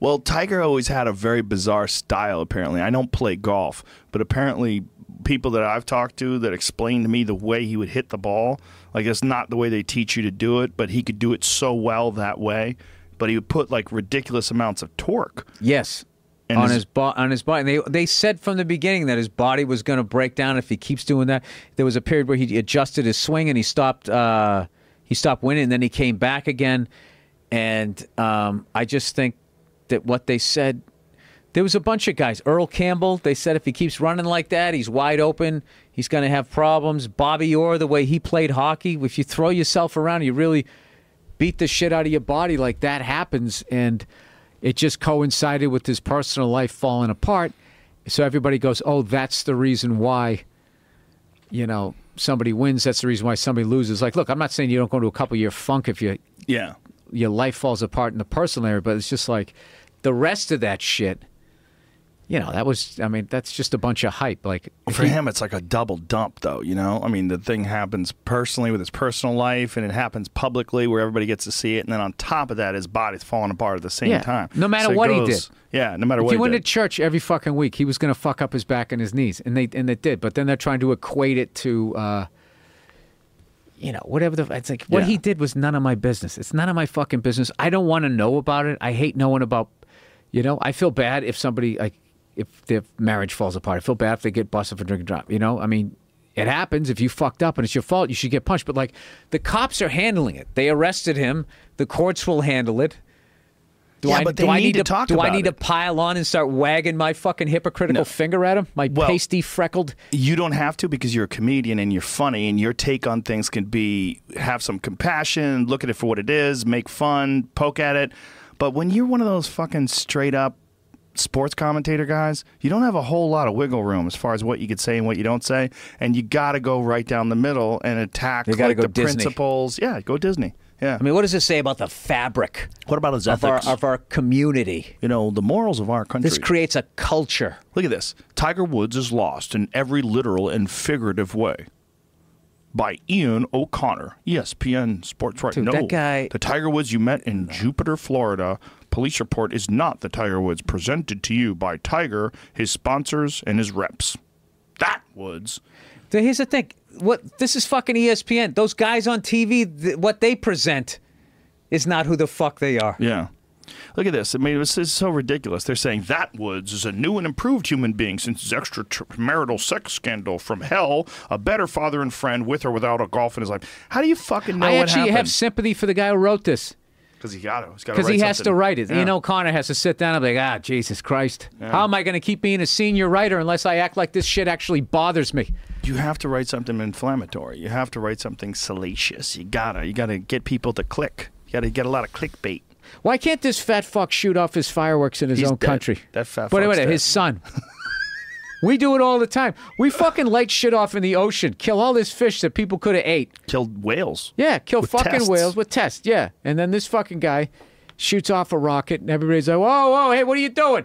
Well, Tiger always had a very bizarre style, apparently. I don't play golf, but apparently, people that I've talked to that explained to me the way he would hit the ball, like it's not the way they teach you to do it, but he could do it so well that way. But he would put like ridiculous amounts of torque.
Yes.
And
on his,
his-
bo- on his body, and they they said from the beginning that his body was going to break down if he keeps doing that. There was a period where he adjusted his swing and he stopped uh, he stopped winning, and then he came back again. And um, I just think that what they said, there was a bunch of guys. Earl Campbell, they said if he keeps running like that, he's wide open. He's going to have problems. Bobby Orr, the way he played hockey, if you throw yourself around, you really beat the shit out of your body like that happens and it just coincided with his personal life falling apart so everybody goes oh that's the reason why you know somebody wins that's the reason why somebody loses like look i'm not saying you don't go into a couple year funk if you
Yeah.
your life falls apart in the personal area, but it's just like the rest of that shit. You know, that was, I mean, that's just a bunch of hype. Like,
For him, it's like a double dump, though. You know, I mean, the thing happens personally with his personal life, and it happens publicly where everybody gets to see it. And then on top of that, his body's falling apart at the same
Yeah.
time.
No matter
So it
what he
goes-
did.
Yeah, no matter
if
what
he went
did.
to church every fucking week, he was going to fuck up his back and his knees, and they and they did. But then they're trying to equate it to, uh, you know, whatever the. It's like what
Yeah.
he did was none of my business. It's none of my fucking business. I don't want to know about it. I hate knowing about. You know, I feel bad if somebody like if their marriage falls apart. I feel bad if they get busted for drinking drive. You know, I mean. It happens if you fucked up and it's your fault, you should get punched. But like the cops are handling it. They arrested him. The courts will handle it. Do
Yeah,
I,
but they
do I
need
need
to talk
Do I
about
need
it.
to pile on and start wagging my fucking hypocritical
No.
finger at him? My
Well-
pasty freckled.
you don't have to because you're a comedian and you're funny and your take on things can be have some compassion, look at it for what it is, make fun, poke at it. But when you're one of those fucking straight up sports commentator guys, you don't have a whole lot of wiggle room as far as what you could say and what you don't say, and you got to go right down the middle and attack
You gotta
like
go
the
Disney.
principles. Yeah, go Disney. Yeah.
I mean, what does this say about the fabric
What about his
of our,
ethics?
of our community?
you know, the morals of our country.
This creates a culture.
Look at this. Tiger Woods is lost in every literal and figurative way. By Ian O'Connor, E ESPN Sports Right.
Dude,
no,
that guy-
the Tiger Woods you met in Jupiter, Florida, police report is not the Tiger Woods presented to you by Tiger, his sponsors, and his reps. That Woods.
Th- Here's the thing. What this is fucking E ESPN. Those guys on TV, th- what they present is not who the fuck they are.
Yeah. Look at this. I mean, this is so ridiculous. They're saying that Woods is a new and improved human being since his extramarital sex scandal from hell, a better father and friend with or without a golf in his life. How do you fucking know
I
what
actually have
happened?
sympathy for the guy who wrote this
Because he got to. He's got to
because he has to write it.
Yeah.
You know, Connor has to sit down and be like, ah, Jesus Christ. How am I going to keep being a senior writer unless I act like this shit actually bothers me?
you have to write something inflammatory. You have to write something salacious. You gotta. You gotta get people to click. You gotta get a lot of clickbait.
Why can't this fat fuck shoot off his fireworks in his
He's
own
dead.
country?
That fat
But
fuck's
wait,
dead.
his son. we do it all the time. We fucking light shit off in the ocean, kill all this fish that people could have ate.
Killed whales.
Yeah, kill
With
fucking
tests.
whales with tests. Yeah, and then this fucking guy shoots off a rocket, and everybody's like, "Whoa, whoa, hey, what are you doing?"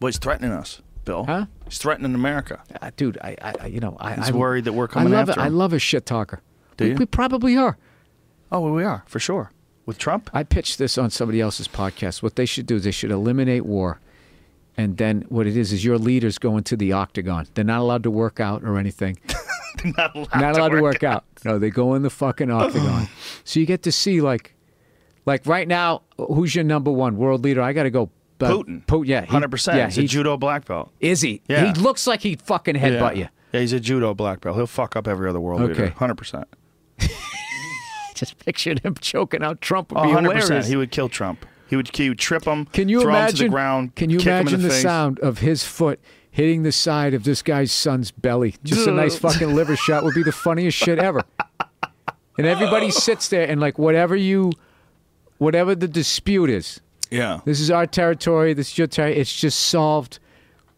Well, he's threatening us, Bill.
Huh?
He's threatening America.
Uh, dude, I, I, I- you know, I,
He's
I,
worried that we're
I
coming
love,
after
it. I
him.
love a shit talker.
Do
we,
you?
we probably are.
Oh, well, we are for sure with Trump.
I pitched this on somebody else's podcast. What they should do is they should eliminate war. And then what it is is your leaders go into the octagon. They're not allowed to work out or anything.
Not allowed,
not allowed to work out. No, they go in the fucking octagon. so you get to see like like right now, who's your number one world leader? I gotta go uh,
Putin.
Putin, yeah. he-
hundred percent.
Yeah,
He's a
he,
judo black belt.
is he?
Yeah.
He looks like he'd fucking headbutt you.
Yeah, he's a judo black belt. He'll fuck up every other world leader.
Okay.
Hundred percent.
I just pictured him choking out Trump would be
Oh, hundred
hilarious.
percent. He would kill Trump. He would, he would trip him.
Can you
throw
imagine?
him to the ground?
can you
kick
imagine
him in the,
the
face.
sound of his foot hitting the side of this guy's son's belly? Just a nice fucking liver shot would be the funniest shit ever. And everybody sits there and like whatever you, whatever the dispute is,
Yeah.
this is our territory. This is your territory. It's just solved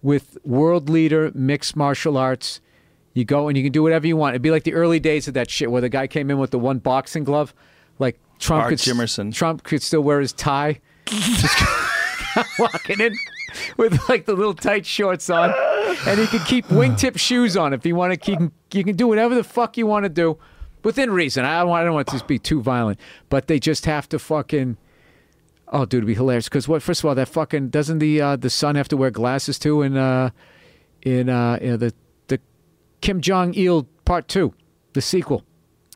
with world leader mixed martial arts. You go and you can do whatever you want. It'd be like the early days of that shit where the guy came in with the one boxing glove, like Trump.
Art
could, s-
Jimerson.
Trump could still wear his tie, just walking in with like the little tight shorts on, and he could keep wingtip shoes on if you want to. You can, you can do whatever the fuck you want to do, within reason. I don't, want- I don't want this to be too violent, but they just have to fucking. Oh, dude, it'd be hilarious. Because what? First of all, that fucking doesn't the uh, the son have to wear glasses too? In uh, in uh, you know, the the Kim Jong Il Part Two, the sequel.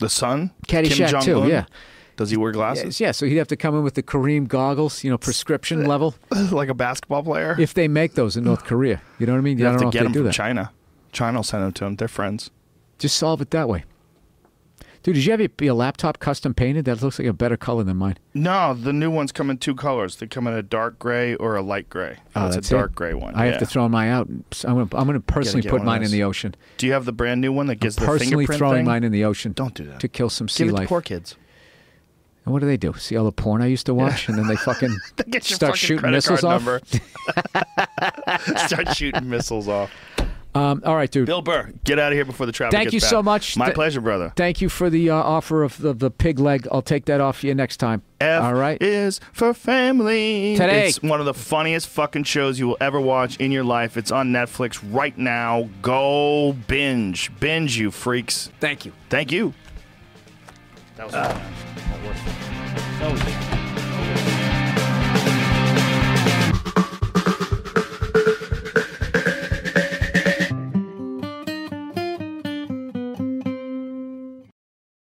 The son. Kim
Caddyshack
Jong
too,
Un?
yeah.
Does he wear glasses
Yeah, so he'd have to come in with the Kareem goggles, you know, prescription level.
like a basketball player?
If they make those in North Korea, you know what I mean?
you
I
have
don't
to get
know if
him
they do
from
that.
China. China will send him to him. They're friends.
Just solve it that way. Dude, did you have your, your laptop custom painted? That looks like a better color than mine.
No, the new ones come in two colors. They come in a dark gray or a light gray.
Oh,
it's
that's
a dark
it.
gray one.
I
yeah.
have to throw mine out. I'm going to I'm gonna personally
get
put
one of
mine in
those.
the ocean.
Do you have the brand new one that gives the
personally
fingerprint
throwing
thing?
mine in the ocean.
Don't do that.
To kill some sea
Give it to
life.
poor kids.
And what do they do? See all the porn I used to watch, and then they fucking
Get your
start
fucking
shooting
credit
missiles
card
off.
number. Start shooting missiles off.
Um, all right, dude.
Bill Burr, get out of here before the traffic.
Thank
gets
you
bad.
so much.
My
Th-
pleasure, brother.
Thank you for the uh, offer of the, the pig leg. I'll take that off you next time.
F
all right.
is for family.
Today.
It's one of the funniest fucking shows you will ever watch in your life. It's on Netflix right now. Go binge. Binge, you freaks.
Thank you.
Thank you.